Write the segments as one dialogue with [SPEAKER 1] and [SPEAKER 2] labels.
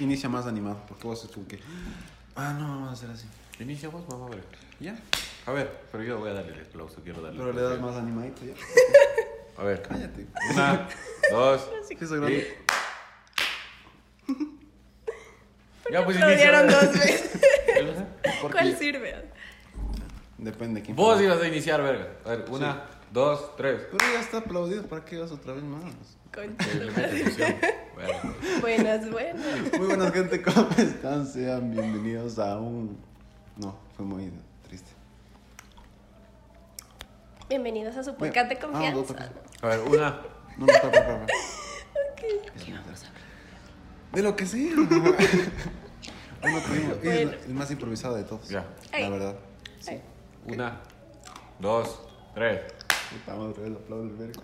[SPEAKER 1] Inicia más animado, porque vos es como que. Ah, no, vamos a hacer así.
[SPEAKER 2] Inicia vos, mamá, a ver.
[SPEAKER 1] Ya.
[SPEAKER 2] A ver, pero yo voy a darle el aplauso, quiero darle.
[SPEAKER 1] Pero
[SPEAKER 2] el
[SPEAKER 1] le das
[SPEAKER 2] aplauso.
[SPEAKER 1] más animadito ya.
[SPEAKER 2] A ver,
[SPEAKER 1] Cállate.
[SPEAKER 2] Una, dos.
[SPEAKER 1] Sí, soy grande.
[SPEAKER 2] y- Ya, pues
[SPEAKER 3] Aplaudieron
[SPEAKER 2] inicia.
[SPEAKER 3] dos veces.
[SPEAKER 2] Porque
[SPEAKER 3] ¿Cuál sirve?
[SPEAKER 1] Depende de quién.
[SPEAKER 2] Vos ibas a iniciar, verga. A ver, una, dos, tres.
[SPEAKER 1] Pero ya está aplaudido, ¿para qué vas otra vez más?
[SPEAKER 3] Concha
[SPEAKER 2] Sí,
[SPEAKER 3] de
[SPEAKER 2] le metes
[SPEAKER 3] madre.
[SPEAKER 2] emoción. Bueno.
[SPEAKER 3] Buenas, buenas.
[SPEAKER 1] Muy buenas, gente, ¿cómo están? Sean bienvenidos a un. No, fue muy triste.
[SPEAKER 3] Bienvenidos a su podcast de
[SPEAKER 1] Bueno, Ah, vamos,
[SPEAKER 3] confianza.
[SPEAKER 1] otra vez.
[SPEAKER 2] A ver, una.
[SPEAKER 1] No, no, para, para, para. De lo que sea. Bueno, primero,
[SPEAKER 3] Bueno.
[SPEAKER 1] es el más improvisado de todos.
[SPEAKER 2] Ya.
[SPEAKER 1] La
[SPEAKER 3] Ay.
[SPEAKER 1] verdad.
[SPEAKER 3] Ay,
[SPEAKER 2] Una, dos, tres.
[SPEAKER 1] Puta madre, el aplauso del verga.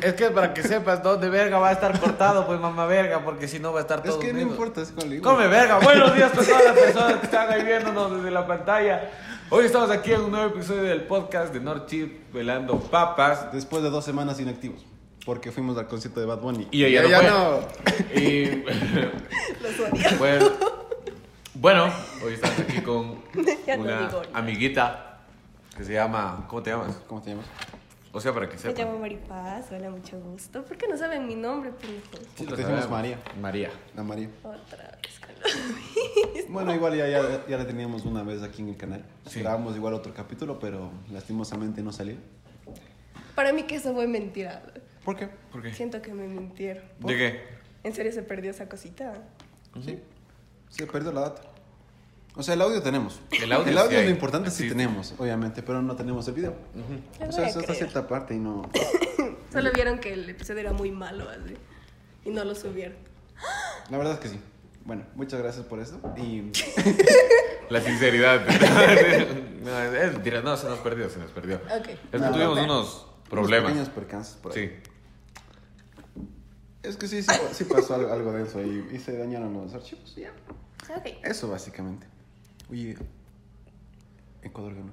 [SPEAKER 2] Es que para que sepas dónde verga va a estar cortado, pues mamá verga, porque si no va a estar
[SPEAKER 1] Es
[SPEAKER 2] todo
[SPEAKER 1] que no
[SPEAKER 2] unido.
[SPEAKER 1] importa, es con
[SPEAKER 2] Come verga, buenos días a todas las personas que están ahí viéndonos desde la pantalla. Hoy estamos aquí en un nuevo episodio del podcast de North Chip Velando Papas.
[SPEAKER 1] Después de dos semanas inactivos, porque fuimos al concierto de Bad Bunny.
[SPEAKER 2] Y ella
[SPEAKER 1] Ya- ya
[SPEAKER 2] no Y
[SPEAKER 3] Los odio.
[SPEAKER 2] bueno, bueno, hoy estamos aquí con
[SPEAKER 3] Ya no
[SPEAKER 2] una
[SPEAKER 3] digo.
[SPEAKER 2] amiguita que se llama, ¿cómo te llamas?
[SPEAKER 1] ¿Cómo te llamas?
[SPEAKER 2] O sea, para que
[SPEAKER 3] Me
[SPEAKER 2] sepan.
[SPEAKER 3] llamo Maripaz, hola, mucho gusto. ¿Por qué no saben mi nombre, pendejos?
[SPEAKER 1] Te
[SPEAKER 2] Sí, lo
[SPEAKER 1] decimos
[SPEAKER 2] sabemos.
[SPEAKER 1] María.
[SPEAKER 2] María.
[SPEAKER 1] La María.
[SPEAKER 3] Otra vez con los
[SPEAKER 1] Bueno, igual ya, ya, ya la teníamos una vez aquí en el canal.
[SPEAKER 2] Sí.
[SPEAKER 1] Grabamos igual otro capítulo, pero lastimosamente no salió.
[SPEAKER 3] Para mí que eso fue mentira.
[SPEAKER 1] ¿Por qué?
[SPEAKER 2] ¿Por qué?
[SPEAKER 3] Siento que me mintieron.
[SPEAKER 2] ¿De qué?
[SPEAKER 3] ¿En serio se perdió esa cosita?
[SPEAKER 1] Sí. Se perdió la data. O sea, el audio tenemos.
[SPEAKER 2] El audio sí
[SPEAKER 1] es
[SPEAKER 2] hay.
[SPEAKER 1] lo importante, sí
[SPEAKER 2] Existe.
[SPEAKER 1] tenemos, obviamente, pero no tenemos el video.
[SPEAKER 3] Le
[SPEAKER 1] O
[SPEAKER 3] voy
[SPEAKER 1] sea,
[SPEAKER 3] a
[SPEAKER 1] eso está
[SPEAKER 3] creer.
[SPEAKER 1] cierta parte y no.
[SPEAKER 3] Solo vieron que el episodio era muy malo, así. Y no lo subieron.
[SPEAKER 1] La verdad es que sí. Bueno, muchas gracias por esto. Y
[SPEAKER 2] La sinceridad. no, es mentira, no, se nos perdió, se nos perdió.
[SPEAKER 3] Ok.
[SPEAKER 2] Es que
[SPEAKER 1] No,
[SPEAKER 2] tuvimos
[SPEAKER 3] ok.
[SPEAKER 2] unos
[SPEAKER 1] Unos
[SPEAKER 2] problemas.
[SPEAKER 1] pequeños percances por ahí.
[SPEAKER 2] Sí.
[SPEAKER 1] Es que sí, sí, sí pasó algo, algo denso ahí y se dañaron los archivos. Ya.
[SPEAKER 3] Ok.
[SPEAKER 1] Eso básicamente. Oye, Ecuador ganó.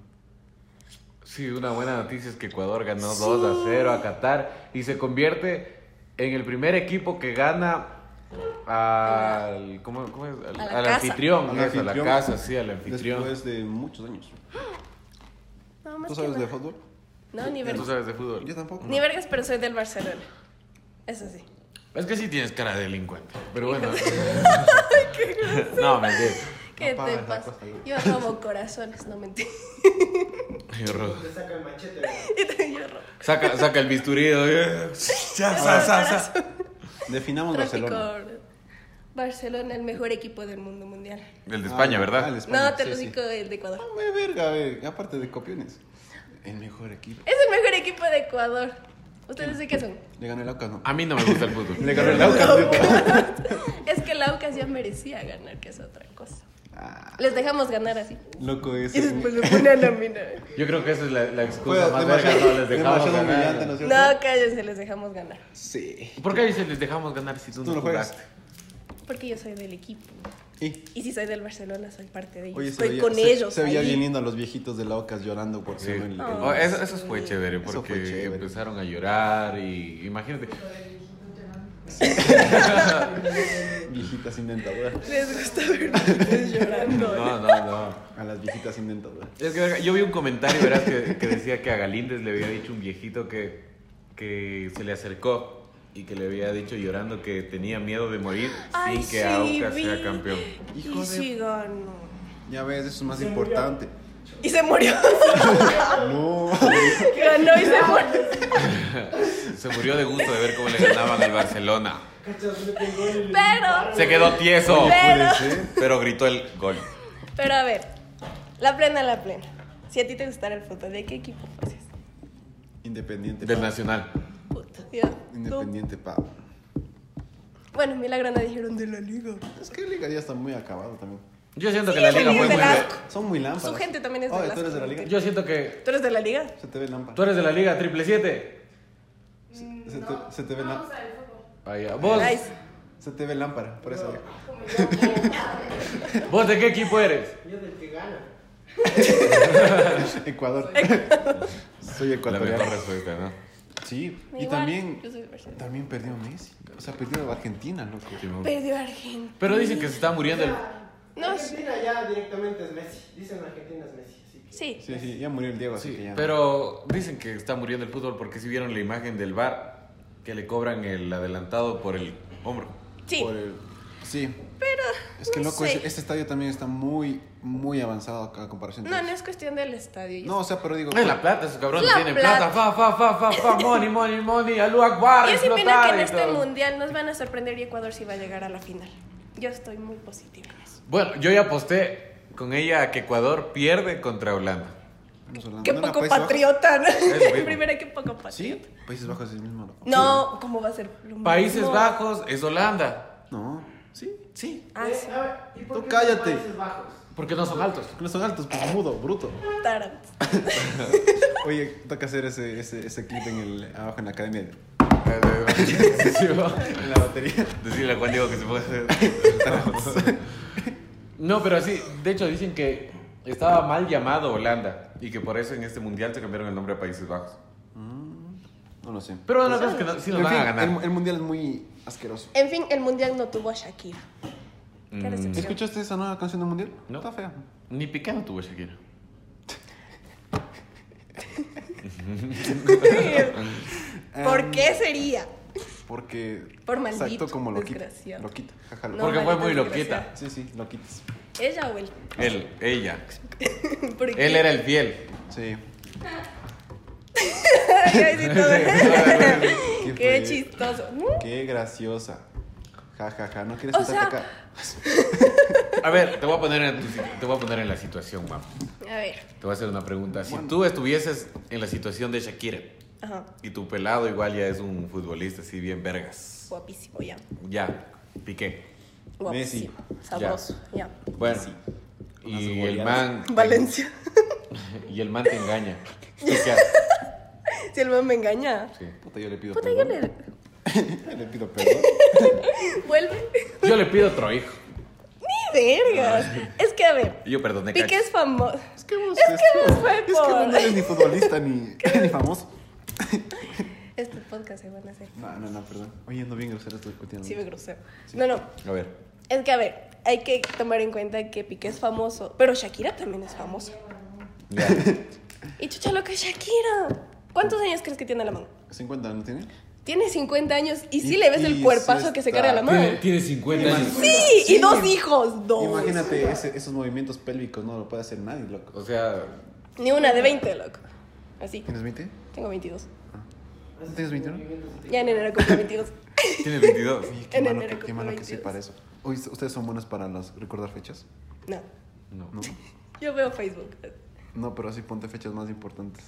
[SPEAKER 2] Sí, una buena noticia es que Ecuador ganó 2 a 0 a Qatar y se convierte en el primer equipo que gana al, ¿cómo, cómo es? al,
[SPEAKER 3] A la
[SPEAKER 2] al
[SPEAKER 3] casa.
[SPEAKER 2] anfitrión,
[SPEAKER 1] Al
[SPEAKER 2] eso, a la
[SPEAKER 1] anfitrión.
[SPEAKER 2] casa, sí, al anfitrión.
[SPEAKER 1] Después de muchos años.
[SPEAKER 3] No, más
[SPEAKER 1] ¿Tú
[SPEAKER 3] que
[SPEAKER 1] sabes de
[SPEAKER 3] nada.
[SPEAKER 1] fútbol?
[SPEAKER 3] No, ni
[SPEAKER 2] ¿Tú
[SPEAKER 3] vergas.
[SPEAKER 2] sabes de fútbol?
[SPEAKER 1] Yo tampoco.
[SPEAKER 3] Ni vergas, pero soy del Barcelona. Eso sí.
[SPEAKER 2] Es que sí tienes cara de delincuente, pero bueno. no, mentira.
[SPEAKER 3] ¿Qué
[SPEAKER 1] Papá,
[SPEAKER 3] te
[SPEAKER 1] la
[SPEAKER 3] pasa?
[SPEAKER 1] cosa, yo-
[SPEAKER 3] Yo robo corazones, no mentí.
[SPEAKER 2] Yo robo.
[SPEAKER 4] Te saca el machete. ¿verdad?
[SPEAKER 3] Yo robo.
[SPEAKER 2] Saca, saca el bisturí. oye.
[SPEAKER 1] Ah,
[SPEAKER 2] Ya, sa, sa, sa.
[SPEAKER 1] Definamos
[SPEAKER 3] Tráfico.
[SPEAKER 1] Barcelona.
[SPEAKER 3] Barcelona, el mejor equipo del mundo mundial.
[SPEAKER 2] El de España,
[SPEAKER 1] Ah,
[SPEAKER 2] ¿verdad?
[SPEAKER 1] ah, el de España,
[SPEAKER 3] No, te lo
[SPEAKER 1] sí, sí.
[SPEAKER 3] digo el de Ecuador.
[SPEAKER 1] Ah, me verga, a ver, aparte de copiones. El mejor equipo.
[SPEAKER 3] Es el mejor equipo de Ecuador. ¿Ustedes de qué son?
[SPEAKER 1] Le ganó el Aucas, ¿no?
[SPEAKER 2] A mí no me gusta Ah, el fútbol.
[SPEAKER 1] Le ganó el Aucas.
[SPEAKER 3] Es que la Aucas ya merecía ganar, que es otra cosa.
[SPEAKER 1] Ah,
[SPEAKER 3] Les dejamos ganar así.
[SPEAKER 1] loco
[SPEAKER 3] Y
[SPEAKER 1] ese.
[SPEAKER 3] después le pone a la mina.
[SPEAKER 2] Yo creo que esa es la, la
[SPEAKER 1] Fue
[SPEAKER 2] excusa más verga.
[SPEAKER 1] demasiado,
[SPEAKER 2] No les dejamos
[SPEAKER 1] demasiado
[SPEAKER 2] ganar.
[SPEAKER 1] humillante, ¿no es cierto?
[SPEAKER 3] No, cállense, les dejamos ganar.
[SPEAKER 1] Sí.
[SPEAKER 2] ¿Por qué dices les dejamos ganar si tú,
[SPEAKER 1] Tú
[SPEAKER 2] no
[SPEAKER 1] no juegas.
[SPEAKER 2] jugaste?
[SPEAKER 3] Porque yo soy del equipo.
[SPEAKER 1] Y.
[SPEAKER 3] Y si soy del Barcelona, soy parte de ellos.
[SPEAKER 1] Oye, se
[SPEAKER 3] Estoy
[SPEAKER 1] veía,
[SPEAKER 3] con
[SPEAKER 1] se-
[SPEAKER 3] ellos.
[SPEAKER 1] Se veía
[SPEAKER 3] ahí.
[SPEAKER 1] viniendo a los viejitos de la Ocas llorando porque
[SPEAKER 2] Sí.
[SPEAKER 1] no el- el-
[SPEAKER 2] Oh, eso, eso fue chévere
[SPEAKER 1] Eso fue
[SPEAKER 2] porque
[SPEAKER 1] chévere.
[SPEAKER 2] empezaron a llorar y imagínate.
[SPEAKER 1] viejitas sin dentadura.
[SPEAKER 3] Les gusta verme llorando.
[SPEAKER 2] No, no, no.
[SPEAKER 1] A las viejitas sin dentadura.
[SPEAKER 2] Es que verga, yo vi un comentario, verás, que, que decía que a Galíndez le había dicho un viejito que, que se le acercó y que le había dicho llorando que tenía miedo de morir
[SPEAKER 3] Ay,
[SPEAKER 2] y que
[SPEAKER 3] sí,
[SPEAKER 2] Aucas
[SPEAKER 3] vi.
[SPEAKER 2] sea campeón.
[SPEAKER 1] Hijo
[SPEAKER 3] y
[SPEAKER 1] de-
[SPEAKER 3] sí ganó.
[SPEAKER 1] Ya ves, eso es más importante.
[SPEAKER 3] Y se murió. Ah.
[SPEAKER 1] No.
[SPEAKER 3] ganó y se murió.
[SPEAKER 2] Se murió de gusto de ver cómo le ganaban al Barcelona.
[SPEAKER 4] Cachas, meten gol y-
[SPEAKER 3] Pero,
[SPEAKER 2] Se quedó tieso,
[SPEAKER 3] Pero-
[SPEAKER 1] Puede ser.
[SPEAKER 2] pero gritó el gol.
[SPEAKER 3] pero a ver, la plena, la plena. Si a ti te gustara el fútbol, ¿de qué equipo fueses?
[SPEAKER 1] Independiente.
[SPEAKER 2] Del
[SPEAKER 1] pa.
[SPEAKER 2] Nacional.
[SPEAKER 3] Puta, Dios. Tú.
[SPEAKER 1] Independiente, Pablo.
[SPEAKER 3] Bueno, Milagro no dijeron de la liga.
[SPEAKER 1] Es que la liga ya está muy acabado también.
[SPEAKER 2] Yo siento que la liga
[SPEAKER 3] feliz
[SPEAKER 2] fue
[SPEAKER 3] de
[SPEAKER 2] muy...
[SPEAKER 3] las-
[SPEAKER 2] be-
[SPEAKER 1] Son muy lámparas.
[SPEAKER 3] Su gente también es de
[SPEAKER 1] Oye,
[SPEAKER 3] las-
[SPEAKER 1] ¿tú eres de la liga?
[SPEAKER 2] Yo siento que
[SPEAKER 3] ¿Tú eres de la liga?
[SPEAKER 1] Se te ve lámpara.
[SPEAKER 2] tú eres de la liga triple 7.
[SPEAKER 1] Se te, se te ve lámpara.
[SPEAKER 2] Vaya, vos,
[SPEAKER 3] Ay,
[SPEAKER 1] Se te ve lámpara, por eso.
[SPEAKER 2] vos de qué equipo eres?
[SPEAKER 4] Yo del que gana.
[SPEAKER 1] Ecuador. Soy
[SPEAKER 2] La mejor
[SPEAKER 1] ecuatoriano.
[SPEAKER 2] respuesta, ¿no?
[SPEAKER 1] Sí, y
[SPEAKER 3] Igual,
[SPEAKER 1] también,
[SPEAKER 3] yo soy Barcelona.
[SPEAKER 1] también perdió Messi. O sea, perdió Argentina, loco.
[SPEAKER 3] Perdió Argentina.
[SPEAKER 2] Pero dicen que se está muriendo el...
[SPEAKER 3] No
[SPEAKER 5] Argentina ya directamente es Messi. Dicen Argentina es Messi. Así que...
[SPEAKER 3] Sí.
[SPEAKER 1] Sí, sí, ya murió el Diego, así
[SPEAKER 2] Sí,
[SPEAKER 1] que ya. no.
[SPEAKER 2] pero dicen que está muriendo el fútbol porque si vieron la imagen del bar que le cobran el adelantado por el hombro.
[SPEAKER 3] Sí.
[SPEAKER 1] Por el- Sí.
[SPEAKER 3] Pero.
[SPEAKER 1] Es que
[SPEAKER 3] no
[SPEAKER 1] loco,
[SPEAKER 3] sé.
[SPEAKER 1] ese- este estadio también está muy, muy avanzado a comparación. de
[SPEAKER 3] No,
[SPEAKER 1] otros.
[SPEAKER 3] no es cuestión del estadio. y
[SPEAKER 1] No, o sea, pero digo.
[SPEAKER 2] Es la plata, esos cabrones
[SPEAKER 3] La
[SPEAKER 2] tienen plata.
[SPEAKER 3] plata.
[SPEAKER 2] Fa, fa, fa, fa, fa, money, money, money, alú akbar,
[SPEAKER 3] Yo sí opino que
[SPEAKER 2] explotar
[SPEAKER 3] en
[SPEAKER 2] y
[SPEAKER 3] este
[SPEAKER 2] todo.
[SPEAKER 3] mundial nos van a sorprender y Ecuador sí va a llegar a la final. Yo estoy muy positiva en eso.
[SPEAKER 2] Bueno, yo ya aposté con ella a que Ecuador pierde contra Holanda.
[SPEAKER 1] Vamos hablando.
[SPEAKER 3] Qué
[SPEAKER 1] No, no,
[SPEAKER 3] poco
[SPEAKER 1] Países Bajos-
[SPEAKER 3] patriota, ¿no?
[SPEAKER 2] mismo.
[SPEAKER 3] Primero, qué poco patriota.
[SPEAKER 1] Sí, Países Bajos es el mismo.
[SPEAKER 3] No, ¿cómo va a ser? lo
[SPEAKER 2] Países
[SPEAKER 3] mismo?
[SPEAKER 2] Bajos es Holanda,
[SPEAKER 1] No, sí, sí.
[SPEAKER 3] Ah,
[SPEAKER 5] Eh,
[SPEAKER 3] sí.
[SPEAKER 5] a ver, ¿y por
[SPEAKER 1] Tú
[SPEAKER 5] qué
[SPEAKER 1] cállate.
[SPEAKER 5] son Países Bajos?
[SPEAKER 2] porque no son altos.
[SPEAKER 1] No son altos, pues mudo, bruto.
[SPEAKER 3] Tarant.
[SPEAKER 1] Oye, toca hacer ese, ese, ese clip en el, abajo en la academia. En la batería.
[SPEAKER 2] Decirle a Juan Diego que se puede hacer. No, pero así, de hecho dicen que estaba mal llamado Holanda y que por eso en este mundial se cambiaron el nombre a Países Bajos.
[SPEAKER 1] No lo sé.
[SPEAKER 2] Pero la verdad es que no- sí nos
[SPEAKER 1] En
[SPEAKER 2] van
[SPEAKER 1] fin,
[SPEAKER 2] a ganar.
[SPEAKER 1] El, el mundial es muy asqueroso.
[SPEAKER 3] En fin, el mundial no tuvo a Shakira. Qué decepción.
[SPEAKER 1] ¿Escuchaste esa nueva canción del mundial?
[SPEAKER 2] No.
[SPEAKER 1] Está fea.
[SPEAKER 2] Mm. Ni picado tuvo Shakira. Em,
[SPEAKER 3] ¿Por qué sería?
[SPEAKER 1] Em, Porque.
[SPEAKER 3] Por maldito,
[SPEAKER 1] Exacto, como lo quita.
[SPEAKER 3] desgraciado.
[SPEAKER 1] Lo quita. Jaja, lo-
[SPEAKER 3] No,
[SPEAKER 2] Porque fue
[SPEAKER 3] maldita
[SPEAKER 2] muy
[SPEAKER 3] desgracia.
[SPEAKER 2] loquita.
[SPEAKER 1] Sí, sí, lo quitas.
[SPEAKER 3] Ella o él.
[SPEAKER 1] Ah,
[SPEAKER 2] Él, ella.
[SPEAKER 3] ¿Por qué?
[SPEAKER 2] Él era el fiel.
[SPEAKER 1] Sí.
[SPEAKER 3] Ay, sí, todo.
[SPEAKER 1] ¿Qué fue?
[SPEAKER 3] Qué chistoso. ¿Mm?
[SPEAKER 1] Qué graciosa. Ja, ja, ja. No quieres
[SPEAKER 3] O
[SPEAKER 1] sentarte
[SPEAKER 3] sea-
[SPEAKER 1] acá.
[SPEAKER 2] A ver, te voy a poner en, tu sit- te voy a poner en la situación, mamá.
[SPEAKER 3] A ver.
[SPEAKER 2] Te voy a hacer una pregunta. Si tú estuvieses en la situación de Shakira
[SPEAKER 3] Ajá.
[SPEAKER 2] y tu pelado igual ya es un futbolista así bien vergas.
[SPEAKER 3] Guapísimo, ya.
[SPEAKER 2] Ya, piqué.
[SPEAKER 1] Messi.
[SPEAKER 3] Guapísimo. Sabroso, ya.
[SPEAKER 2] Bueno, y el man.
[SPEAKER 3] Valencia.
[SPEAKER 2] Y el man te engaña. ¿Qué se hace?
[SPEAKER 3] Si el man me engaña.
[SPEAKER 2] Sí.
[SPEAKER 1] Puta, yo le pido
[SPEAKER 3] Puta, yo
[SPEAKER 1] perdón.
[SPEAKER 3] le.
[SPEAKER 1] le... pido perdón.
[SPEAKER 3] Vuelve.
[SPEAKER 2] Yo le pido otro hijo.
[SPEAKER 3] Ni vergas. Es que, a ver.
[SPEAKER 2] Y Yo perdoné,
[SPEAKER 3] Piqué es famoso.
[SPEAKER 1] Es que vos.
[SPEAKER 3] Es que vos fue
[SPEAKER 1] es que
[SPEAKER 3] por-
[SPEAKER 1] vos no eres ni futbolista ni, ni famoso.
[SPEAKER 3] Este podcast se van a hacer.
[SPEAKER 1] No, no, no, perdón. Oye, ando bien grosero estoy discutiendo.
[SPEAKER 3] Sí, me grosero. No, no.
[SPEAKER 2] A ver.
[SPEAKER 3] Es que, a ver. Hay que tomar en cuenta que Piqué es famoso. Pero Shakira también es famosa.
[SPEAKER 2] Ya.
[SPEAKER 3] Y chucha lo que Shakira. ¿Cuántos años crees que tiene la mano?
[SPEAKER 1] 50, ¿no tiene?
[SPEAKER 3] Tiene 50 años y sí
[SPEAKER 1] Y-
[SPEAKER 3] le ves el
[SPEAKER 1] y
[SPEAKER 3] cuerpazo
[SPEAKER 1] se
[SPEAKER 3] que se
[SPEAKER 1] está-
[SPEAKER 3] carga la mano.
[SPEAKER 2] Tiene, tiene 50 años.
[SPEAKER 3] Sí,
[SPEAKER 1] Sí.
[SPEAKER 3] y dos hijos, dos.
[SPEAKER 1] Imagínate ese- esos movimientos pélvicos, no lo puede hacer nadie, loco.
[SPEAKER 2] O sea,
[SPEAKER 3] Ni una de 20, loco. Así,
[SPEAKER 1] ¿Tienes 20?
[SPEAKER 3] tengo 22.
[SPEAKER 1] ¿No tienes 21?
[SPEAKER 3] Ya en enero compro 22.
[SPEAKER 2] tiene 22.
[SPEAKER 1] Oye, qué
[SPEAKER 3] En
[SPEAKER 1] malo,
[SPEAKER 3] enero
[SPEAKER 1] que, qué
[SPEAKER 3] cumplo
[SPEAKER 1] malo que soy
[SPEAKER 3] 22.
[SPEAKER 1] para eso. Oye, ¿Ustedes son buenos para las, recordar fechas?
[SPEAKER 3] No,
[SPEAKER 2] No.
[SPEAKER 1] No.
[SPEAKER 3] yo veo Facebook.
[SPEAKER 1] No, pero así ponte fechas más importantes.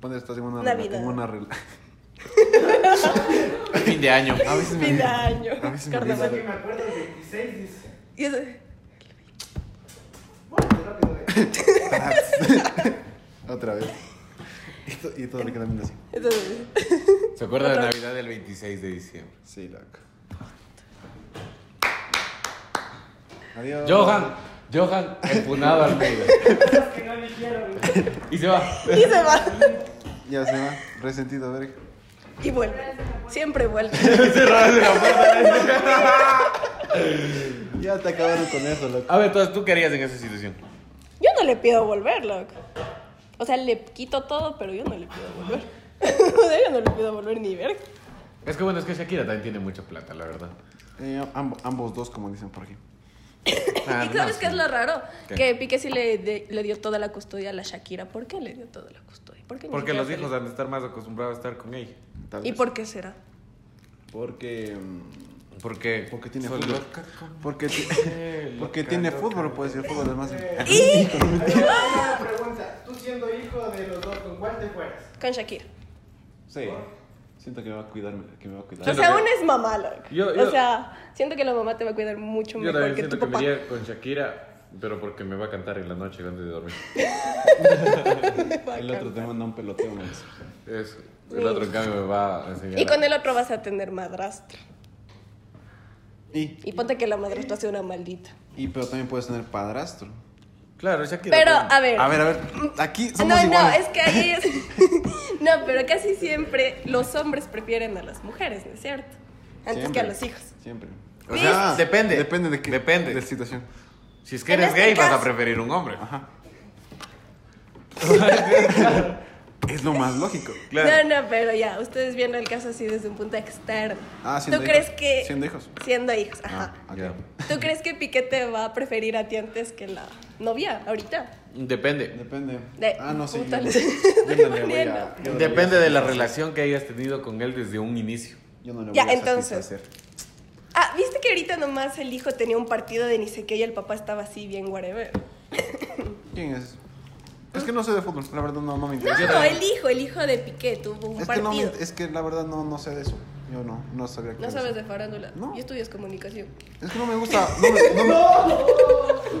[SPEAKER 1] Ponte, estás en una
[SPEAKER 3] Navidad.
[SPEAKER 1] rela- en una rela-
[SPEAKER 2] Fin de año.
[SPEAKER 1] A veces me
[SPEAKER 3] Fin de
[SPEAKER 1] olvido.
[SPEAKER 3] año,
[SPEAKER 1] A veces me olvido.
[SPEAKER 5] Lo
[SPEAKER 3] carnaval.
[SPEAKER 5] que me acuerdo el 26 dice.
[SPEAKER 3] Y eso-
[SPEAKER 5] Bueno, rápido, ¿eh?". güey.
[SPEAKER 1] Otra vez. Y to- Y todo le queda bien así.
[SPEAKER 3] entonces,
[SPEAKER 2] ¿Se acuerda de
[SPEAKER 3] Otra.
[SPEAKER 2] Navidad del 26 de diciembre?
[SPEAKER 1] Sí, loco. Adiós.
[SPEAKER 2] Johan, Johan, empunado al medio.
[SPEAKER 5] Cosas que no eligieron. güey.
[SPEAKER 2] Y se va.
[SPEAKER 3] y se va.
[SPEAKER 1] Ya se va. Resentido, verga.
[SPEAKER 3] Y vuelve. Siempre vuelve.
[SPEAKER 1] Ya te acabaron con eso, loco.
[SPEAKER 2] A ver, entonces, ¿tú qué harías en esa situación?
[SPEAKER 3] Yo no le pido volver, loco. O sea, le quito todo, pero yo no le pido volver. O sea, yo no le pido volver ni ver.
[SPEAKER 2] Es que bueno, es que Shakira también tiene mucha plata, la verdad.
[SPEAKER 1] Eh, amb- ambos dos, como dicen por aquí.
[SPEAKER 2] Ah,
[SPEAKER 3] ¿Y sabes
[SPEAKER 2] no,
[SPEAKER 3] qué es
[SPEAKER 2] sí.
[SPEAKER 3] lo raro?
[SPEAKER 2] ¿Qué?
[SPEAKER 3] Que Piqué sí le, de- le dio toda la custodia a la Shakira. ¿Por qué le dio toda la custodia? ¿Por qué ni
[SPEAKER 2] Porque
[SPEAKER 3] siquiera
[SPEAKER 2] los
[SPEAKER 3] se le-
[SPEAKER 2] hijos han de estar más acostumbrados a estar con ella.
[SPEAKER 1] Tal
[SPEAKER 3] ¿Y
[SPEAKER 1] vez.
[SPEAKER 3] por qué será?
[SPEAKER 1] Porque. mm,
[SPEAKER 2] Porque,
[SPEAKER 1] Porque tiene
[SPEAKER 2] soy
[SPEAKER 1] fútbol.
[SPEAKER 2] loca como-
[SPEAKER 1] Porque, ti-
[SPEAKER 2] Eh,
[SPEAKER 1] porque
[SPEAKER 2] loca,
[SPEAKER 1] tiene
[SPEAKER 2] loca.
[SPEAKER 1] fútbol, puede ser fútbol, además.
[SPEAKER 3] ¿Y?
[SPEAKER 5] A ver, Una pregunta. Tú siendo hijo de los dos, ¿con cuál te fueras?
[SPEAKER 3] Con Shakira.
[SPEAKER 1] Sí. Siento que me va a cuidar, que me va a cuidar.
[SPEAKER 3] O
[SPEAKER 2] Siento
[SPEAKER 3] sea,
[SPEAKER 2] que-
[SPEAKER 3] una es mamá, loco.
[SPEAKER 2] Yo- yo-
[SPEAKER 3] O sea, siento que la mamá te va a cuidar mucho
[SPEAKER 2] Yo
[SPEAKER 3] mejor
[SPEAKER 2] también
[SPEAKER 3] que tu
[SPEAKER 2] siento que me
[SPEAKER 3] papá.
[SPEAKER 2] iría con Shakira, pero porque me va a cantar en la noche antes de dormir.
[SPEAKER 1] El otro te manda un peloteo, más.
[SPEAKER 2] Es, el otro, en cambio, me va a enseñar.
[SPEAKER 3] Y
[SPEAKER 2] a-
[SPEAKER 3] con el otro vas a tener madrastra.
[SPEAKER 1] Y,
[SPEAKER 3] Y ponte que la madrastra sea una maldita.
[SPEAKER 1] y, pero también puedes tener padrastro.
[SPEAKER 2] Claro, Shakira.
[SPEAKER 3] Pero,
[SPEAKER 2] claro.
[SPEAKER 3] a ver.
[SPEAKER 1] A ver, a ver, aquí somos
[SPEAKER 3] no, no,
[SPEAKER 1] iguales.
[SPEAKER 3] es que ahí es. No, pero casi siempre los hombres prefieren a las mujeres, ¿no es cierto? Antes
[SPEAKER 1] Siempre,
[SPEAKER 3] que a los hijos.
[SPEAKER 1] Siempre.
[SPEAKER 2] O sea,
[SPEAKER 1] Ah,
[SPEAKER 2] depende.
[SPEAKER 1] Depende de qué.
[SPEAKER 2] Depende.
[SPEAKER 1] De la situación.
[SPEAKER 2] Si es que
[SPEAKER 3] En
[SPEAKER 2] eres
[SPEAKER 3] este
[SPEAKER 2] gay, vas a
[SPEAKER 3] caso-
[SPEAKER 2] preferir un hombre.
[SPEAKER 1] Es lo más lógico.
[SPEAKER 2] Claro.
[SPEAKER 3] No, no, pero ya, ustedes viendo el caso así desde un punto externo.
[SPEAKER 1] Ah,
[SPEAKER 3] ¿Tú
[SPEAKER 1] siendo hijos.
[SPEAKER 3] crees que.
[SPEAKER 1] Siendo hijos.
[SPEAKER 3] Siendo hijos, ajá.
[SPEAKER 1] Ah, ok.
[SPEAKER 2] Ya.
[SPEAKER 3] ¿Tú crees que Piquete va a preferir a ti antes que la novia ahorita?
[SPEAKER 2] Depende.
[SPEAKER 1] Depende.
[SPEAKER 3] De-
[SPEAKER 1] ah, no sé.
[SPEAKER 3] puta,
[SPEAKER 1] yo-
[SPEAKER 3] les-
[SPEAKER 1] yo
[SPEAKER 3] estoy
[SPEAKER 1] no le voy
[SPEAKER 3] poniendo.
[SPEAKER 1] a- yo no le voy a
[SPEAKER 2] Depende de la
[SPEAKER 1] satisfacer.
[SPEAKER 2] relación que hayas tenido con él desde un inicio.
[SPEAKER 1] Yo no le voy
[SPEAKER 3] Ya,
[SPEAKER 1] a
[SPEAKER 3] entonces.
[SPEAKER 1] satisfacer.
[SPEAKER 3] Ah, viste que ahorita nomás el hijo tenía un partido de ni sé qué y el papá estaba así bien whatever.
[SPEAKER 1] ¿Quién es? Es que no sé de fútbol, la verdad no, no me interesa.
[SPEAKER 3] No, el hijo, el hijo de Piqué tuvo un
[SPEAKER 1] es, que
[SPEAKER 3] partido.
[SPEAKER 1] no me- es que la verdad no, no sé de eso. Yo no, no sabía que
[SPEAKER 3] No
[SPEAKER 1] era
[SPEAKER 3] sabes
[SPEAKER 1] eso.
[SPEAKER 3] de farándula.
[SPEAKER 1] No.
[SPEAKER 3] Y estudias comunicación.
[SPEAKER 1] Es que no me gusta. No me, no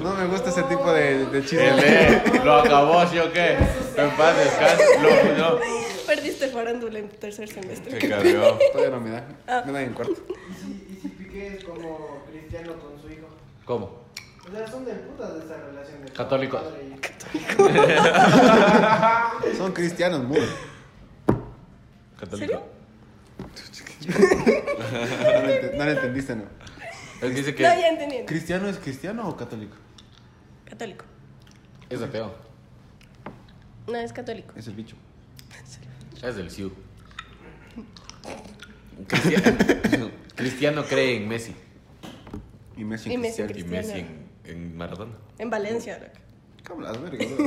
[SPEAKER 1] me- no me gusta ese tipo de, de chisme.
[SPEAKER 2] Ele, lo acabó, ¿sí o qué? En paz, descanse. Lo, no.
[SPEAKER 3] Perdiste farándula en tercer semestre.
[SPEAKER 2] Se cargó.
[SPEAKER 1] Todavía no me da. Me da en cuarto.
[SPEAKER 5] ¿Y si, y si Piqué es como cristiano con su hijo?
[SPEAKER 2] ¿Cómo?
[SPEAKER 5] O sea, son de putas de esa relación. De
[SPEAKER 2] Católicos.
[SPEAKER 5] padre y-
[SPEAKER 1] Son cristianos, muy.
[SPEAKER 2] Católico.
[SPEAKER 1] No lo, ent- no lo entendiste, ¿no?
[SPEAKER 2] Él dice
[SPEAKER 3] No, ya
[SPEAKER 2] que
[SPEAKER 3] entendí.
[SPEAKER 1] ¿Cristiano es cristiano o católico?
[SPEAKER 3] Católico.
[SPEAKER 2] es ateo.
[SPEAKER 3] No, es católico.
[SPEAKER 1] Es el bicho.
[SPEAKER 2] Es del Siu. Cristiano, Cristiano cree en Messi.
[SPEAKER 1] Y Messi
[SPEAKER 3] Y
[SPEAKER 1] en
[SPEAKER 3] Messi en
[SPEAKER 1] cristiano.
[SPEAKER 2] Y
[SPEAKER 3] Cristiano.
[SPEAKER 2] Messi en, en Maradona.
[SPEAKER 3] En Valencia, loco.
[SPEAKER 1] ¿Qué hablas, verga? bro?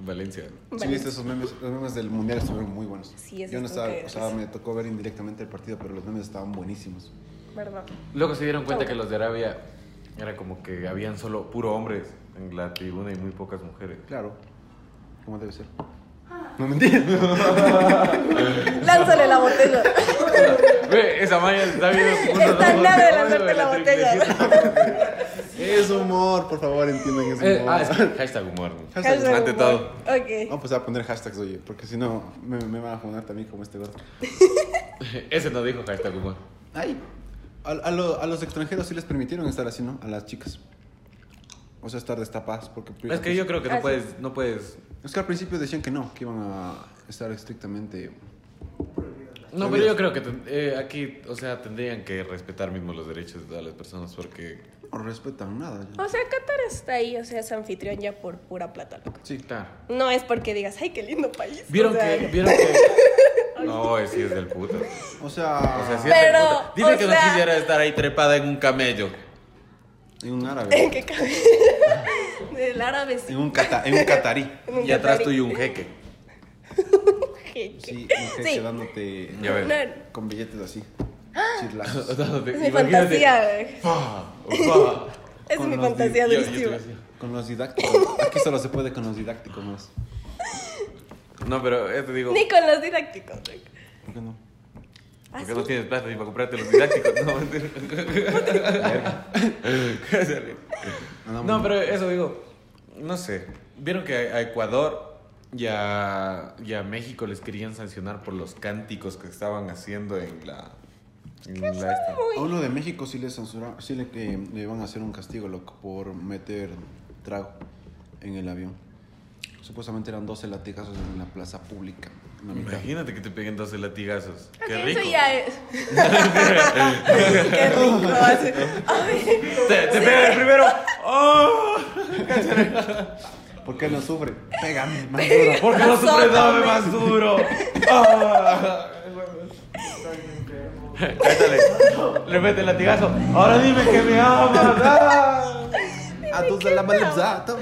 [SPEAKER 2] En Valencia.
[SPEAKER 1] Sí,
[SPEAKER 3] Valencia.
[SPEAKER 1] viste esos memes, los memes del mundial estuvieron muy buenos.
[SPEAKER 3] Sí, eso
[SPEAKER 1] Yo no
[SPEAKER 3] estuvo
[SPEAKER 1] estaba,
[SPEAKER 3] que
[SPEAKER 1] o sea,
[SPEAKER 3] risa.
[SPEAKER 1] me tocó ver indirectamente el partido, pero los memes estaban buenísimos.
[SPEAKER 3] Verdad.
[SPEAKER 2] Luego se dieron cuenta que los de Arabia era como que habían solo puro hombres en la tribuna y muy pocas mujeres.
[SPEAKER 1] Claro. ¿Cómo debe ser? No mentira.
[SPEAKER 3] Lánzale la botella.
[SPEAKER 2] Ve, esa maña está viendo como unos
[SPEAKER 3] Está
[SPEAKER 2] dos
[SPEAKER 3] nada de
[SPEAKER 2] botones,
[SPEAKER 3] lanzarte la
[SPEAKER 2] una
[SPEAKER 3] botella.
[SPEAKER 2] triplecita.
[SPEAKER 1] Es humor, por favor, entiendan que es humor.
[SPEAKER 2] Eh, ah, es que hashtag humor. ¿no?
[SPEAKER 1] Hashtag
[SPEAKER 3] Calza
[SPEAKER 2] Ante
[SPEAKER 3] humor.
[SPEAKER 2] todo.
[SPEAKER 3] Ok.
[SPEAKER 1] Vamos a empezar a poner hashtags, oye, porque si no me, me van a joder también como este gordo.
[SPEAKER 2] Ese no dijo hashtag humor.
[SPEAKER 1] Ay. A, a lo- a los extranjeros sí les permitieron estar así, ¿no? A las chicas. O sea, estar destapadas, porque... pues,
[SPEAKER 2] Es que yo creo que
[SPEAKER 3] Ah,
[SPEAKER 2] no
[SPEAKER 3] sí.
[SPEAKER 2] puedes, no puedes.
[SPEAKER 1] Es que al principio decían que no, que iban a estar estrictamente...
[SPEAKER 2] No, pero
[SPEAKER 1] Prohibido.
[SPEAKER 2] yo creo que ten- eh, aquí, o sea, tendrían que respetar mismo los derechos de todas las personas porque.
[SPEAKER 1] No respetan nada. ya.
[SPEAKER 3] O sea, Qatar está ahí, o sea, es anfitrión ya por pura plata, loco.
[SPEAKER 2] Sí, claro.
[SPEAKER 3] No es porque digas, ay, qué lindo país.
[SPEAKER 2] Vieron
[SPEAKER 3] o sea,
[SPEAKER 2] que, vieron que. No, sí es del puto.
[SPEAKER 1] O sea,
[SPEAKER 2] O sea, sí es
[SPEAKER 3] Pero,
[SPEAKER 2] del puto. Dime
[SPEAKER 3] o
[SPEAKER 2] que no
[SPEAKER 3] sea-
[SPEAKER 2] quisiera estar ahí trepada en un camello.
[SPEAKER 1] en un
[SPEAKER 3] En
[SPEAKER 1] árabe.
[SPEAKER 3] que cabe. Del árabe sí.
[SPEAKER 1] en, un cata, en un catarí.
[SPEAKER 3] En un
[SPEAKER 2] Y atrás
[SPEAKER 3] catarí.
[SPEAKER 2] tuyo un jeque.
[SPEAKER 3] Jeque.
[SPEAKER 1] Sí, mujer
[SPEAKER 3] Sí.
[SPEAKER 1] quedándote
[SPEAKER 2] Ya ves.
[SPEAKER 3] No,
[SPEAKER 1] con billetes así. Chirlazos.
[SPEAKER 3] es mi fantasía, güey.
[SPEAKER 2] Fa, fa.
[SPEAKER 3] Es
[SPEAKER 1] Con
[SPEAKER 3] mi
[SPEAKER 1] los
[SPEAKER 3] fantasía
[SPEAKER 2] Yo- yo
[SPEAKER 3] durísima.
[SPEAKER 2] te decía.
[SPEAKER 1] Con los didácticos. Aquí solo se puede con los didácticos más.
[SPEAKER 2] No, pero eh, te digo,
[SPEAKER 3] Ni con los didácticos, loco.
[SPEAKER 1] ¿Por qué no?
[SPEAKER 3] Ah,
[SPEAKER 2] porque no tienes plata ni para comprarte los didácticos. No, Cállate.
[SPEAKER 1] Andamos-
[SPEAKER 2] No, pero eso digo, no sé. Vieron que a a Ecuador y a, y a México les querían sancionar por los cánticos que estaban haciendo en la. En la esta.
[SPEAKER 1] A uno de México sí le censuraron, sí le, que le iban a hacer un castigo, loco, por meter trago en el avión. Supuestamente eran 12 latigazos en la plaza pública. en la mitad.
[SPEAKER 2] Imagínate que te peguen 12 latigazos.
[SPEAKER 3] Ok,
[SPEAKER 2] Qué rico.
[SPEAKER 3] Eso ya es. Qué rico. así. Ay,
[SPEAKER 2] Te, te pegan el primero. ¡Oh!
[SPEAKER 1] ¿Por qué no sufre? Pégame, más duro.
[SPEAKER 2] Porque no sufres dame más duro. ¡Ah! Cállate. Ah. Le mete el latigazo. Ahora dime que me amas. ¡Ah!
[SPEAKER 1] A tus de la malipsa, toma.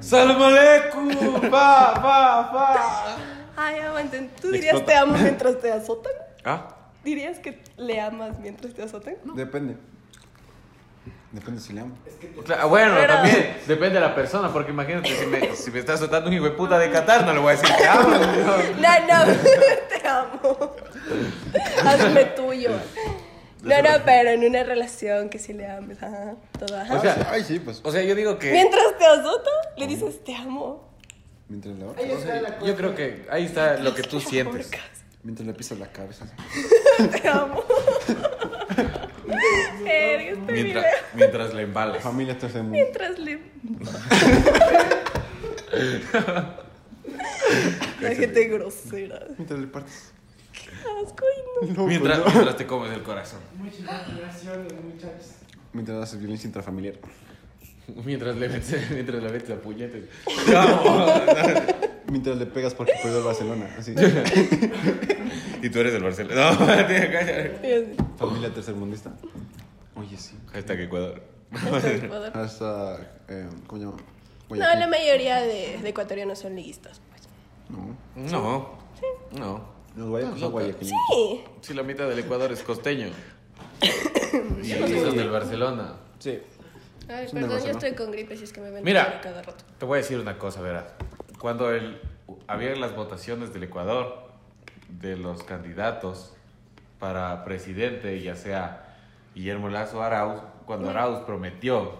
[SPEAKER 2] Salam aleikum. Pa, pa, pa.
[SPEAKER 3] ay, aguanten. ¿Tú dirías
[SPEAKER 2] Explota.
[SPEAKER 3] te amo mientras te azotan?
[SPEAKER 2] ¿Ah?
[SPEAKER 3] ¿Dirías que le amas mientras te azotan?
[SPEAKER 1] Depende. Depende si le amo.
[SPEAKER 2] Cla- Bueno,
[SPEAKER 3] Pero-
[SPEAKER 2] también depende de la persona, porque imagínate, si me, si me está soltando un hijo de puta de Qatar, no le voy a decir que amo.
[SPEAKER 3] No, no, te amo. Hazme tuyo. No, no, pero en una relación que sí le ames, ajá, todo, ajá.
[SPEAKER 2] O sea-
[SPEAKER 1] ay, sí, pues.
[SPEAKER 2] O sea, yo digo que.
[SPEAKER 3] Mientras te azota, le dices te amo.
[SPEAKER 1] Mientras le
[SPEAKER 5] Ahí
[SPEAKER 1] ahorcas,
[SPEAKER 5] está la cosa.
[SPEAKER 2] Yo creo que ahí está lo que tú
[SPEAKER 3] Te
[SPEAKER 2] sientes.
[SPEAKER 3] ahorcas,
[SPEAKER 1] mientras le pisas la cabeza.
[SPEAKER 3] Te amo. Verga, este
[SPEAKER 2] Mientras,
[SPEAKER 3] video.
[SPEAKER 2] mientras le
[SPEAKER 1] La
[SPEAKER 2] embalas.
[SPEAKER 1] familia te hace muy.
[SPEAKER 3] Mientras le. La gente grosera.
[SPEAKER 1] Mientras le partes.
[SPEAKER 3] Qué asco, y no.
[SPEAKER 1] No,
[SPEAKER 2] Mientras,
[SPEAKER 1] pues no.
[SPEAKER 2] mientras te comes el corazón.
[SPEAKER 5] Muchas gracias, muchachos.
[SPEAKER 1] Mientras haces violencia intrafamiliar.
[SPEAKER 6] Mientras le metes, mientras le metes a puñetes.
[SPEAKER 1] Mientras le pegas porque perdió el Barcelona. Así.
[SPEAKER 2] Y tú eres del Barcelona. No, espérate, cállate.
[SPEAKER 3] Y así,
[SPEAKER 1] Familia tercermundista. Oye, sí.
[SPEAKER 2] Hashtag Ecuador.
[SPEAKER 3] hasta el Ecuador.
[SPEAKER 1] Hasta. eh, ¿Cómo se llama?
[SPEAKER 3] No,
[SPEAKER 1] Guayaquil.
[SPEAKER 3] la mayoría de, de ecuatorianos son liguistas, pues.
[SPEAKER 1] No.
[SPEAKER 2] No. No.
[SPEAKER 1] Los guayacos son guayaquileños.
[SPEAKER 3] Sí.
[SPEAKER 2] Si la mitad del Ecuador es costeño.
[SPEAKER 6] Y son del Barcelona.
[SPEAKER 1] Sí.
[SPEAKER 3] Ay,
[SPEAKER 1] Son de
[SPEAKER 3] perdón, yo
[SPEAKER 1] Barcelona.
[SPEAKER 3] estoy con gripe si es que me ven
[SPEAKER 6] Mira.
[SPEAKER 3] cada rato.
[SPEAKER 2] Te voy a decir una cosa, verás. Cuando el, había las votaciones del Ecuador, de los candidatos para presidente, ya sea Guillermo Lazo Arauz, cuando Arauz prometió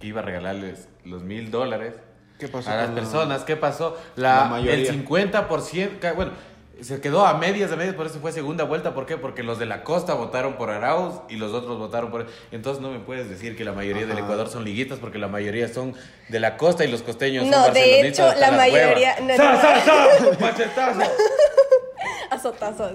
[SPEAKER 2] que iba a regalarles los mil dólares
[SPEAKER 1] ¿Qué pasó
[SPEAKER 2] a las
[SPEAKER 1] Pues, con la-
[SPEAKER 2] personas, ¿qué pasó? La,
[SPEAKER 1] La mayoría.
[SPEAKER 2] El 50%, ca- bueno, se quedó a medias, a medias, por eso fue segunda vuelta. ¿Por qué? Porque los de la costa votaron por Arauz y los otros votaron por... Entonces no me puedes decir que la mayoría del
[SPEAKER 1] Ajá.
[SPEAKER 2] Ecuador son liguitas porque la mayoría son de la costa y los costeños son
[SPEAKER 3] No, de
[SPEAKER 2] barcelonistas
[SPEAKER 3] hecho,
[SPEAKER 2] hasta
[SPEAKER 3] la
[SPEAKER 2] las
[SPEAKER 3] mayoría.
[SPEAKER 2] huevas.
[SPEAKER 3] No,
[SPEAKER 2] ¡Sa,
[SPEAKER 3] no,
[SPEAKER 2] sa, sa! ¡Machetazo!
[SPEAKER 3] azotazo.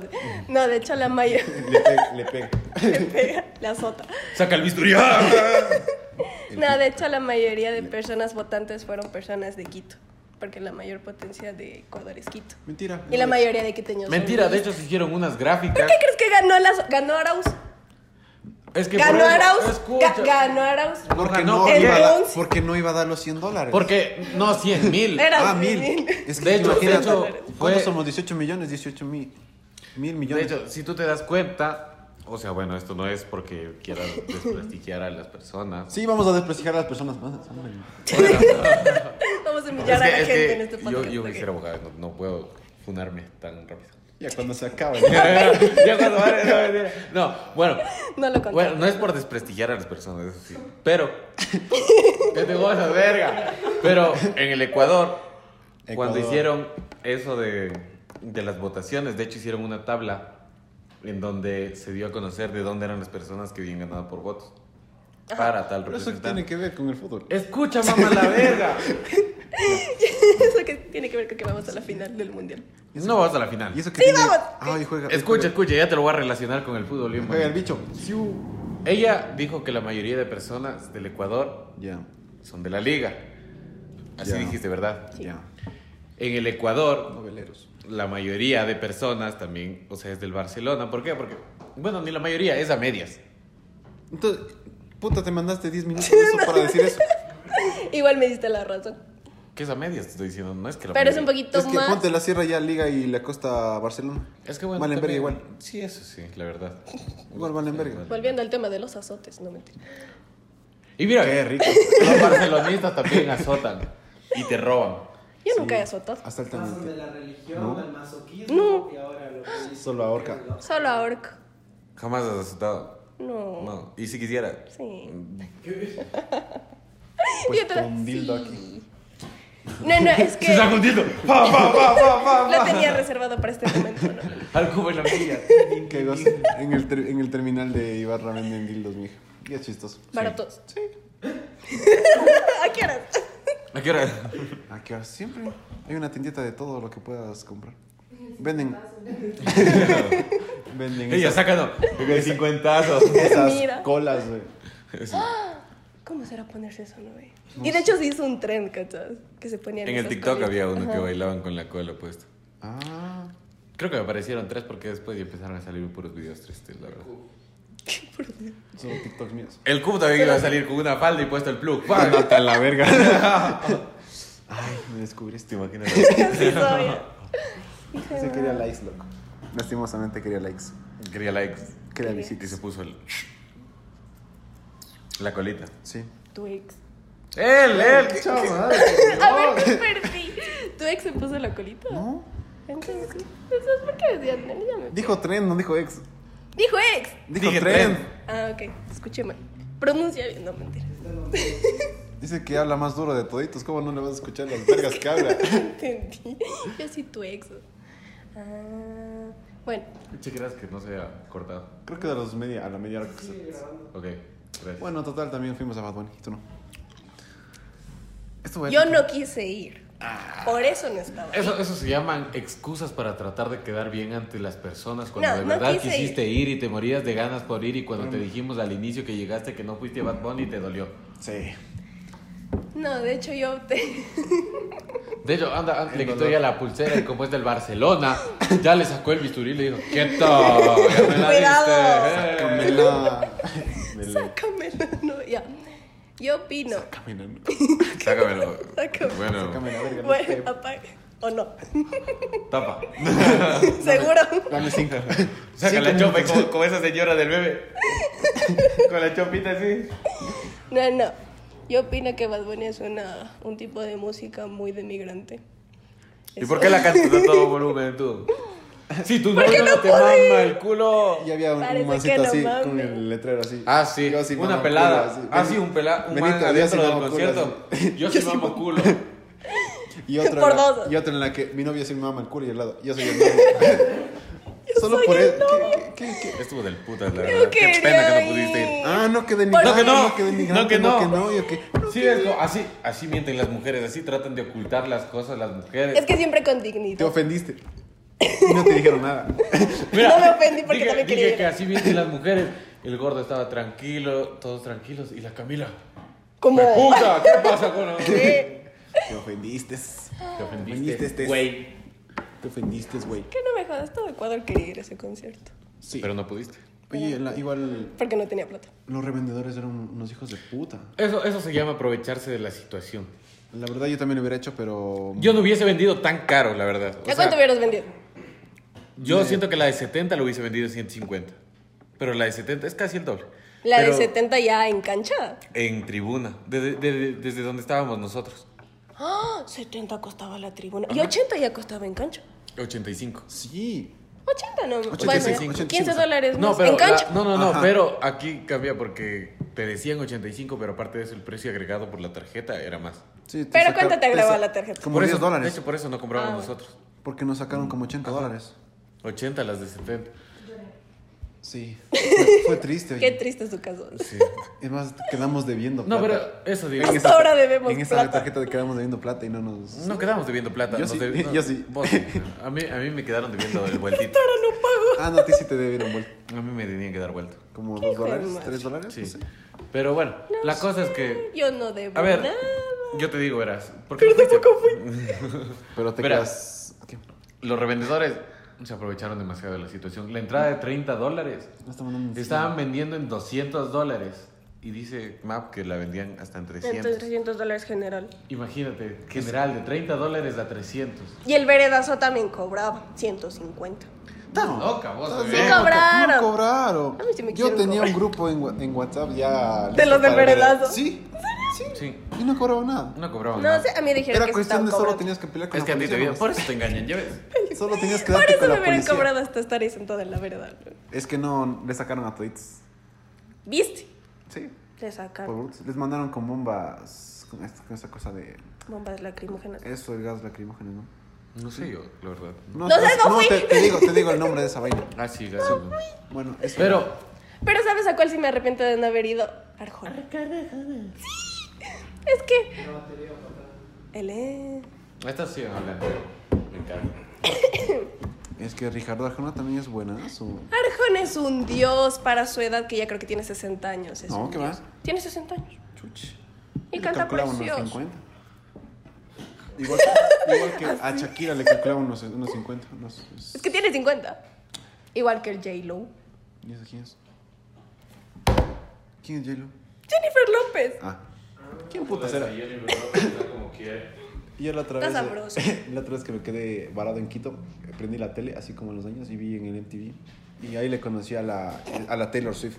[SPEAKER 3] No, de hecho, la mayoría
[SPEAKER 1] Le pega. Le pega.
[SPEAKER 3] le pega, le azota.
[SPEAKER 2] ¡Saca el bisturí!
[SPEAKER 3] No, de hecho, la mayoría de personas votantes fueron personas de Quito. Porque la mayor potencia de Ecuador es Quito.
[SPEAKER 1] Mentira.
[SPEAKER 3] Y la mayoría de quiteños. son
[SPEAKER 2] Mentira, de
[SPEAKER 3] liguistas.
[SPEAKER 2] hecho se hicieron unas gráficas.
[SPEAKER 3] ¿Qué crees que ganó, las, ganó Arauz?
[SPEAKER 2] Es que por
[SPEAKER 3] Ganó
[SPEAKER 2] eso-
[SPEAKER 3] Arauz.
[SPEAKER 2] Escucha.
[SPEAKER 3] ga- ganó Arauz.
[SPEAKER 1] Porque
[SPEAKER 2] No,
[SPEAKER 1] no, iba a dar,
[SPEAKER 3] entonces-
[SPEAKER 1] porque no iba a dar los 100 dólares.
[SPEAKER 2] Porque, no, 100 mil.
[SPEAKER 3] Era
[SPEAKER 1] Ah, mil. Es que
[SPEAKER 2] De hecho,
[SPEAKER 1] imagínate,
[SPEAKER 2] de hecho,
[SPEAKER 1] ¿cuántos
[SPEAKER 2] fue-
[SPEAKER 1] somos? 18 millones, 18 mil. Mil
[SPEAKER 2] De
[SPEAKER 1] millones.
[SPEAKER 2] hecho, si tú te das cuenta, o sea, bueno, esto no es porque quiera desprestigiar a las personas.
[SPEAKER 1] sí, vamos a desprestigiar a las personas. más. Hombre.
[SPEAKER 3] Vamos a
[SPEAKER 2] Es
[SPEAKER 3] humillar
[SPEAKER 2] que-
[SPEAKER 3] a la
[SPEAKER 2] es
[SPEAKER 3] gente
[SPEAKER 2] que
[SPEAKER 3] en este
[SPEAKER 2] yo,
[SPEAKER 3] podcast.
[SPEAKER 2] yo
[SPEAKER 3] ok.
[SPEAKER 2] quisiera abogado, no, no puedo funarme tan rápido.
[SPEAKER 1] Ya cuando se acabe.
[SPEAKER 2] Ya cuando vale, no, mentira. no, bueno,
[SPEAKER 3] No lo conté.
[SPEAKER 2] bueno, no es por desprestigiar a las personas, eso sí. Pero, que te gozas, verga. Pero en el Ecuador, cuando
[SPEAKER 1] Ecuador.
[SPEAKER 2] hicieron eso de, de las votaciones, de hecho hicieron una tabla en donde se dio a conocer de dónde eran las personas que habían ganado por votos. Para tal
[SPEAKER 1] Pero eso que
[SPEAKER 2] representante.
[SPEAKER 1] tiene que ver con el fútbol.
[SPEAKER 2] Eh, Escucha, mamá, la verga.
[SPEAKER 3] Eso que tiene que ver con que vamos a la final del mundial.
[SPEAKER 2] No vas a la final.
[SPEAKER 1] ¿Y eso que
[SPEAKER 3] Sí,
[SPEAKER 1] tiene?
[SPEAKER 3] vamos.
[SPEAKER 1] Ay, juega.
[SPEAKER 2] Escucha, escucha, ya te lo voy a relacionar con el fútbol. bien
[SPEAKER 1] Juega el
[SPEAKER 2] bonito.
[SPEAKER 1] bicho. Siu.
[SPEAKER 2] Ella dijo que la mayoría de personas del Ecuador
[SPEAKER 1] Ya,
[SPEAKER 2] son de la liga. Así
[SPEAKER 1] Ya.
[SPEAKER 2] dijiste, ¿verdad?
[SPEAKER 1] ya.
[SPEAKER 2] En el Ecuador,
[SPEAKER 1] Noveleros.
[SPEAKER 2] la mayoría de personas también, o sea, es del Barcelona. ¿Por qué? Porque, bueno, ni la mayoría, es a medias.
[SPEAKER 1] Entonces, puta, te mandaste 10 minutos de eso para decir eso.
[SPEAKER 3] Igual me diste la razón.
[SPEAKER 2] ¿Qué es a medias? Te estoy diciendo, no es que la
[SPEAKER 3] Pero es un
[SPEAKER 2] mayoría-
[SPEAKER 3] poquito
[SPEAKER 1] Es que
[SPEAKER 3] más.
[SPEAKER 1] ponte la sierra ya, Liga y la costa Barcelona.
[SPEAKER 2] Es que bueno.
[SPEAKER 1] Valen verga
[SPEAKER 2] también-
[SPEAKER 1] igual.
[SPEAKER 2] Sí, eso sí, la verdad.
[SPEAKER 1] Igual valen verga.
[SPEAKER 3] Volviendo al tema de los azotes, no mentira.
[SPEAKER 2] Y mira,
[SPEAKER 1] Qué rico.
[SPEAKER 2] los barcelonistas también azotan y te roban.
[SPEAKER 3] Yo nunca he azotado.
[SPEAKER 1] Hasta el
[SPEAKER 5] Pasos de
[SPEAKER 1] también.
[SPEAKER 5] la religión
[SPEAKER 1] No.
[SPEAKER 5] al masoquismo y ahora lo que dice
[SPEAKER 1] Solo ahorca.
[SPEAKER 5] que los-
[SPEAKER 3] Solo a Orco.
[SPEAKER 2] Jamás has azotado.
[SPEAKER 3] No.
[SPEAKER 2] No. Y si quisiera.
[SPEAKER 3] Sí.
[SPEAKER 1] Pues
[SPEAKER 3] Y otra-
[SPEAKER 1] con dildo
[SPEAKER 3] sí.
[SPEAKER 1] aquí.
[SPEAKER 3] No, no, es que
[SPEAKER 2] ¡Se está hundiendo! ¡Pa, pa, pa, pa, pa!
[SPEAKER 3] lo tenía reservado para este momento, ¿no?
[SPEAKER 2] Al cubo en la milla.
[SPEAKER 1] Que gozo. En el, ter- en el terminal de Ibarra venden dildos, mija. Y es chistoso.
[SPEAKER 3] Baratos. Sí. ¿A qué horas?
[SPEAKER 2] ¿A qué hora?
[SPEAKER 1] ¿A Ah, qué hora? Siempre hay una tiendita de todo lo que puedas comprar. Venden. Venden
[SPEAKER 2] Ella,
[SPEAKER 1] esas,
[SPEAKER 2] sácalo. El cincuentazo.
[SPEAKER 1] esas
[SPEAKER 3] Mira.
[SPEAKER 1] colas, güey.
[SPEAKER 3] ¿Cómo será ponerse eso, no, güey? Y de hecho se hizo un tren, ¿cachas? Que se ponía
[SPEAKER 2] En el TikTok había uno que bailaban con la cola puesta.
[SPEAKER 1] Ah.
[SPEAKER 2] Creo que me aparecieron tres porque después ya empezaron a salir puros videos tristes, la verdad.
[SPEAKER 1] Solo TikToks míos.
[SPEAKER 2] El cubo también iba a salir con una falda y puesto el plug. ¡Pam!
[SPEAKER 1] Nota la verga. Ay, me descubriste, imagínate.
[SPEAKER 3] Sí, sabía.
[SPEAKER 1] Se quería likes, loco. Lastimosamente quería likes.
[SPEAKER 2] Quería likes.
[SPEAKER 1] Quería
[SPEAKER 2] Y se
[SPEAKER 1] visitas.
[SPEAKER 2] puso el... La colita.
[SPEAKER 1] Sí.
[SPEAKER 3] Tu ex.
[SPEAKER 2] ¡Él, él!
[SPEAKER 3] A ver, me perdí. ¿Tu ex se puso la colita?
[SPEAKER 1] ¿No?
[SPEAKER 3] Entonces, entonces, ¿por qué decían? Ya me-
[SPEAKER 1] Dijo tren, no dijo ex.
[SPEAKER 3] Dijo ex.
[SPEAKER 1] Dijo
[SPEAKER 2] Dije
[SPEAKER 1] tren.
[SPEAKER 2] tren.
[SPEAKER 3] Ah, ok. Escuché mal. Pronuncia bien, no mentira.
[SPEAKER 1] Dice que habla más duro de toditos. ¿Cómo no le vas a escuchar las vergas que habla?
[SPEAKER 3] Entendí. Yo sí tu ex. Ah, bueno,
[SPEAKER 2] Che, creas que no se ha cortado.
[SPEAKER 1] Creo que de los media, a la media hora que se-
[SPEAKER 2] Ok, gracias.
[SPEAKER 1] Bueno, Ah. total, también fuimos a Bad Bunny. ¿Y tú no? Estuvo
[SPEAKER 3] yo
[SPEAKER 1] épico.
[SPEAKER 3] no quise ir. Por eso no estaba.
[SPEAKER 2] Eso, eso se llaman excusas para tratar de quedar bien ante las personas cuando
[SPEAKER 3] No,
[SPEAKER 2] de
[SPEAKER 3] no
[SPEAKER 2] verdad
[SPEAKER 3] quise ir.
[SPEAKER 2] quisiste ir y te morías de ganas por ir y cuando te dijimos al inicio que llegaste que no fuiste a Bad Bunny te dolió.
[SPEAKER 1] Sí.
[SPEAKER 3] No, de hecho yo opté.
[SPEAKER 2] De hecho, anda, anda, le quitó
[SPEAKER 1] dolor.
[SPEAKER 2] ya la pulsera y como es del Barcelona, ya le sacó el bisturí y le dijo, quieto, ya me la
[SPEAKER 3] Cuidado.
[SPEAKER 2] diste".
[SPEAKER 1] Camela.
[SPEAKER 3] Sácamelo, no, ya. Yo opino.
[SPEAKER 1] Camela. no.
[SPEAKER 2] Eh.
[SPEAKER 5] Sácamelo.
[SPEAKER 3] Sácame.
[SPEAKER 5] Bueno,
[SPEAKER 1] Camela, verga. no
[SPEAKER 3] Bueno,
[SPEAKER 1] sé.
[SPEAKER 3] apaga. ¿O no?
[SPEAKER 5] tapa.
[SPEAKER 3] Seguro.
[SPEAKER 1] Dame cinco.
[SPEAKER 5] Saca la
[SPEAKER 1] Cinco
[SPEAKER 5] chopa
[SPEAKER 1] minutos.
[SPEAKER 5] como, como esa señora del bebé. Con la chopita así.
[SPEAKER 3] No, no. Yo opino que Bad Bunny es una, un tipo de música muy de migrante.
[SPEAKER 5] ¿Y
[SPEAKER 3] Eso.
[SPEAKER 5] por qué la cantas a todo volumen tú?
[SPEAKER 2] Si tu novio no te mama el culo.
[SPEAKER 1] Y había un, un
[SPEAKER 3] Parece que
[SPEAKER 1] mancito
[SPEAKER 3] no
[SPEAKER 1] así,
[SPEAKER 3] mames.
[SPEAKER 1] con el letrero así.
[SPEAKER 2] Ah, sí,
[SPEAKER 1] Yo así,
[SPEAKER 2] una
[SPEAKER 1] mamá,
[SPEAKER 2] pelada.
[SPEAKER 1] culo, así.
[SPEAKER 2] Ah,
[SPEAKER 1] Ven-
[SPEAKER 2] sí, un pelado, un
[SPEAKER 1] Benito,
[SPEAKER 2] man
[SPEAKER 1] yo sí,
[SPEAKER 2] adentro del
[SPEAKER 1] mamá, culo,
[SPEAKER 2] concierto.
[SPEAKER 1] así.
[SPEAKER 2] Yo sí mamo culo.
[SPEAKER 1] Y otro,
[SPEAKER 3] Por
[SPEAKER 1] en la-
[SPEAKER 3] dos.
[SPEAKER 1] y otro en la que mi novia se me mama el culo y al lado. Yo soy el novio. Solo
[SPEAKER 3] soy
[SPEAKER 1] por
[SPEAKER 3] el
[SPEAKER 1] eso.
[SPEAKER 3] novio.
[SPEAKER 1] ¿qué- qué- qué-
[SPEAKER 5] Estuvo del puta, la
[SPEAKER 3] Yo
[SPEAKER 5] verdad. Qué
[SPEAKER 3] quería
[SPEAKER 5] pena que
[SPEAKER 3] ir.
[SPEAKER 5] no pudiste ir.
[SPEAKER 1] Ah, no quedé ni
[SPEAKER 3] Por-
[SPEAKER 5] No, que no.
[SPEAKER 1] quedé ni
[SPEAKER 5] No, que
[SPEAKER 1] no.
[SPEAKER 5] no.
[SPEAKER 1] que no. Yo que.
[SPEAKER 5] Sí, es como- así, así mienten las mujeres, así tratan de ocultar las cosas las mujeres.
[SPEAKER 3] Es que siempre con
[SPEAKER 1] Te
[SPEAKER 3] dignidad.
[SPEAKER 1] ofendiste. Y no te dijeron nada.
[SPEAKER 3] No me ofendí porque
[SPEAKER 2] dije, dije
[SPEAKER 3] también quería ir.
[SPEAKER 2] que así vienen las mujeres. El gordo estaba tranquilo, todos tranquilos. Y la Camila,
[SPEAKER 3] Como.
[SPEAKER 2] puta, ¿qué pasa con
[SPEAKER 3] ¿Qué?
[SPEAKER 1] Te ofendiste.
[SPEAKER 2] Te
[SPEAKER 1] ofendiste, este.
[SPEAKER 2] güey.
[SPEAKER 1] Te ofendiste, güey.
[SPEAKER 3] Que no me jodas, todo Ecuador quería ir a ese concierto.
[SPEAKER 1] Sí.
[SPEAKER 2] Pero no pudiste.
[SPEAKER 1] Oye, la- igual
[SPEAKER 3] Porque no tenía plata.
[SPEAKER 1] los revendedores eran unos hijos de puta.
[SPEAKER 2] Eso, eso se llama aprovecharse de la situación.
[SPEAKER 1] La verdad, yo también lo hubiera hecho, pero.
[SPEAKER 2] Yo no hubiese vendido tan caro, la verdad. O
[SPEAKER 3] ¿A
[SPEAKER 2] sea,
[SPEAKER 3] cuánto hubieras vendido?
[SPEAKER 2] yo siento que la de 70 la hubiese vendido en 150. Pero la de 70 es casi el doble.
[SPEAKER 3] La
[SPEAKER 2] Pero
[SPEAKER 3] de 70 ya en cancha.
[SPEAKER 2] En tribuna, desde, desde- desde donde estábamos nosotros.
[SPEAKER 3] ¡Ah! 70 costaba la tribuna. Y 80 ya costaba en cancha.
[SPEAKER 2] 85.
[SPEAKER 1] Sí.
[SPEAKER 3] 80 no.
[SPEAKER 1] 85,
[SPEAKER 3] bueno,
[SPEAKER 1] 85.
[SPEAKER 3] 15 dólares más
[SPEAKER 2] No, pero
[SPEAKER 3] en
[SPEAKER 2] la-
[SPEAKER 3] cancha.
[SPEAKER 2] no, no, no,
[SPEAKER 1] Ajá.
[SPEAKER 2] pero aquí cambia porque te decían 85, pero aparte de eso el precio agregado por la tarjeta era más.
[SPEAKER 1] sí te
[SPEAKER 3] Pero
[SPEAKER 1] saca-
[SPEAKER 3] ¿cuánto te agregaba
[SPEAKER 1] sa-
[SPEAKER 3] la tarjeta?
[SPEAKER 1] Como
[SPEAKER 2] por
[SPEAKER 1] 10
[SPEAKER 2] eso,
[SPEAKER 1] dólares.
[SPEAKER 2] De hecho, por eso no comprábamos
[SPEAKER 3] Ah.
[SPEAKER 2] nosotros.
[SPEAKER 1] Porque nos sacaron como 80 dólares.
[SPEAKER 2] 80 las de 70.
[SPEAKER 1] Sí. Fue, fue triste.
[SPEAKER 3] Qué
[SPEAKER 1] oye.
[SPEAKER 3] triste es tu caso.
[SPEAKER 2] Sí.
[SPEAKER 1] Es más, quedamos debiendo
[SPEAKER 2] No,
[SPEAKER 1] plata.
[SPEAKER 2] pero eso digo.
[SPEAKER 3] En Hasta ahora debemos
[SPEAKER 1] En esa
[SPEAKER 3] plata.
[SPEAKER 1] tarjeta quedamos debiendo plata y no nos.
[SPEAKER 2] No quedamos debiendo plata.
[SPEAKER 1] Yo
[SPEAKER 2] nos
[SPEAKER 1] sí,
[SPEAKER 2] debi- no,
[SPEAKER 1] yo sí.
[SPEAKER 2] vos sí. A mí, a mí me quedaron debiendo el vueltito.
[SPEAKER 1] Ah, no, a ti sí te debieron vuelta.
[SPEAKER 2] A mí me tenían que dar vuelto.
[SPEAKER 1] Como 2
[SPEAKER 3] hijo de
[SPEAKER 1] dólares,
[SPEAKER 3] madre.
[SPEAKER 1] 3 dólares.
[SPEAKER 2] Sí.
[SPEAKER 1] no sé.
[SPEAKER 2] Pero bueno, la cosa es que...
[SPEAKER 3] Yo no debo
[SPEAKER 2] A ver,
[SPEAKER 3] nada.
[SPEAKER 2] yo te digo, verás. porque
[SPEAKER 3] Pero tampoco fui.
[SPEAKER 1] Pero te
[SPEAKER 2] Verás.
[SPEAKER 1] quedas. ¿Qué?
[SPEAKER 2] Los revendedores se aprovecharon demasiado de la situación. La entrada de 30 dólares.
[SPEAKER 1] No estamos dando un-
[SPEAKER 2] Estaban vendiendo en 200 dólares. Y dice Map que la vendían hasta en 300.
[SPEAKER 3] Entonces 300 dólares general.
[SPEAKER 2] Imagínate, general, de 30 dólares a 300.
[SPEAKER 3] Y el veredazo también cobraba 150.
[SPEAKER 1] No.
[SPEAKER 2] Loca, vos.
[SPEAKER 1] Estás
[SPEAKER 2] bebé.
[SPEAKER 3] Sí
[SPEAKER 1] loca,
[SPEAKER 3] cobraron.
[SPEAKER 1] No cobraron.
[SPEAKER 3] A mí sí me
[SPEAKER 1] Yo
[SPEAKER 3] quisieron
[SPEAKER 1] tenía
[SPEAKER 3] cobrar.
[SPEAKER 1] un grupo en, wa- en WhatsApp ya.
[SPEAKER 3] ¿De
[SPEAKER 1] listo
[SPEAKER 3] los del
[SPEAKER 1] para-
[SPEAKER 3] veredazo?
[SPEAKER 1] Sí. Sí.
[SPEAKER 2] Sí,
[SPEAKER 1] Y no cobraron nada.
[SPEAKER 2] Ah, no cobraban
[SPEAKER 3] No
[SPEAKER 2] nada.
[SPEAKER 3] sé, a mí dijeron
[SPEAKER 1] Era
[SPEAKER 3] que se
[SPEAKER 1] cuestión
[SPEAKER 3] estaban
[SPEAKER 1] de solo
[SPEAKER 3] cobrando.
[SPEAKER 1] tenías que pelear con
[SPEAKER 2] Es
[SPEAKER 1] la
[SPEAKER 2] que a ti te
[SPEAKER 1] policía
[SPEAKER 2] vieron,
[SPEAKER 1] nomás.
[SPEAKER 2] por eso te engañan, ya ves.
[SPEAKER 1] Solo tenías que
[SPEAKER 3] Por
[SPEAKER 1] darte
[SPEAKER 3] eso
[SPEAKER 1] con
[SPEAKER 3] me
[SPEAKER 1] la
[SPEAKER 3] hubieran
[SPEAKER 1] policía.
[SPEAKER 3] cobrado hasta estar ahí sentado en la verdad.
[SPEAKER 1] Es que no le sacaron a toditos.
[SPEAKER 3] ¿Viste?
[SPEAKER 1] Sí.
[SPEAKER 3] Le
[SPEAKER 1] por
[SPEAKER 3] sacaron
[SPEAKER 1] brutos. Les mandaron con bombas. Con, esta- con esa cosa de.
[SPEAKER 3] bombas lacrimógenas.
[SPEAKER 1] Eso, el gas lacrimógeno, ¿no?
[SPEAKER 2] No sé yo, la verdad.
[SPEAKER 3] No sé, no fui.
[SPEAKER 1] te, te digo, te digo el nombre de esa vaina.
[SPEAKER 2] Ah, sí, gracias.
[SPEAKER 1] Bueno, eso.
[SPEAKER 2] Pero,
[SPEAKER 3] Pero ¿sabes a cuál sí me arrepiento de no haber ido? Arjona. Sí. Es que... Él es...
[SPEAKER 2] esta sí, hablando. Me encargo.
[SPEAKER 1] Es que Ricardo Arjona también es buenazo.
[SPEAKER 3] Ah, Arjona es un dios para su edad que ya creo que tiene 60 años. es
[SPEAKER 1] No,
[SPEAKER 3] un
[SPEAKER 1] ¿qué
[SPEAKER 3] dios.
[SPEAKER 1] va?
[SPEAKER 3] Tiene 60 años.
[SPEAKER 1] Chuch.
[SPEAKER 3] Y
[SPEAKER 1] Le
[SPEAKER 3] canta
[SPEAKER 1] calculaba unos
[SPEAKER 3] precioso.
[SPEAKER 1] 50. Igual que, igual que a Shakira le calculaba unos, unos 50. Unos,
[SPEAKER 3] Es que tiene 50. Igual que el J-Lo.
[SPEAKER 1] ¿Y ese quién es? ¿Quién es J-Lo?
[SPEAKER 3] Jennifer López.
[SPEAKER 1] Ah. ¿Quién puta será?
[SPEAKER 5] como quiere.
[SPEAKER 1] Y yo la otra vez.
[SPEAKER 3] Está sabroso.
[SPEAKER 1] La otra vez que me quedé varado en Quito, prendí la tele, así como en los años, y vi en el MTV. Y ahí le conocí a la, a la Taylor Swift.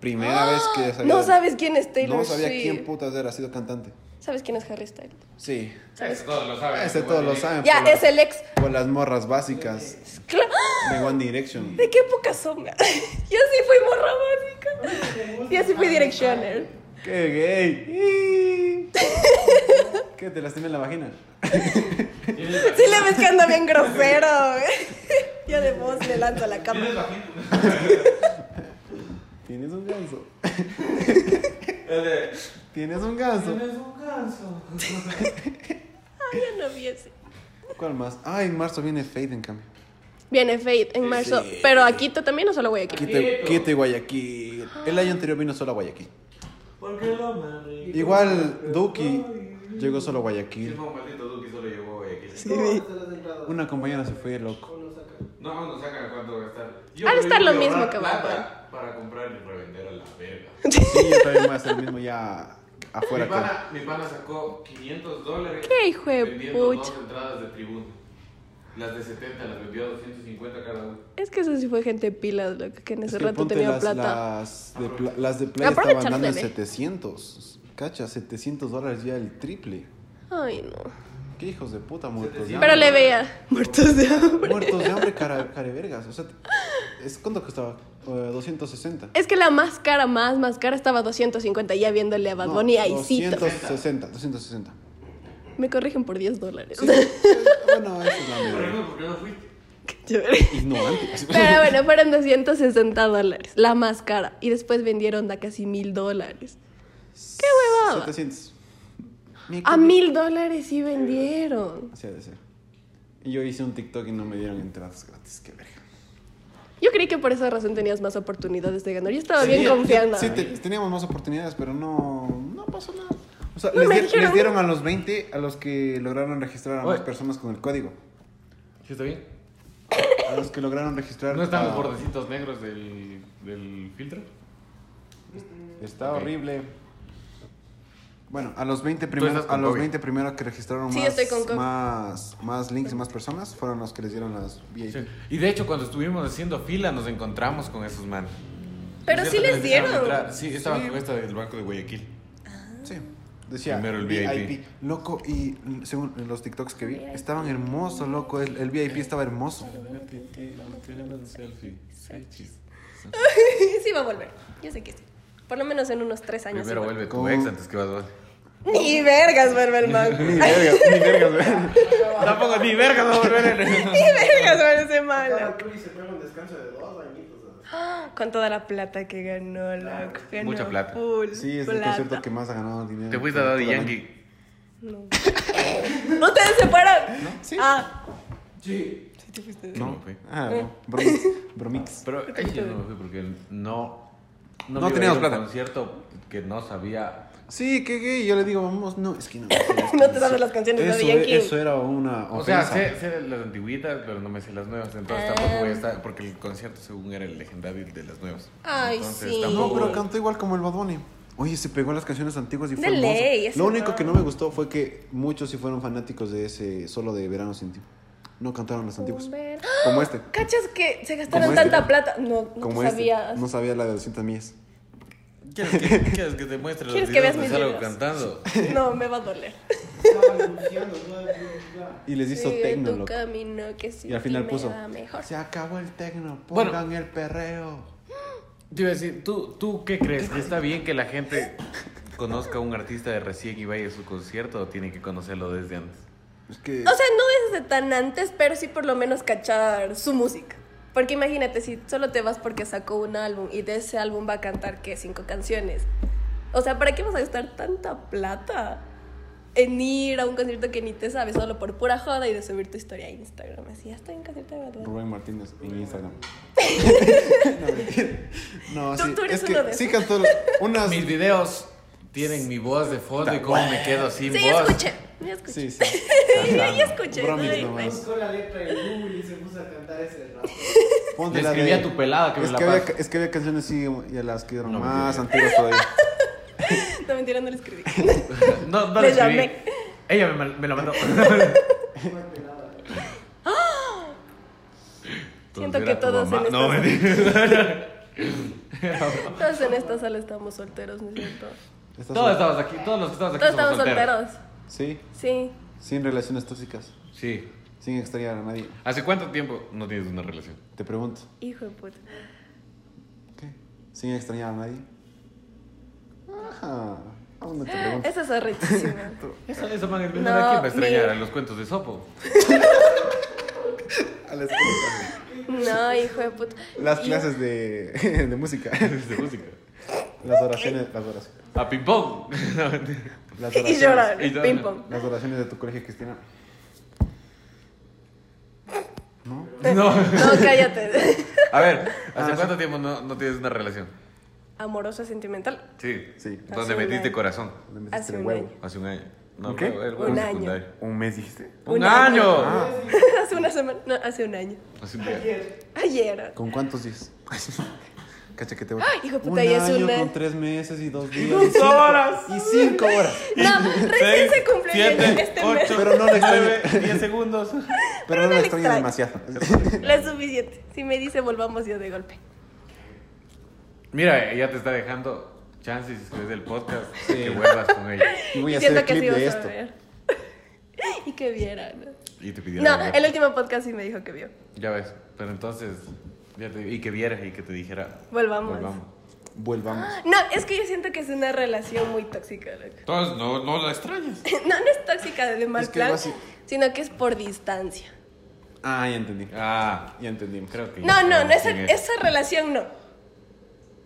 [SPEAKER 1] Primera vez que sabía.
[SPEAKER 3] ¡Ah! No sabes quién es Taylor
[SPEAKER 1] No sabía
[SPEAKER 3] Swift.
[SPEAKER 1] quién putas era, ha sido cantante.
[SPEAKER 3] ¿Sabes quién es Harry Styles?
[SPEAKER 1] Sí.
[SPEAKER 5] Eso todos lo saben.
[SPEAKER 1] Ese Este todos lo saben.
[SPEAKER 3] Ya,
[SPEAKER 1] por las-
[SPEAKER 3] es el ex.
[SPEAKER 1] Por las morras básicas
[SPEAKER 3] Cla- ¡Ah!
[SPEAKER 1] de One Direction.
[SPEAKER 3] ¿De qué época son? Yo sí fui morra básica. Yo sí fui directioner.
[SPEAKER 1] ¡Qué gay! ¿Qué? ¿Te lastimé la vagina?
[SPEAKER 3] Sí le ves que anda bien grosero. Yo de voz le lanzo a la cámara.
[SPEAKER 1] Tienes un ganso. Tienes un ganso.
[SPEAKER 5] un ganso.
[SPEAKER 3] ya no vi ese.
[SPEAKER 1] ¿Cuál más? Ah, en marzo viene Fade, en cambio.
[SPEAKER 3] Viene Fate en marzo,
[SPEAKER 1] Sí.
[SPEAKER 3] pero a Quito también o solo Guayaquil.
[SPEAKER 1] Quite, quite Guayaquil. El año anterior vino solo a Guayaquil.
[SPEAKER 2] Porque lo amarré.
[SPEAKER 1] Igual, Duki llegó solo a Guayaquil.
[SPEAKER 2] Firma un maldito Duki solo llegó hoy aquí.
[SPEAKER 3] Sí, vi.
[SPEAKER 1] Una compañera se fue, loco.
[SPEAKER 5] Uno saca.
[SPEAKER 2] No, no sacan cuánto va a estar.
[SPEAKER 3] Ha de
[SPEAKER 2] creo
[SPEAKER 3] estar
[SPEAKER 2] que
[SPEAKER 3] lo
[SPEAKER 2] voy a
[SPEAKER 3] mismo
[SPEAKER 2] ahorrar
[SPEAKER 3] que
[SPEAKER 2] plata
[SPEAKER 3] Bad
[SPEAKER 2] Para comprar y revender a la verga.
[SPEAKER 1] Sí, yo también voy a hacer lo mismo ya
[SPEAKER 2] Mi
[SPEAKER 1] afuera acá.
[SPEAKER 2] pana, mi pana sacó 500 dólares.
[SPEAKER 3] Qué hijo de
[SPEAKER 2] vendiendo dos
[SPEAKER 3] pucha.
[SPEAKER 2] entradas de tribuna. Las de 70 las vendió a 250 cada una.
[SPEAKER 3] Es que eso sí fue gente pilas, loca, que en ese
[SPEAKER 1] Es que
[SPEAKER 3] rato
[SPEAKER 1] ponte
[SPEAKER 3] tenía
[SPEAKER 1] las,
[SPEAKER 3] plata.
[SPEAKER 1] Las de, pla- las de playa estaban
[SPEAKER 3] Aprovechar
[SPEAKER 1] dando en
[SPEAKER 3] tele.
[SPEAKER 1] 700. Cacha, 700 dólares ya el triple.
[SPEAKER 3] Ay, no.
[SPEAKER 1] Qué hijos de puta muertos de
[SPEAKER 2] 700.
[SPEAKER 3] Pero le veía muertos de hambre.
[SPEAKER 1] Muertos de hambre, cara, carevergas. O sea, es, ¿cuánto costaba? Eh, 260.
[SPEAKER 3] Es que la más cara, más, más cara estaba 250 ya viéndole a Bad Bunny
[SPEAKER 1] No,
[SPEAKER 3] ahí cito.
[SPEAKER 1] 260, 260.
[SPEAKER 3] Me corrigen por 10 dólares.
[SPEAKER 1] Sí, es- bueno, eso es la
[SPEAKER 2] Por
[SPEAKER 1] mierda.
[SPEAKER 2] ejemplo, ¿por qué no fuiste?
[SPEAKER 3] Qué chévere.
[SPEAKER 1] Ignorante.
[SPEAKER 3] Pero bueno, fueron 260 dólares, la más cara. Y después vendieron a casi mil dólares.
[SPEAKER 1] ¡Qué
[SPEAKER 3] huevada!
[SPEAKER 1] 700.
[SPEAKER 3] A mil dólares sí vendieron.
[SPEAKER 1] Así ha de ser. Y yo hice un TikTok y no me dieron entradas gratis, qué verga.
[SPEAKER 3] Yo creí que por esa razón tenías más oportunidades de ganar. Yo estaba bien
[SPEAKER 1] Sí,
[SPEAKER 3] confiada.
[SPEAKER 1] Sí, te- teníamos más oportunidades, pero no, no pasó nada. O sea,
[SPEAKER 3] No
[SPEAKER 1] les,
[SPEAKER 3] me
[SPEAKER 1] di-
[SPEAKER 3] dijeron.
[SPEAKER 1] les dieron a los 20 a los que lograron registrar a más
[SPEAKER 6] Oye.
[SPEAKER 1] personas con el código.
[SPEAKER 6] ¿Sí está bien?
[SPEAKER 1] A los que lograron registrar.
[SPEAKER 2] ¿No están los
[SPEAKER 1] a-
[SPEAKER 2] bordecitos negros del, del filtro?
[SPEAKER 1] Está
[SPEAKER 2] Ok.
[SPEAKER 1] horrible. Bueno, a los 20
[SPEAKER 2] estás
[SPEAKER 1] primeros, a
[SPEAKER 2] con
[SPEAKER 1] los
[SPEAKER 2] COVID.
[SPEAKER 1] 20 primeros que registraron
[SPEAKER 3] Sí, yo
[SPEAKER 1] más,
[SPEAKER 3] estoy con COVID.
[SPEAKER 1] más, más links y más personas fueron los que les dieron las VIP.
[SPEAKER 2] Sí. Y de hecho, cuando estuvimos haciendo fila, nos encontramos con esos manos.
[SPEAKER 3] Pero sí les dieron.
[SPEAKER 2] Sí, estaban con esta del Banco de Guayaquil.
[SPEAKER 1] Sí. Decía
[SPEAKER 2] Primero el
[SPEAKER 1] VIP.
[SPEAKER 2] VIP.
[SPEAKER 1] Loco, y mm, según los TikToks que vi, estaban hermosos, loco. El, el VIP estaba hermoso.
[SPEAKER 3] sí va a volver. Yo sé que sí. Por lo menos en unos tres años.
[SPEAKER 2] Primero
[SPEAKER 3] sí va.
[SPEAKER 2] vuelve tu
[SPEAKER 1] ¿Cómo?
[SPEAKER 2] ex antes que vas a
[SPEAKER 3] Ni vergas vuelve el man. Ni
[SPEAKER 2] Tampoco ni verga no volver
[SPEAKER 3] vergas vuelve ese man.
[SPEAKER 5] Cada
[SPEAKER 3] loco.
[SPEAKER 5] Arturi se pega un descanso de dos añitos. ¿no?
[SPEAKER 3] Con toda la plata que ganó, loco. Ganó
[SPEAKER 2] Mucha plata.
[SPEAKER 3] full
[SPEAKER 1] Sí, es el
[SPEAKER 3] plata.
[SPEAKER 1] concierto que más ha ganado dinero.
[SPEAKER 2] Te fuiste a Daddy Yankee.
[SPEAKER 3] No. ¿Ustedes se fueron?
[SPEAKER 1] Sí.
[SPEAKER 3] Ah, Eh.
[SPEAKER 5] Sí.
[SPEAKER 3] sí te fuiste.
[SPEAKER 2] No.
[SPEAKER 1] No, ah, no. Bromix. Bromix.
[SPEAKER 2] Pero ay, yo no me fui porque no.
[SPEAKER 1] No
[SPEAKER 2] me iba a
[SPEAKER 1] teníamos
[SPEAKER 2] ir a un
[SPEAKER 1] plata.
[SPEAKER 2] concierto que no sabía.
[SPEAKER 1] Sí, que gay. Yo le digo, vamos, no, es que no.
[SPEAKER 3] No te sabes las canciones de
[SPEAKER 1] eso,
[SPEAKER 3] Daddy Yankee.
[SPEAKER 1] Eso era una
[SPEAKER 2] O sea,
[SPEAKER 1] ofensa.
[SPEAKER 2] sé, sé las antiguitas, pero no me sé las nuevas. Entonces
[SPEAKER 3] Ah.
[SPEAKER 2] tampoco voy a estar. Porque el concierto, según era el legendario de las nuevas.
[SPEAKER 3] Ay,
[SPEAKER 2] Entonces,
[SPEAKER 3] sí.
[SPEAKER 2] tampoco-
[SPEAKER 1] No, pero cantó igual como el Bad Bunny. Oye, se pegó las canciones antiguas y fue
[SPEAKER 3] De
[SPEAKER 1] hermoso.
[SPEAKER 3] ley, ese
[SPEAKER 1] Lo único
[SPEAKER 3] man.
[SPEAKER 1] que no me gustó fue que muchos sí fueron fanáticos de ese solo de Verano sin ti. No cantaron las antiguas.
[SPEAKER 3] Ver-
[SPEAKER 1] Como este.
[SPEAKER 3] ¿Cachas que se gastaron
[SPEAKER 1] Como este.
[SPEAKER 3] tanta plata? No, no
[SPEAKER 1] Como
[SPEAKER 3] sabía.
[SPEAKER 1] este. No sabía la de 200 millas.
[SPEAKER 2] ¿Quieres que, quieres que te muestre los videos
[SPEAKER 3] ¿Quieres que veas
[SPEAKER 2] de
[SPEAKER 3] mis
[SPEAKER 2] Salgo
[SPEAKER 3] videos?
[SPEAKER 2] cantando?
[SPEAKER 3] No, me va a doler.
[SPEAKER 5] Estaban anunciando, ¿no? Ya.
[SPEAKER 1] Y les hizo
[SPEAKER 3] Sigue
[SPEAKER 1] tecno,
[SPEAKER 3] tu
[SPEAKER 1] loco.
[SPEAKER 3] camino que sí
[SPEAKER 1] Y al final
[SPEAKER 3] este, me
[SPEAKER 1] puso.
[SPEAKER 3] va mejor.
[SPEAKER 1] Se acabó el tecno,
[SPEAKER 2] Bueno.
[SPEAKER 1] pongan el perreo.
[SPEAKER 2] Te iba a decir, ¿tú, ¿tú qué crees? ¿Que está bien que la gente conozca a un artista de recién y vaya a su concierto o tiene que conocerlo desde antes?
[SPEAKER 1] Es que.
[SPEAKER 3] O sea, no desde tan antes, pero sí por lo menos cachar su música. Porque imagínate, si solo te vas porque sacó un álbum y de ese álbum va a cantar, ¿qué? Cinco canciones. O sea, ¿para qué vas a gastar tanta plata en ir a un concierto que ni te sabes solo por pura joda y de subir tu historia a Instagram? Así, hasta en un concierto de Bad Bunny.
[SPEAKER 1] Rubén Martínez en Instagram. no, mentira. No,
[SPEAKER 3] Tú-
[SPEAKER 1] sí.
[SPEAKER 3] tú eres
[SPEAKER 1] es que
[SPEAKER 3] uno de
[SPEAKER 1] sí
[SPEAKER 3] esos.
[SPEAKER 1] cantó unas.
[SPEAKER 2] Mis videos tienen mi voz de fondo y cómo me quedo sin
[SPEAKER 3] Sí, ya
[SPEAKER 2] voz.
[SPEAKER 3] escuché, ya escuché.
[SPEAKER 1] Sí, sí.
[SPEAKER 3] Ya, ya escuché.
[SPEAKER 1] Bromix
[SPEAKER 3] Ay,
[SPEAKER 1] nomás.
[SPEAKER 3] pues.
[SPEAKER 5] Buscó la letra en Google y se puso a cantar ese rato.
[SPEAKER 1] Ponte
[SPEAKER 2] Le
[SPEAKER 1] la
[SPEAKER 2] escribí
[SPEAKER 1] de-
[SPEAKER 2] a tu pelada que me
[SPEAKER 1] es
[SPEAKER 2] la
[SPEAKER 1] que, había,
[SPEAKER 2] pase.
[SPEAKER 1] es que había canciones sí, y a las que eran
[SPEAKER 2] No,
[SPEAKER 1] más
[SPEAKER 2] mentira.
[SPEAKER 1] antiguas todavía.
[SPEAKER 3] No, mentira, no lo escribí.
[SPEAKER 2] No, no lo
[SPEAKER 3] Le
[SPEAKER 2] escribí.
[SPEAKER 3] llamé.
[SPEAKER 2] Ella me, mal- me la mandó.
[SPEAKER 3] Siento que todos en, esta
[SPEAKER 2] No,
[SPEAKER 3] sala-
[SPEAKER 2] mentira.
[SPEAKER 3] todos en esta sala estamos solteros, ¿no es cierto?
[SPEAKER 1] Estas
[SPEAKER 2] Todos
[SPEAKER 1] son-
[SPEAKER 2] estamos aquí, todos los que estamos aquí
[SPEAKER 3] Todos
[SPEAKER 2] somos
[SPEAKER 3] estamos solteros.
[SPEAKER 1] Sí,
[SPEAKER 3] Sí.
[SPEAKER 1] sin relaciones tóxicas,
[SPEAKER 2] Sí.
[SPEAKER 1] sin extrañar a nadie.
[SPEAKER 2] ¿Hace cuánto tiempo no tienes una relación?
[SPEAKER 1] Te pregunto,
[SPEAKER 3] Hijo de puta.
[SPEAKER 1] ¿qué? ¿Sin extrañar a nadie? Ajá. Aún no te pregunto.
[SPEAKER 3] Eso es arrechísimo.
[SPEAKER 2] Eso, eso man, el
[SPEAKER 3] No,
[SPEAKER 2] ¿a quién va a extrañar?
[SPEAKER 3] mi-
[SPEAKER 2] A los cuentos de Sopo.
[SPEAKER 1] A las, clases-
[SPEAKER 3] No, hijo de puta.
[SPEAKER 1] las
[SPEAKER 3] Y-
[SPEAKER 1] clases de, de música.
[SPEAKER 2] De música.
[SPEAKER 1] Las oraciones, las oraciones.
[SPEAKER 2] A ping-pong.
[SPEAKER 1] Las
[SPEAKER 3] Y
[SPEAKER 1] oraciones-
[SPEAKER 3] llorar,
[SPEAKER 2] y llorar.
[SPEAKER 3] ping pong.
[SPEAKER 1] Las oraciones de tu colegio, Cristina. ¿No?
[SPEAKER 2] no.
[SPEAKER 3] No, cállate.
[SPEAKER 2] A ver,
[SPEAKER 1] Ah,
[SPEAKER 2] ¿hace cuánto tiempo no, no tienes una relación?
[SPEAKER 3] Amorosa sentimental.
[SPEAKER 2] Sí.
[SPEAKER 1] Sí.
[SPEAKER 2] Donde
[SPEAKER 3] Hace un
[SPEAKER 2] metiste
[SPEAKER 3] año.
[SPEAKER 2] corazón.
[SPEAKER 1] Le metiste
[SPEAKER 3] Hace
[SPEAKER 1] el
[SPEAKER 3] un
[SPEAKER 1] huevo.
[SPEAKER 3] año.
[SPEAKER 2] Hace un año. No,
[SPEAKER 1] ¿Un qué?
[SPEAKER 2] pero el
[SPEAKER 3] Un año.
[SPEAKER 2] secundario.
[SPEAKER 1] ¿Un mes dijiste?
[SPEAKER 2] ¡Un,
[SPEAKER 3] Un año.
[SPEAKER 2] año!
[SPEAKER 1] Ah.
[SPEAKER 3] hace una semana, no, hace un año.
[SPEAKER 2] Hace un día.
[SPEAKER 5] Ayer.
[SPEAKER 3] Ayer.
[SPEAKER 1] ¿Con cuántos días? Cacha que te voy.
[SPEAKER 3] Ay, hijo de puta,
[SPEAKER 1] un
[SPEAKER 3] y es
[SPEAKER 1] año
[SPEAKER 3] una-
[SPEAKER 1] con tres meses y dos días. Y cinco horas. Y cinco horas.
[SPEAKER 3] No, recién se cumplió en
[SPEAKER 2] Siete,
[SPEAKER 3] este mes.
[SPEAKER 2] ocho,
[SPEAKER 1] Pero no le
[SPEAKER 2] nueve,
[SPEAKER 1] extraño.
[SPEAKER 2] diez segundos.
[SPEAKER 1] Pero
[SPEAKER 3] no
[SPEAKER 1] no
[SPEAKER 3] le
[SPEAKER 1] la extraño
[SPEAKER 3] extraño.
[SPEAKER 1] demasiado.
[SPEAKER 3] No es suficiente. Si me dice volvamos yo de golpe.
[SPEAKER 2] Mira, ella te está dejando chances después del podcast que vuelvas con ella.
[SPEAKER 1] Y voy
[SPEAKER 3] Y
[SPEAKER 1] a hacer
[SPEAKER 3] siento
[SPEAKER 1] el
[SPEAKER 3] que sí
[SPEAKER 1] clip
[SPEAKER 3] vas
[SPEAKER 1] de
[SPEAKER 3] a
[SPEAKER 1] esto.
[SPEAKER 3] ver. y que viera, ¿no?
[SPEAKER 2] Y te pidió.
[SPEAKER 3] No,
[SPEAKER 2] la
[SPEAKER 3] el
[SPEAKER 2] verdad.
[SPEAKER 3] último podcast sí me dijo que vio.
[SPEAKER 2] Ya ves. Pero entonces, ya te- y que vieras y que te dijera.
[SPEAKER 3] Volvamos.
[SPEAKER 2] Volvamos.
[SPEAKER 1] Volvamos.
[SPEAKER 3] No, es que yo siento que es una relación muy tóxica, loco.
[SPEAKER 2] Entonces, no, no la extrañas.
[SPEAKER 3] No, no es tóxica de mal
[SPEAKER 1] Es que
[SPEAKER 3] plan,
[SPEAKER 1] basi-
[SPEAKER 3] sino que es por distancia.
[SPEAKER 1] Ah, ya entendí.
[SPEAKER 2] Ah,
[SPEAKER 1] Ya entendimos.
[SPEAKER 2] creo que.
[SPEAKER 3] No,
[SPEAKER 2] ya
[SPEAKER 3] no,
[SPEAKER 2] sabemos
[SPEAKER 3] no esa,
[SPEAKER 2] quién
[SPEAKER 3] esa relación no.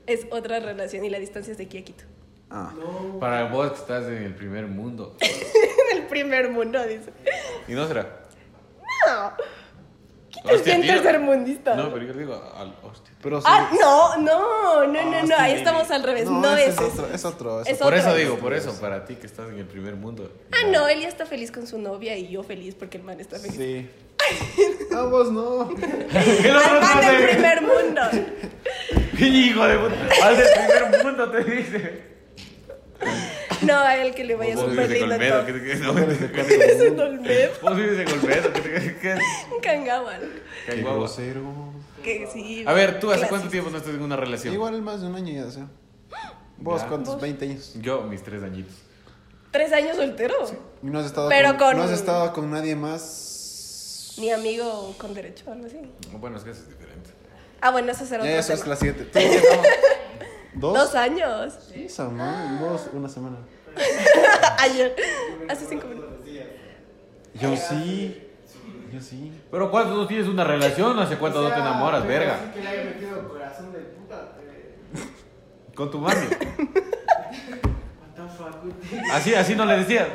[SPEAKER 3] Es otra relación y la distancia es de aquí a Quito.
[SPEAKER 1] Ah.
[SPEAKER 2] Para vos que estás en el primer mundo.
[SPEAKER 3] En el primer mundo, dice.
[SPEAKER 2] ¿Y no será?
[SPEAKER 3] No. Quito es
[SPEAKER 2] Hostia,
[SPEAKER 3] bien
[SPEAKER 2] tío.
[SPEAKER 3] tercermundista.
[SPEAKER 2] No, pero yo digo al hostia.
[SPEAKER 1] Pero sí.
[SPEAKER 3] Ah, no, no, no, no, no.
[SPEAKER 2] Hostia,
[SPEAKER 3] Ahí
[SPEAKER 2] baby.
[SPEAKER 3] estamos al revés. No,
[SPEAKER 1] ese es
[SPEAKER 3] es eso.
[SPEAKER 1] otro. Es otro. es
[SPEAKER 3] Es
[SPEAKER 1] otro.
[SPEAKER 2] Por eso
[SPEAKER 3] otra
[SPEAKER 2] digo,
[SPEAKER 3] vez.
[SPEAKER 2] por eso, para ti que estás en el primer mundo.
[SPEAKER 3] Ah, no, él ya está feliz con su novia y yo feliz porque el man está feliz.
[SPEAKER 1] Sí. Ah, vos no.
[SPEAKER 2] El
[SPEAKER 3] Al
[SPEAKER 2] otro
[SPEAKER 3] man
[SPEAKER 2] no
[SPEAKER 3] del
[SPEAKER 2] te-
[SPEAKER 3] primer mundo.
[SPEAKER 2] Hijo de puta. Al del primer mundo te dice.
[SPEAKER 3] No, a él que le vaya
[SPEAKER 2] Vos
[SPEAKER 3] súper
[SPEAKER 2] vives en
[SPEAKER 3] lindo.
[SPEAKER 2] Olmedo,
[SPEAKER 3] todo.
[SPEAKER 2] que te quedes. no,
[SPEAKER 3] Es un Olmedo,
[SPEAKER 2] Vos vives en Olmedo, que te quedes.
[SPEAKER 3] un Kangaba, loco.
[SPEAKER 1] Qué
[SPEAKER 2] Caiguaba.
[SPEAKER 1] grosero.
[SPEAKER 3] Que sí.
[SPEAKER 2] A ver, ¿tú hace
[SPEAKER 3] clasista.
[SPEAKER 2] cuánto tiempo no estás en una relación?
[SPEAKER 1] Igual más de un año ya, o sea. ¿Vos
[SPEAKER 2] Ya.
[SPEAKER 1] cuántos? 20 años.
[SPEAKER 2] Yo, mis tres añitos.
[SPEAKER 3] ¿Tres años soltero?
[SPEAKER 1] Y no has estado,
[SPEAKER 3] Pero
[SPEAKER 1] con,
[SPEAKER 3] con-
[SPEAKER 1] no has estado con nadie más.
[SPEAKER 3] Ni amigo con derecho o algo así.
[SPEAKER 2] Bueno, es que eso es diferente.
[SPEAKER 3] Ah, bueno, eso será otro
[SPEAKER 1] Ya, eso es
[SPEAKER 3] tema.
[SPEAKER 1] la siguiente. ¿Tú qué estabas? ¿Dos?
[SPEAKER 3] Dos años.
[SPEAKER 1] Esa, man. Vos, una semana.
[SPEAKER 3] Ayer. Hace cinco minutos.
[SPEAKER 1] Yo sí. Yo sí.
[SPEAKER 2] Pero ¿cuánto no tienes una relación? ¿Hace cuánto no te enamoras,
[SPEAKER 5] Así
[SPEAKER 2] verga?
[SPEAKER 5] que le haya metido corazón de puta. eh,
[SPEAKER 2] Con tu mami.
[SPEAKER 5] What the fuck, güey.
[SPEAKER 2] Así, así no le decías.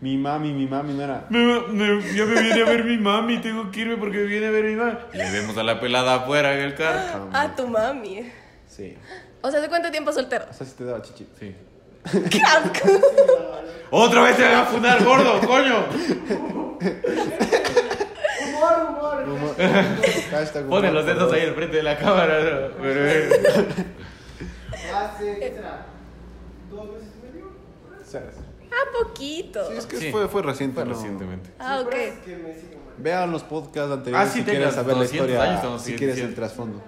[SPEAKER 1] Mi mami, mi mami no era.
[SPEAKER 2] Me- me- ya me viene a ver mi mami, tengo que irme porque viene a ver mi mami. Le vemos a la pelada afuera en el carro.
[SPEAKER 3] Ah, tu mami.
[SPEAKER 1] Sí.
[SPEAKER 3] O sea, ¿de cuánto tiempo Ah, solteros?
[SPEAKER 1] O sea, si te daba chichi.
[SPEAKER 2] Sí.
[SPEAKER 3] ¡Qué asco!
[SPEAKER 2] ¡Otra vez te van a funar, gordo, coño!
[SPEAKER 5] Humor, humor.
[SPEAKER 1] Humor. Hashtag humor,
[SPEAKER 2] Pone los dedos
[SPEAKER 1] perdón.
[SPEAKER 2] ahí al frente de la cámara. ¿no? Pero-
[SPEAKER 5] Hace, ¿qué será? ¿Dos meses y medio?
[SPEAKER 1] O sea,
[SPEAKER 3] Ah, poquito.
[SPEAKER 1] Sí, es que
[SPEAKER 2] Sí.
[SPEAKER 1] fue, fue reciente.
[SPEAKER 2] Fue
[SPEAKER 1] ¿no?
[SPEAKER 2] recientemente.
[SPEAKER 3] Ah,
[SPEAKER 5] Sí, por eso
[SPEAKER 3] ok.
[SPEAKER 5] es que me siguen, man.
[SPEAKER 1] Vean los podcasts anteriores
[SPEAKER 2] Ah, sí,
[SPEAKER 1] si quieres
[SPEAKER 2] tengas
[SPEAKER 1] saber la
[SPEAKER 2] 200
[SPEAKER 1] historia.
[SPEAKER 2] años, estamos
[SPEAKER 1] si quieres
[SPEAKER 2] diciendo.
[SPEAKER 1] el trasfondo.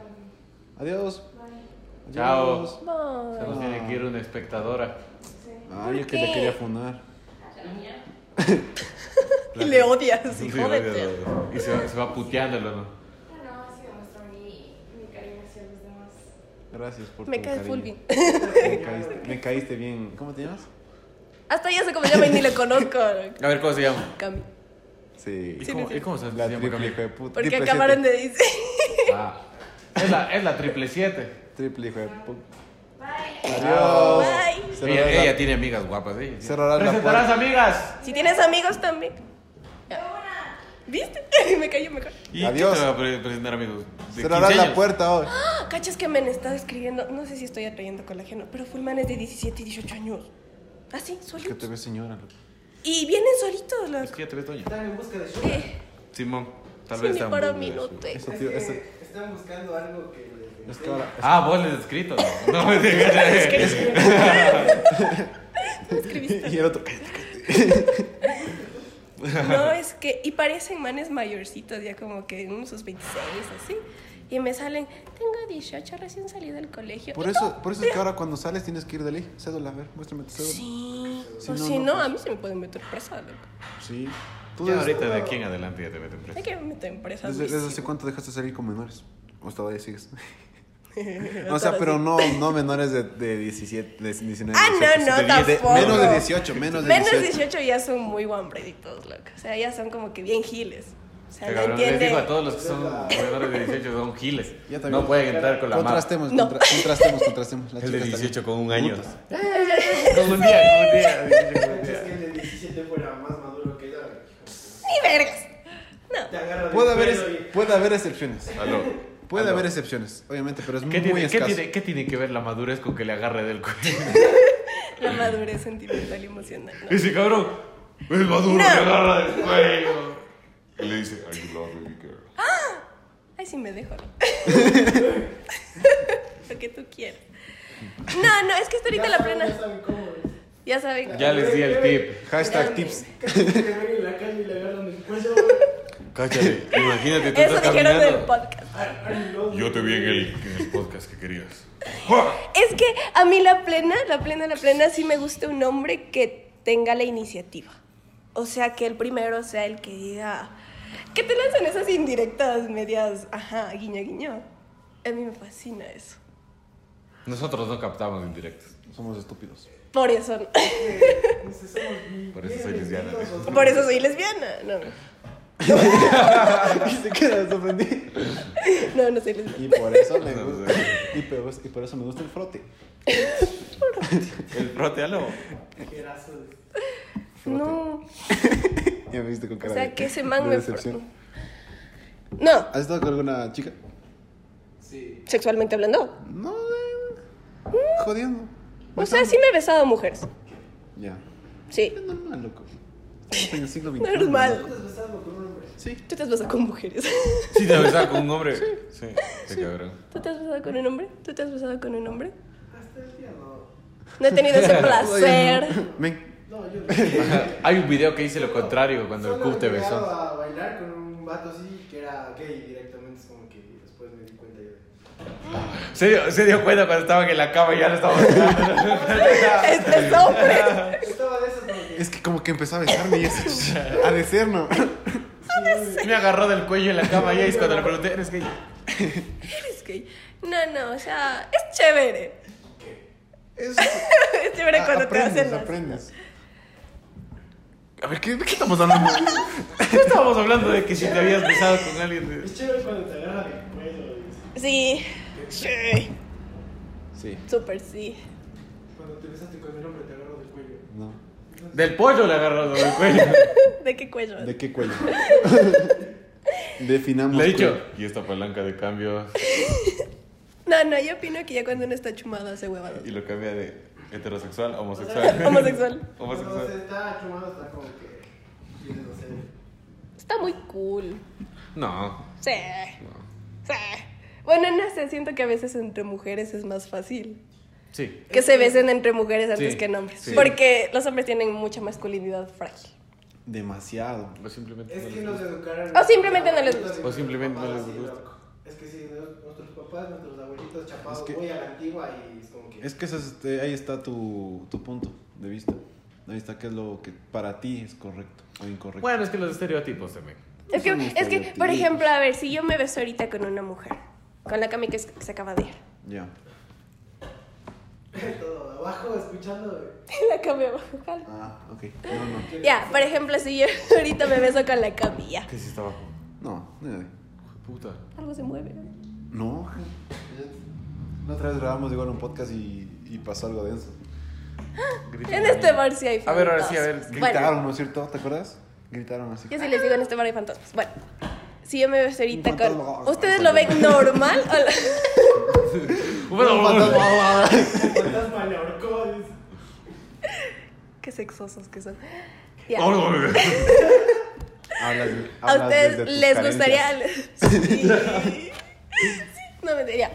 [SPEAKER 1] Adiós.
[SPEAKER 2] Chao.
[SPEAKER 1] Adiós.
[SPEAKER 2] Se
[SPEAKER 3] No.
[SPEAKER 2] nos tiene que ir una espectadora.
[SPEAKER 1] Ay, yo que
[SPEAKER 3] qué?
[SPEAKER 1] le quería funar.
[SPEAKER 3] Y le odias,
[SPEAKER 2] Sí,
[SPEAKER 3] hijo de perra.
[SPEAKER 2] Y se, se va puteándolo, ¿no?
[SPEAKER 7] No, es que demostró mi, mi cariño hacia los demás.
[SPEAKER 1] Gracias por
[SPEAKER 3] Me
[SPEAKER 1] tu
[SPEAKER 3] cae full
[SPEAKER 1] cariño.
[SPEAKER 3] bien.
[SPEAKER 1] Me caíste, me caíste bien. ¿Cómo te llamas?
[SPEAKER 3] Hasta ya sé cómo se llama y ni le conozco.
[SPEAKER 2] A ver, ¿cómo se llama?
[SPEAKER 3] Cami.
[SPEAKER 1] Sí.
[SPEAKER 2] ¿Y
[SPEAKER 3] Sí,
[SPEAKER 2] cómo,
[SPEAKER 3] sí, sí.
[SPEAKER 2] y cómo se se
[SPEAKER 1] La
[SPEAKER 2] llama?
[SPEAKER 1] triple
[SPEAKER 2] Camila?
[SPEAKER 1] hijo de puta.
[SPEAKER 3] Porque
[SPEAKER 1] triple
[SPEAKER 3] acabaron
[SPEAKER 1] siete.
[SPEAKER 3] de decir.
[SPEAKER 2] Ah, es la, es la triple siete.
[SPEAKER 1] Triple hijo de puta.
[SPEAKER 7] Bye.
[SPEAKER 1] Adiós.
[SPEAKER 3] Bye.
[SPEAKER 1] Cerrarás
[SPEAKER 2] Ella,
[SPEAKER 1] la-
[SPEAKER 2] ella tiene amigas guapas, ¿eh?
[SPEAKER 1] Cerrarás la
[SPEAKER 2] ¡Presentarás
[SPEAKER 1] puerta.
[SPEAKER 2] amigas!
[SPEAKER 3] Si tienes amigos también. ¿Viste? Me cayó mejor.
[SPEAKER 2] ¿Y
[SPEAKER 1] Adiós.
[SPEAKER 2] Adiós. te va a pre- presentar, amigos? ¿De
[SPEAKER 1] Cerrarás
[SPEAKER 2] 15
[SPEAKER 1] la
[SPEAKER 2] años?
[SPEAKER 1] puerta hoy.
[SPEAKER 3] Ah, Cachas que me han estado escribiendo. No sé si estoy atrayendo colágeno, pero Fulman es de 17 y 18 años. Así,
[SPEAKER 1] Que te
[SPEAKER 3] solitos.
[SPEAKER 1] ve señora. loco.
[SPEAKER 3] Y vienen solitos
[SPEAKER 2] Es
[SPEAKER 3] los.
[SPEAKER 2] que ya te ves doña.
[SPEAKER 5] Están en busca de sugar.
[SPEAKER 3] Eh,
[SPEAKER 2] Simón, tal
[SPEAKER 3] sí,
[SPEAKER 2] vez
[SPEAKER 3] ni
[SPEAKER 2] está
[SPEAKER 3] para
[SPEAKER 2] muy
[SPEAKER 3] un
[SPEAKER 2] bien.
[SPEAKER 3] minuto. eh.
[SPEAKER 1] Eso,
[SPEAKER 5] Es
[SPEAKER 1] tío.
[SPEAKER 5] que
[SPEAKER 1] Eso,
[SPEAKER 5] están buscando algo que les
[SPEAKER 1] es que ahora.
[SPEAKER 2] Ah, vos les has escrito. No, me digas.
[SPEAKER 1] Y el otro.
[SPEAKER 3] No, es que. Y parecen manes mayorcitos, ya como que en sus 26, así. Y me salen, tengo 18, recién salí del colegio.
[SPEAKER 1] Por
[SPEAKER 3] ¿Y
[SPEAKER 1] eso,
[SPEAKER 3] tú?
[SPEAKER 1] por eso es que ahora cuando sales tienes que ir de ley. Cédula, a ver, muéstrame tu cédula.
[SPEAKER 3] Sí.
[SPEAKER 1] Si
[SPEAKER 3] o
[SPEAKER 1] no,
[SPEAKER 3] si
[SPEAKER 1] no,
[SPEAKER 3] no,
[SPEAKER 1] pues.
[SPEAKER 3] a mí se me pueden meter presa, loco.
[SPEAKER 1] Sí. Tú
[SPEAKER 2] Ya
[SPEAKER 1] desde,
[SPEAKER 2] ahorita de aquí en adelante ya te meten
[SPEAKER 3] Hay
[SPEAKER 2] preso.
[SPEAKER 3] que me meter presa.
[SPEAKER 1] desde- desde hace
[SPEAKER 3] durísimo.
[SPEAKER 1] cuánto dejaste de salir con menores? O hasta ahí sigues.
[SPEAKER 3] Hasta
[SPEAKER 1] o sea,
[SPEAKER 3] ahora
[SPEAKER 1] pero
[SPEAKER 3] sí.
[SPEAKER 1] no, no menores de, de 17, de 19.
[SPEAKER 3] Ah, no,
[SPEAKER 1] 18,
[SPEAKER 3] no,
[SPEAKER 1] de diez- de-
[SPEAKER 3] tampoco.
[SPEAKER 1] menos de 18, menos de
[SPEAKER 3] Menos
[SPEAKER 1] 18.
[SPEAKER 3] 18 ya son muy guambreditos, loco. O sea, ya son como que bien giles. O sea,
[SPEAKER 2] Este
[SPEAKER 3] no
[SPEAKER 2] cabrón, Les digo a
[SPEAKER 3] entiende.
[SPEAKER 2] todos los que son menores de 18 son giles.
[SPEAKER 1] Ya también.
[SPEAKER 2] No pueden entrar con la mano.
[SPEAKER 1] Contrastemos,
[SPEAKER 3] No.
[SPEAKER 1] contra- contrastemos, contrastemos. La
[SPEAKER 2] El de
[SPEAKER 1] chica está
[SPEAKER 2] 18
[SPEAKER 1] bien.
[SPEAKER 2] con un año.
[SPEAKER 1] Putas.
[SPEAKER 2] Con un día, con un día. 18 con un
[SPEAKER 5] Es que
[SPEAKER 2] día.
[SPEAKER 5] el de 17 fuera más maduro que ella.
[SPEAKER 3] Ni vergas.
[SPEAKER 5] Te agarra del
[SPEAKER 1] Puede haber,
[SPEAKER 5] cuello
[SPEAKER 1] es- puede haber excepciones.
[SPEAKER 2] Aló.
[SPEAKER 1] Puede
[SPEAKER 2] Aló.
[SPEAKER 1] haber excepciones, obviamente, pero es
[SPEAKER 2] ¿Qué
[SPEAKER 1] muy
[SPEAKER 2] tiene, qué,
[SPEAKER 1] escaso.
[SPEAKER 2] tiene, qué tiene que ver la madurez con que le agarre del cuello?
[SPEAKER 3] La madurez sentimental y emocional. no.
[SPEAKER 2] Ese cabrón es maduro,
[SPEAKER 3] No.
[SPEAKER 2] le agarra del cuello. Y le dice, I love you, girl.
[SPEAKER 3] Ay, sí me dejo. Lo que tú quieras. No, no, es que está
[SPEAKER 5] y-
[SPEAKER 3] ahorita
[SPEAKER 5] Ya
[SPEAKER 3] la
[SPEAKER 5] saben-
[SPEAKER 3] plena.
[SPEAKER 5] Ya saben cómo es.
[SPEAKER 3] Ya saben.
[SPEAKER 2] Ya les di el tip.
[SPEAKER 1] Hashtag tips.
[SPEAKER 5] Casi que ven en la calle y le agarran el cuello.
[SPEAKER 2] Cáchate, imagínate, tú
[SPEAKER 3] Eso
[SPEAKER 2] estás
[SPEAKER 3] dijeron del
[SPEAKER 2] caminando.
[SPEAKER 3] podcast.
[SPEAKER 2] Yo te vi en el, en el podcast que querías.
[SPEAKER 3] Es que a mí la plena, la plena, la plena sí me gusta un hombre que tenga la iniciativa. O sea, que el primero sea el que diga. Que te lanzan esas indirectas medias, ajá, guiño, guiño. A mí me fascina eso.
[SPEAKER 2] Nosotros no captamos indirectos.
[SPEAKER 1] Somos estúpidos.
[SPEAKER 3] Por eso,
[SPEAKER 2] Por eso soy lesbiana.
[SPEAKER 3] por eso soy lesbiana. No, Ah,
[SPEAKER 1] y se queda sorprendido.
[SPEAKER 3] no, no soy lesbiana.
[SPEAKER 1] Y por eso me gusta, y por, y por eso me gusta el frote.
[SPEAKER 2] El protealo.
[SPEAKER 3] No,
[SPEAKER 1] Ya me viste con cara
[SPEAKER 3] o sea,
[SPEAKER 1] de-
[SPEAKER 3] que ese man
[SPEAKER 1] de
[SPEAKER 3] me...
[SPEAKER 1] decepción.
[SPEAKER 3] No,
[SPEAKER 1] ¿Has estado con alguna chica?
[SPEAKER 5] Sí.
[SPEAKER 3] sexualmente hablando.
[SPEAKER 1] No, eh, jodiendo.
[SPEAKER 3] O sea, sí me he besado a mujeres.
[SPEAKER 1] Ya.
[SPEAKER 3] Sí.
[SPEAKER 1] Es normal, loco. Estamos en el siglo XXI.
[SPEAKER 3] Normal.
[SPEAKER 5] ¿Estás besando con un hombre?
[SPEAKER 1] Sí.
[SPEAKER 3] Tú te has besado con mujeres.
[SPEAKER 2] Sí, te besaba con un hombre. Sí, sí, cabrón.
[SPEAKER 3] ¿Tú te has besado con un hombre? ¿Tú te has besado con un hombre?
[SPEAKER 5] Hasta el día no.
[SPEAKER 3] No he tenido ese placer.
[SPEAKER 1] Ven.
[SPEAKER 5] No, yo no.
[SPEAKER 2] Ajá, Hay un video que dice lo contrario cuando el
[SPEAKER 5] Solo
[SPEAKER 2] Cub te
[SPEAKER 5] he llegado
[SPEAKER 2] besó.
[SPEAKER 5] a bailar con un vato así que era gay directamente, es como que después me di cuenta yo.
[SPEAKER 2] Se dio, se dio cuenta cuando estaban en la cama y ya lo estaban
[SPEAKER 3] Este es hombre.
[SPEAKER 5] Estaba de esas como que.
[SPEAKER 1] Es que como que empezó a besarme y eso. A desear, no.
[SPEAKER 2] Me agarró del cuello en la cama y ahí es cuando le pregunté, ¿eres gay?
[SPEAKER 3] Es que... No, no, o sea, es chévere.
[SPEAKER 1] Es,
[SPEAKER 3] Es chévere cuando te
[SPEAKER 1] aprendes,
[SPEAKER 3] hacen las-
[SPEAKER 1] aprendes. A ver, ¿qué, de qué estamos hablando?
[SPEAKER 2] No estábamos hablando de que si te habías besado con alguien. de-
[SPEAKER 5] Es chévere cuando te agarran el cuello.
[SPEAKER 3] Sí. Sí.
[SPEAKER 1] Sí.
[SPEAKER 3] Súper sí.
[SPEAKER 5] Cuando te besaste con el hombre, te agarran del cuello.
[SPEAKER 1] No.
[SPEAKER 2] Del pollo le agarró del cuello.
[SPEAKER 3] ¿De qué cuello?
[SPEAKER 1] ¿De qué cuello? Definamos.
[SPEAKER 2] Le he dicho,
[SPEAKER 1] cuello.
[SPEAKER 2] y esta palanca de cambios.
[SPEAKER 3] No, no, yo opino que ya cuando uno está chumado hace huevadas.
[SPEAKER 2] Y lo cambia de heterosexual a homosexual.
[SPEAKER 3] Homosexual.
[SPEAKER 5] Cuando se
[SPEAKER 2] Homosexual.
[SPEAKER 5] está chumado, está como que. Tienes no sé.
[SPEAKER 3] Está muy cool.
[SPEAKER 2] No.
[SPEAKER 3] Sí. Sí. Bueno, no sé, siento que a veces entre mujeres es más fácil
[SPEAKER 2] Sí.
[SPEAKER 3] que se besen entre mujeres antes
[SPEAKER 2] Este, Sí,
[SPEAKER 3] que en hombres.
[SPEAKER 2] sí.
[SPEAKER 3] Porque los hombres tienen mucha masculinidad frágil.
[SPEAKER 1] Demasiado.
[SPEAKER 2] O pues simplemente
[SPEAKER 5] Es
[SPEAKER 2] no
[SPEAKER 5] que
[SPEAKER 2] les
[SPEAKER 5] nos
[SPEAKER 2] gusta.
[SPEAKER 5] educaron.
[SPEAKER 3] O simplemente no les gusta.
[SPEAKER 2] O simplemente no les
[SPEAKER 5] Así,
[SPEAKER 2] gusta.
[SPEAKER 5] loco. Es que sí, nos- nuestros papás, nuestros abuelitos chapados,
[SPEAKER 1] Es que-
[SPEAKER 5] muy a la antigua y es como que.
[SPEAKER 1] Es que ese es, eh, ahí está tu, tu punto de vista. Ahí está qué es lo que para ti es correcto o incorrecto.
[SPEAKER 2] Bueno, es que los estereotipos también.
[SPEAKER 3] Es que,
[SPEAKER 1] Son
[SPEAKER 3] es que, por
[SPEAKER 1] estereotipos.
[SPEAKER 3] ejemplo, a ver, si yo me beso ahorita con una mujer, con la Cami que se que se acaba de ir.
[SPEAKER 1] Ya.
[SPEAKER 5] Todo abajo escuchando.
[SPEAKER 3] La Cami abajo, jala.
[SPEAKER 1] Ah, ok. No, no.
[SPEAKER 3] Ya, por ejemplo, si yo ahorita me beso con la Cami, ya.
[SPEAKER 2] ¿Qué hiciste abajo?
[SPEAKER 1] No, no.
[SPEAKER 2] Puta.
[SPEAKER 3] Algo se mueve. ¿no?
[SPEAKER 1] No. La otra vez grabamos igual un podcast y, y pasó algo denso.
[SPEAKER 3] En este bar sí hay
[SPEAKER 2] A ver, ahora sí, a ver,
[SPEAKER 3] fantasmas. Bueno.
[SPEAKER 1] Gritaron, ¿no es cierto? ¿Te acuerdas? Gritaron así.
[SPEAKER 3] Yo sí les digo en este bar hay fantasmas. Bueno, si yo me beso ahorita
[SPEAKER 1] Un
[SPEAKER 3] con.
[SPEAKER 1] fantasma.
[SPEAKER 3] ¿Ustedes lo ven normal? o lo-
[SPEAKER 2] Bueno,
[SPEAKER 5] El fantasma le ahorcó. dice.
[SPEAKER 3] Qué sexosos que son. Ya.
[SPEAKER 2] bueno.
[SPEAKER 1] Hablas, de-
[SPEAKER 3] ¿A
[SPEAKER 1] hablas
[SPEAKER 3] ustedes
[SPEAKER 1] desde tus
[SPEAKER 3] les
[SPEAKER 1] carencias.
[SPEAKER 3] gustaría.? Sí. No me diría.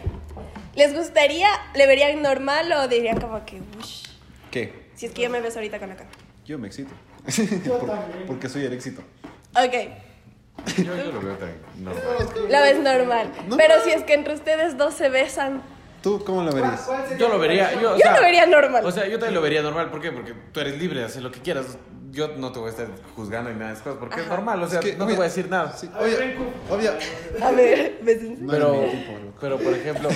[SPEAKER 3] ¿Les gustaría, le verían normal o dirían como que, "Ush"?
[SPEAKER 1] ¿Qué?
[SPEAKER 3] Si es que yo me beso ahorita con la cara.
[SPEAKER 1] Yo me excito.
[SPEAKER 5] Yo
[SPEAKER 1] Por-
[SPEAKER 5] también.
[SPEAKER 1] porque soy el éxito.
[SPEAKER 3] Ok,
[SPEAKER 2] Yo, yo lo veo tan normal.
[SPEAKER 3] la ves normal. Pero si es que entre ustedes dos se besan,
[SPEAKER 1] ¿Tú cómo lo
[SPEAKER 5] ¿Cuál-
[SPEAKER 1] verías?
[SPEAKER 5] cuál sería
[SPEAKER 2] Yo
[SPEAKER 5] tu
[SPEAKER 2] lo vería.
[SPEAKER 5] canción?
[SPEAKER 2] Yo, o
[SPEAKER 3] Yo
[SPEAKER 2] sea,
[SPEAKER 3] lo vería normal.
[SPEAKER 2] O sea, yo también lo vería normal. ¿Por qué? Porque tú eres libre de hacer lo que quieras. Yo no te voy a estar juzgando ni nada de esas cosas. Porque es normal. O sea,
[SPEAKER 1] que,
[SPEAKER 2] no te
[SPEAKER 1] oye,
[SPEAKER 2] voy a decir nada.
[SPEAKER 1] Sí,
[SPEAKER 5] A ver,
[SPEAKER 1] obvia,
[SPEAKER 5] Renko.
[SPEAKER 1] obvia-
[SPEAKER 3] A ver, ¿ves en serio?
[SPEAKER 1] No
[SPEAKER 2] pero,
[SPEAKER 1] eres mi tipo, loco.
[SPEAKER 2] pero, por ejemplo,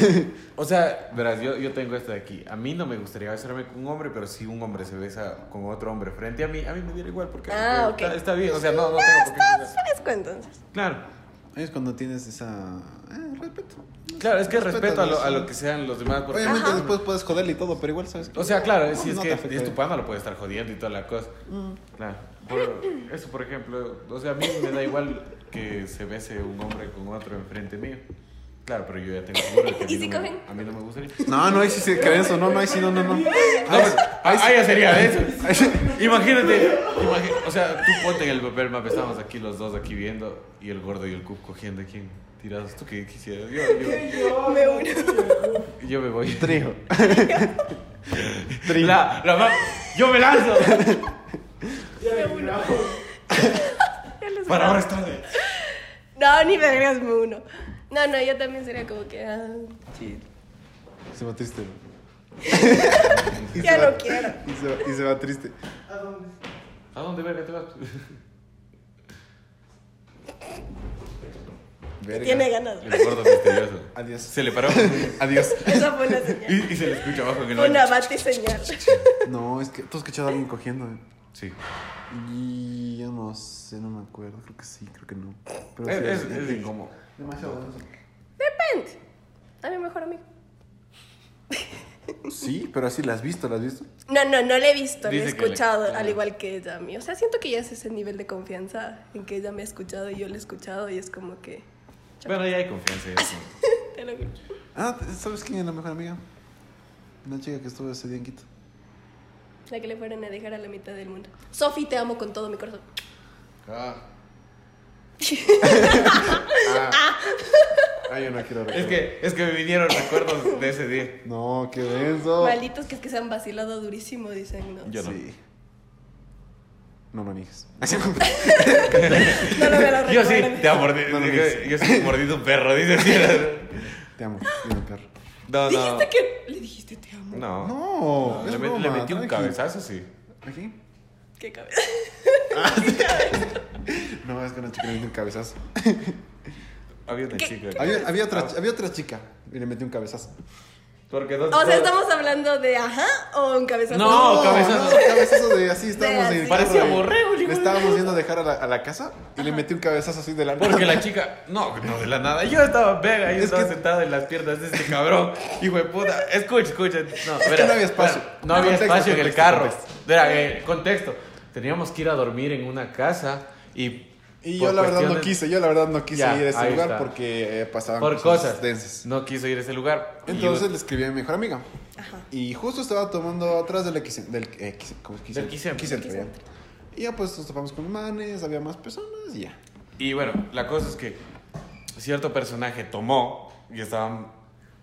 [SPEAKER 2] o sea, verás, yo, yo tengo esto de aquí. A mí no me gustaría besarme con un hombre, pero si un hombre se besa con otro hombre frente a mí, a mí me diera igual porque
[SPEAKER 3] Ah,
[SPEAKER 2] porque
[SPEAKER 3] ok.
[SPEAKER 2] está, está bien. O sea, no, no tengo por qué.
[SPEAKER 3] Estás fresco entonces.
[SPEAKER 2] Claro,
[SPEAKER 1] Ahí es cuando tienes esa. eh, respeto.
[SPEAKER 2] claro, es que respeto a lo, a
[SPEAKER 1] sí.
[SPEAKER 2] lo que sean los demás. Porque,
[SPEAKER 1] Obviamente después puedes joderle y todo, pero igual sabes que.
[SPEAKER 2] O sea, claro,
[SPEAKER 1] no,
[SPEAKER 2] si es
[SPEAKER 1] no te
[SPEAKER 2] que
[SPEAKER 1] afecta. Mm.
[SPEAKER 2] es tu pana, lo puede estar jodiendo y toda la cosa. Claro. Por- eso, por ejemplo, o sea, a mí me da igual que se bese un hombre con otro enfrente mío. Claro, pero yo ya tengo seguro de que a mí,
[SPEAKER 3] ¿Y si
[SPEAKER 2] no, me,
[SPEAKER 3] cogen?
[SPEAKER 2] a mí no me gustaría.
[SPEAKER 1] No, no, ahí sí se creen eso, no, no, ahí sí, no, no, no.
[SPEAKER 2] No,
[SPEAKER 1] Ahí
[SPEAKER 2] pues, ah, ah, ya sería eso.
[SPEAKER 1] sí-
[SPEAKER 2] Imagínate, imagi- o sea, tú ponte en el papel map, estamos aquí los dos aquí viendo y el gordo y el cup cogiendo aquí tirados. ¿Tú qué quisieras? Yo, yo,
[SPEAKER 3] Me uno.
[SPEAKER 2] yo me voy.
[SPEAKER 1] Trío. Trío.
[SPEAKER 2] La, la ma- yo me lanzo.
[SPEAKER 5] Ya me miraba.
[SPEAKER 3] Ya les-
[SPEAKER 2] Para ahora es tarde.
[SPEAKER 3] No, ni vergas, me uno. No, no, yo también sería como que. ah,
[SPEAKER 1] Se va triste.
[SPEAKER 3] ya no quiero.
[SPEAKER 1] Y se va, y se va triste.
[SPEAKER 5] ¿A dónde?
[SPEAKER 2] ¿A dónde verga te vas?
[SPEAKER 1] Verga.
[SPEAKER 3] Tiene ganas.
[SPEAKER 2] El gordo misterioso.
[SPEAKER 1] Adiós.
[SPEAKER 2] Se le paró
[SPEAKER 1] Adiós.
[SPEAKER 3] Esa fue una señal.
[SPEAKER 2] y, y se le escucha abajo en el
[SPEAKER 3] Fue
[SPEAKER 2] baño.
[SPEAKER 3] una bate señal.
[SPEAKER 1] No, es que tú has escuchado a alguien cogiendo. eh.
[SPEAKER 2] Sí.
[SPEAKER 1] Y yo no sé, no me acuerdo. Creo que sí, creo que no. Pero sí,
[SPEAKER 2] Es, es,
[SPEAKER 1] sí.
[SPEAKER 2] es incómodo.
[SPEAKER 5] Demasiado bueno.
[SPEAKER 3] A mi mejor amigo.
[SPEAKER 1] Sí, pero así, ¿la has visto? ¿La has visto?
[SPEAKER 3] No, no, no le he visto, le he
[SPEAKER 2] Dice que le- Ah.
[SPEAKER 3] escuchado,
[SPEAKER 2] claro.
[SPEAKER 3] al igual que ella a mí. O sea, siento que ya es ese nivel de confianza en que ella me ha escuchado y yo le he escuchado y es como que.
[SPEAKER 2] Bueno, ya hay confianza. ya es como-
[SPEAKER 3] te lo juro.
[SPEAKER 1] Ah, ¿sabes quién es la mejor amiga? Una chica que estuvo ese día en Quito.
[SPEAKER 3] La que le fueron a dejar a la mitad del mundo. Sofi, te amo con todo mi corazón.
[SPEAKER 6] Ah,
[SPEAKER 1] Ah, yo no quiero recordar.
[SPEAKER 2] Es que, es que me vinieron recuerdos de ese día.
[SPEAKER 1] No, qué denso.
[SPEAKER 3] Malditos que es que se han vacilado durísimo, dicen, ¿no?
[SPEAKER 2] Yo no.
[SPEAKER 1] Sí. No manejes.
[SPEAKER 3] No, no me lo
[SPEAKER 2] Yo sí,
[SPEAKER 3] recuerden.
[SPEAKER 2] te ha mordido.
[SPEAKER 1] No, no,
[SPEAKER 2] yo,
[SPEAKER 1] no.
[SPEAKER 2] yo sí he mordido un perro, dice. sí.
[SPEAKER 1] Te amo, dime perro.
[SPEAKER 2] No, no.
[SPEAKER 3] Dijiste que. Le dijiste te amo.
[SPEAKER 2] No.
[SPEAKER 1] No,
[SPEAKER 2] Le,
[SPEAKER 1] es
[SPEAKER 2] met- le
[SPEAKER 1] broma,
[SPEAKER 2] metí
[SPEAKER 1] tranqui.
[SPEAKER 2] un cabezazo, sí.
[SPEAKER 1] ¿Aquí?
[SPEAKER 3] Qué cabeza.
[SPEAKER 1] No, es que una chica le metió un cabezazo.
[SPEAKER 2] Había una
[SPEAKER 3] ¿Qué?
[SPEAKER 2] chica.
[SPEAKER 1] Había, había
[SPEAKER 2] Ah.
[SPEAKER 1] otra, había otra chica y le metió un cabezazo.
[SPEAKER 2] Porque dos.
[SPEAKER 3] O sea,
[SPEAKER 2] dos-
[SPEAKER 3] estamos hablando de ajá o un cabezazo.
[SPEAKER 2] No, cabezazo.
[SPEAKER 1] no, cabezazo de así, estábamos
[SPEAKER 3] así.
[SPEAKER 1] en el
[SPEAKER 2] Parecía
[SPEAKER 1] carro,
[SPEAKER 2] borrego,
[SPEAKER 1] Le estábamos yendo a dejar a la, a la casa y le metí un cabezazo así de la
[SPEAKER 2] Porque la chica, no, no de la nada. Yo estaba pega, yo
[SPEAKER 1] Es
[SPEAKER 2] estaba
[SPEAKER 1] que-
[SPEAKER 2] sentado en las piernas de este cabrón. Hijo de puta. Escucha, escucha. No,
[SPEAKER 1] que
[SPEAKER 2] verá,
[SPEAKER 1] no había espacio.
[SPEAKER 2] verá, no había
[SPEAKER 1] Contexto,
[SPEAKER 2] espacio en el
[SPEAKER 1] contexto,
[SPEAKER 2] carro.
[SPEAKER 1] contexto.
[SPEAKER 2] Verá, eh, contexto. Teníamos que ir a dormir en una casa y.
[SPEAKER 1] Y
[SPEAKER 2] por
[SPEAKER 1] yo la verdad no
[SPEAKER 2] cuestiones-
[SPEAKER 1] quise, yo la verdad no quise
[SPEAKER 2] Ya,
[SPEAKER 1] ir a ese
[SPEAKER 2] ahí
[SPEAKER 1] lugar
[SPEAKER 2] está.
[SPEAKER 1] porque eh, pasaban
[SPEAKER 2] Por cosas.
[SPEAKER 1] densas.
[SPEAKER 2] No quiso ir a ese lugar. Y
[SPEAKER 1] Entonces
[SPEAKER 2] yo-
[SPEAKER 1] le escribí a mi mejor amiga. Y justo estaba tomando atrás del X del eh, Xen- ¿cómo es?
[SPEAKER 2] Del
[SPEAKER 1] Xen-
[SPEAKER 2] Xen.
[SPEAKER 1] Xentro, ya. Y ya pues nos topamos con manes, había más personas y ya.
[SPEAKER 2] y bueno, la cosa es que cierto personaje tomó y estaban.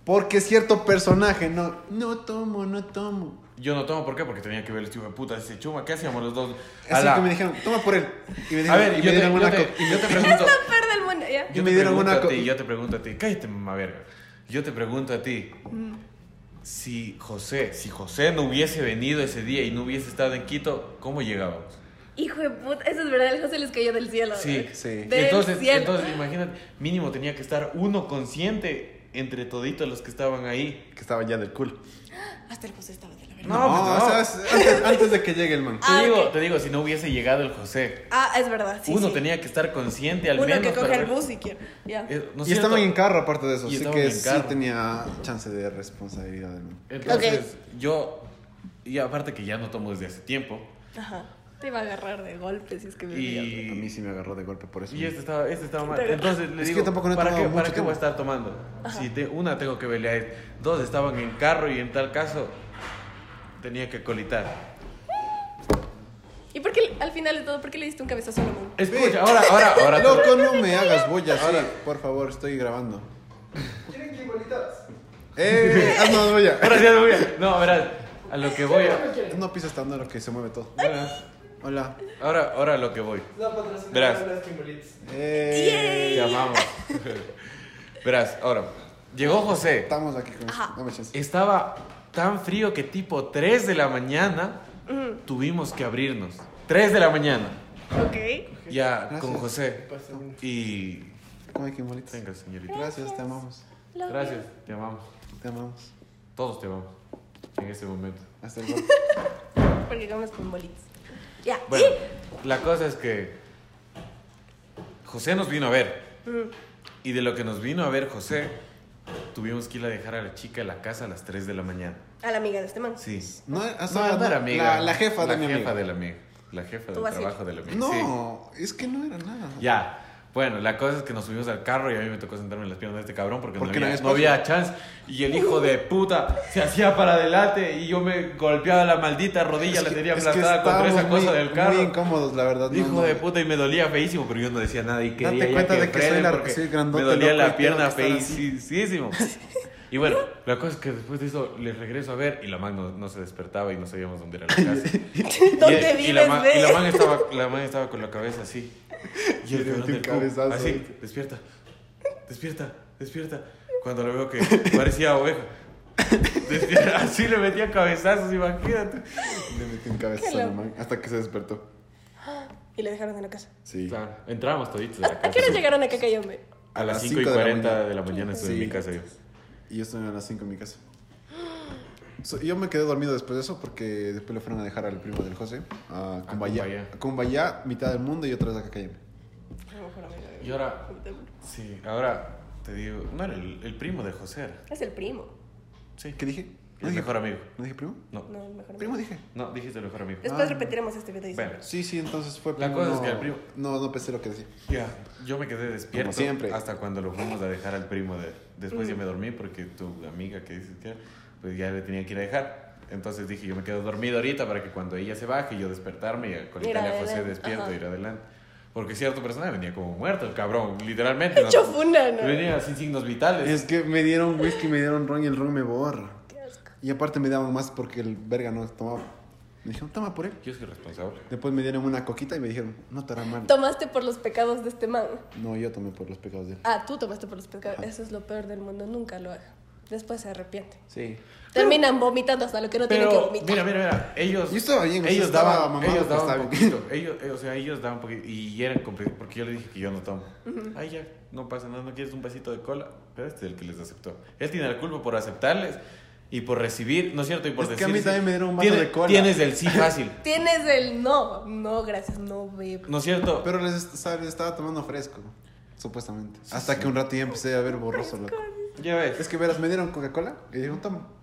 [SPEAKER 1] Porque cierto personaje, no, no tomo, no tomo.
[SPEAKER 2] Yo no tomo, ¿por qué? Porque tenía que ver el hijo de puta. Dice, chuma, ¿qué hacíamos los dos? A
[SPEAKER 1] Así
[SPEAKER 2] la-
[SPEAKER 1] que me dijeron, toma por él. Y me,
[SPEAKER 2] A
[SPEAKER 1] dijeron-
[SPEAKER 2] ver,
[SPEAKER 1] y
[SPEAKER 2] yo
[SPEAKER 1] me
[SPEAKER 2] te-
[SPEAKER 1] dieron
[SPEAKER 2] yo
[SPEAKER 1] una
[SPEAKER 2] te-
[SPEAKER 1] co-
[SPEAKER 2] y yo te pregunto.
[SPEAKER 3] Peor del mundo, ya.
[SPEAKER 2] Yo
[SPEAKER 1] me
[SPEAKER 2] te
[SPEAKER 1] dieron
[SPEAKER 2] pregunto
[SPEAKER 1] una
[SPEAKER 2] a
[SPEAKER 1] co-
[SPEAKER 2] ti, yo te pregunto a ti, cállate mamá verga. Yo te pregunto a ti.
[SPEAKER 3] Mm.
[SPEAKER 2] Si José, si José no hubiese venido ese día y no hubiese estado en Quito, ¿cómo llegábamos?
[SPEAKER 3] Hijo de puta, eso es verdad, el José les cayó del cielo.
[SPEAKER 2] Sí,
[SPEAKER 3] ¿verdad?
[SPEAKER 1] sí.
[SPEAKER 3] Del
[SPEAKER 2] entonces,
[SPEAKER 3] cielo.
[SPEAKER 2] entonces imagínate, mínimo tenía que estar uno consciente entre toditos los que estaban ahí.
[SPEAKER 1] que estaba ya del culo.
[SPEAKER 3] Hasta el José estaba de la verga.
[SPEAKER 2] No, pues, no.
[SPEAKER 1] o sea, es- antes, antes de que llegue el man.
[SPEAKER 2] Te
[SPEAKER 3] Ah,
[SPEAKER 2] digo,
[SPEAKER 3] ok.
[SPEAKER 2] te digo, si no hubiese llegado el José,
[SPEAKER 3] Ah, es verdad, sí.
[SPEAKER 2] uno
[SPEAKER 3] sí.
[SPEAKER 2] tenía que estar consciente al
[SPEAKER 3] Uno
[SPEAKER 2] menos.
[SPEAKER 3] que coge
[SPEAKER 2] para
[SPEAKER 3] el
[SPEAKER 2] ver-
[SPEAKER 3] bus si quiere. Ya.
[SPEAKER 2] Eh, ¿no es
[SPEAKER 1] y estaban
[SPEAKER 2] cierto?
[SPEAKER 1] en carro aparte de eso, así
[SPEAKER 2] Y estaban
[SPEAKER 1] que
[SPEAKER 2] en
[SPEAKER 1] sí
[SPEAKER 2] carro.
[SPEAKER 1] tenía chance de responsabilidad del man.
[SPEAKER 2] Entonces, yo, y aparte que ya no tomo desde hace tiempo,
[SPEAKER 3] Ajá. Te iba a agarrar de golpe si es que me veías.
[SPEAKER 2] y...
[SPEAKER 1] Mm. A mí sí me agarró de golpe por eso.
[SPEAKER 2] Y este estaba, este estaba mal.
[SPEAKER 3] Pero-
[SPEAKER 2] Entonces le
[SPEAKER 1] Es que
[SPEAKER 2] digo,
[SPEAKER 1] yo tampoco no he
[SPEAKER 2] ¿para, qué,
[SPEAKER 1] tomado
[SPEAKER 2] ¿para
[SPEAKER 1] mucho
[SPEAKER 2] qué voy a
[SPEAKER 1] tiempo.
[SPEAKER 2] estar tomando? Si te- una tengo que pelear, dos estaban en carro y en tal caso tenía que colitar.
[SPEAKER 3] ¿Y por qué al final de todo, por qué le diste un cabezazo a la mano?
[SPEAKER 2] Escucha, ahora, ahora, ahora.
[SPEAKER 1] Loco, no me hagas bulla, sí, por favor, estoy grabando.
[SPEAKER 5] ¿Quieren que bolitas?
[SPEAKER 1] ¡Eh! ¡Haznos bulla!
[SPEAKER 2] Ahora sí, ya me voy a- No, verás, a lo que voy. a-
[SPEAKER 1] No pisas tanto lo que se mueve todo.
[SPEAKER 2] verás,
[SPEAKER 1] Hola.
[SPEAKER 2] ahora, ahora a lo que voy.
[SPEAKER 5] No, patrocinador
[SPEAKER 2] Verás.
[SPEAKER 5] de las Kimbolitas.
[SPEAKER 1] Eh,
[SPEAKER 2] Te amamos. Verás, ahora, Llegó José.
[SPEAKER 1] Estamos aquí con
[SPEAKER 3] Ajá.
[SPEAKER 1] Dame chance.
[SPEAKER 2] Estaba tan frío que tipo 3 de la mañana tuvimos que abrirnos. 3 de la mañana.
[SPEAKER 3] Ok.
[SPEAKER 2] Ya
[SPEAKER 1] Gracias.
[SPEAKER 2] con José. Y...
[SPEAKER 1] Come aquí, bolita.
[SPEAKER 2] Venga, señorita.
[SPEAKER 1] Gracias, te amamos.
[SPEAKER 3] Lo
[SPEAKER 2] Gracias, te amamos.
[SPEAKER 1] Te amamos.
[SPEAKER 2] Todos te amamos. En este momento.
[SPEAKER 1] Hasta el golpe.
[SPEAKER 3] vi, Porque comes con bolitas. Ya.
[SPEAKER 2] Bueno, la cosa es que José nos vino a ver. Y de lo que nos vino a ver José, tuvimos que ir a dejar a la chica a la casa a las 3 de la mañana.
[SPEAKER 3] A la amiga de este man.
[SPEAKER 2] Sí.
[SPEAKER 1] No, hasta
[SPEAKER 2] No,
[SPEAKER 1] ahora
[SPEAKER 2] no era
[SPEAKER 1] no.
[SPEAKER 2] amiga.
[SPEAKER 1] La, la jefa
[SPEAKER 2] la
[SPEAKER 1] de mi
[SPEAKER 2] jefa
[SPEAKER 1] amiga.
[SPEAKER 2] de la amiga. La jefa
[SPEAKER 3] Tú
[SPEAKER 2] del
[SPEAKER 3] vas a ir.
[SPEAKER 2] trabajo de la amiga. sí.
[SPEAKER 1] No, es que no era nada.
[SPEAKER 2] Ya. Bueno, la cosa es que nos subimos al carro y a mí me tocó sentarme en las piernas de este cabrón porque,
[SPEAKER 1] Porque
[SPEAKER 2] no,
[SPEAKER 1] no
[SPEAKER 2] había,
[SPEAKER 1] había
[SPEAKER 2] no había chance. Y el hijo de puta se hacía para adelante y yo me golpeaba la maldita rodilla,
[SPEAKER 1] Es
[SPEAKER 2] la
[SPEAKER 1] que-
[SPEAKER 2] tenía
[SPEAKER 1] es que
[SPEAKER 2] aplastada contra esa
[SPEAKER 1] estábamos
[SPEAKER 2] cosa
[SPEAKER 1] muy-
[SPEAKER 2] del carro.
[SPEAKER 1] Muy incómodos, la verdad. no,
[SPEAKER 2] Hijo
[SPEAKER 1] no.
[SPEAKER 2] de puta, y me dolía feísimo, pero yo no decía nada. Y quería ya
[SPEAKER 1] cuenta de que soy
[SPEAKER 2] frenen
[SPEAKER 1] la-
[SPEAKER 2] porque
[SPEAKER 1] soy grandote,
[SPEAKER 2] Me dolía
[SPEAKER 1] loco, y
[SPEAKER 2] la
[SPEAKER 1] tengo
[SPEAKER 2] pierna
[SPEAKER 1] que estar así.
[SPEAKER 2] feísimo. Y bueno, la cosa es que después de eso les regreso a ver y la man no, no se despertaba y no sabíamos dónde era la casa.
[SPEAKER 3] ¿Dónde
[SPEAKER 2] y, y la
[SPEAKER 3] vives,
[SPEAKER 2] man, y la man estaba, la man estaba con la cabeza así. Y
[SPEAKER 1] Y le
[SPEAKER 2] el
[SPEAKER 1] metí
[SPEAKER 2] cabrón
[SPEAKER 1] un
[SPEAKER 2] del cubo,
[SPEAKER 1] cabezazo
[SPEAKER 2] así,
[SPEAKER 1] ahí.
[SPEAKER 2] despierta, despierta, despierta. Cuando lo veo que parecía oveja. Despierta, así le metía cabezazos, imagínate.
[SPEAKER 1] Le metí un cabezazo
[SPEAKER 3] Qué
[SPEAKER 1] a la
[SPEAKER 3] loco.
[SPEAKER 1] man, hasta que se despertó.
[SPEAKER 3] Y le dejaron en la casa.
[SPEAKER 1] Sí.
[SPEAKER 2] Claro, entramos toditos de la
[SPEAKER 3] ¿A
[SPEAKER 2] casa.
[SPEAKER 3] qué hora llegaron acá que yo me?
[SPEAKER 2] A las 5
[SPEAKER 1] cinco
[SPEAKER 2] y
[SPEAKER 1] de la
[SPEAKER 2] 40
[SPEAKER 1] mañana.
[SPEAKER 2] de la mañana estuve en
[SPEAKER 1] Sí.
[SPEAKER 2] mi casa yo.
[SPEAKER 1] Y yo estoy a las 5 en mi casa. So, yo me quedé dormido después de eso porque después le fueron a dejar al primo del José a
[SPEAKER 2] Ah,
[SPEAKER 1] Cumbayá.
[SPEAKER 2] Cumbayá.
[SPEAKER 1] A Cumbayá, mitad del mundo y otra vez acá Cayambe.
[SPEAKER 3] A lo mejor amiga de-
[SPEAKER 2] Ah, Y ahora, sí, ahora te digo, no era el, el primo de José, era.
[SPEAKER 3] Es el primo.
[SPEAKER 2] Sí,
[SPEAKER 1] ¿Qué dije?
[SPEAKER 2] el
[SPEAKER 1] dije,
[SPEAKER 2] mejor amigo.
[SPEAKER 1] ¿No dije primo?
[SPEAKER 2] No,
[SPEAKER 3] No, el mejor
[SPEAKER 1] Primo
[SPEAKER 3] amigo.
[SPEAKER 1] dije.
[SPEAKER 2] no, dijiste el mejor amigo.
[SPEAKER 3] Después
[SPEAKER 1] Ah.
[SPEAKER 3] repetiremos este video. y
[SPEAKER 2] Bueno.
[SPEAKER 3] sabrás.
[SPEAKER 1] Sí, sí, entonces fue
[SPEAKER 2] La
[SPEAKER 1] primo.
[SPEAKER 2] cosa
[SPEAKER 1] no,
[SPEAKER 2] es que el primo-
[SPEAKER 1] No, no pensé lo que decía.
[SPEAKER 2] Ya, yo me quedé despierto
[SPEAKER 1] Como siempre. Mm.
[SPEAKER 2] hasta cuando lo fuimos a dejar al primo de... Después ya me dormí porque tu amiga que dices que era, pues ya le tenía que ir a dejar. Entonces dije, yo me quedo dormido ahorita para que cuando ella se baje yo despertarme y colitarle a José
[SPEAKER 3] adelante,
[SPEAKER 2] despierto
[SPEAKER 3] ajá.
[SPEAKER 2] e ir adelante. Porque cierto personaje venía como muerto, el cabrón, literalmente.
[SPEAKER 3] Hecho funa, ¿no?
[SPEAKER 2] Venía sin signos vitales.
[SPEAKER 1] Es que me dieron whisky, me dieron ron y el ron me borra.
[SPEAKER 3] Qué asco.
[SPEAKER 1] Y aparte me daban más porque el verga no tomaba. Me dijeron, toma por él.
[SPEAKER 2] Yo soy responsable.
[SPEAKER 1] Después me dieron una coquita y me dijeron, no te hará mal.
[SPEAKER 3] Tomaste por los pecados de este man.
[SPEAKER 1] No, yo tomé por los pecados de él.
[SPEAKER 3] Ah, tú tomaste por los pecados. Eso es lo peor del mundo. Nunca lo haga. Después se arrepiente.
[SPEAKER 1] Sí.
[SPEAKER 3] Terminan vomitando hasta lo que no tienen que
[SPEAKER 2] Pero,
[SPEAKER 3] vomitar.
[SPEAKER 2] mira, mira, mira, ellos...
[SPEAKER 1] Yo estaba bien, o sea,
[SPEAKER 2] ellos
[SPEAKER 1] estaba
[SPEAKER 2] daban,
[SPEAKER 1] mamado,
[SPEAKER 2] ellos
[SPEAKER 1] pero
[SPEAKER 2] daban un
[SPEAKER 1] estaba bien.
[SPEAKER 2] poquito, ellos, eh, o sea, ellos daban poquito, y eran compli- porque yo le dije que yo no tomo. Ay, ya, no pasa nada, no quieres un vasito de cola, pero este es el que les aceptó. Él tiene la culpa por aceptarles y por recibir, ¿no es cierto? Y por
[SPEAKER 1] Es que
[SPEAKER 2] decir...
[SPEAKER 1] a mí también me dieron un vaso de cola.
[SPEAKER 2] Tienes el sí fácil,
[SPEAKER 3] Tienes el no. No, gracias. No bebo.
[SPEAKER 2] ¿no es cierto?
[SPEAKER 1] Pero les, est- ¿sabes? les estaba tomando fresco, supuestamente. Hasta que un rato ya empecé a ver borroso, loco.
[SPEAKER 2] ya ves.
[SPEAKER 1] Es que verás, me dieron Coca-Cola y dijeron, toma.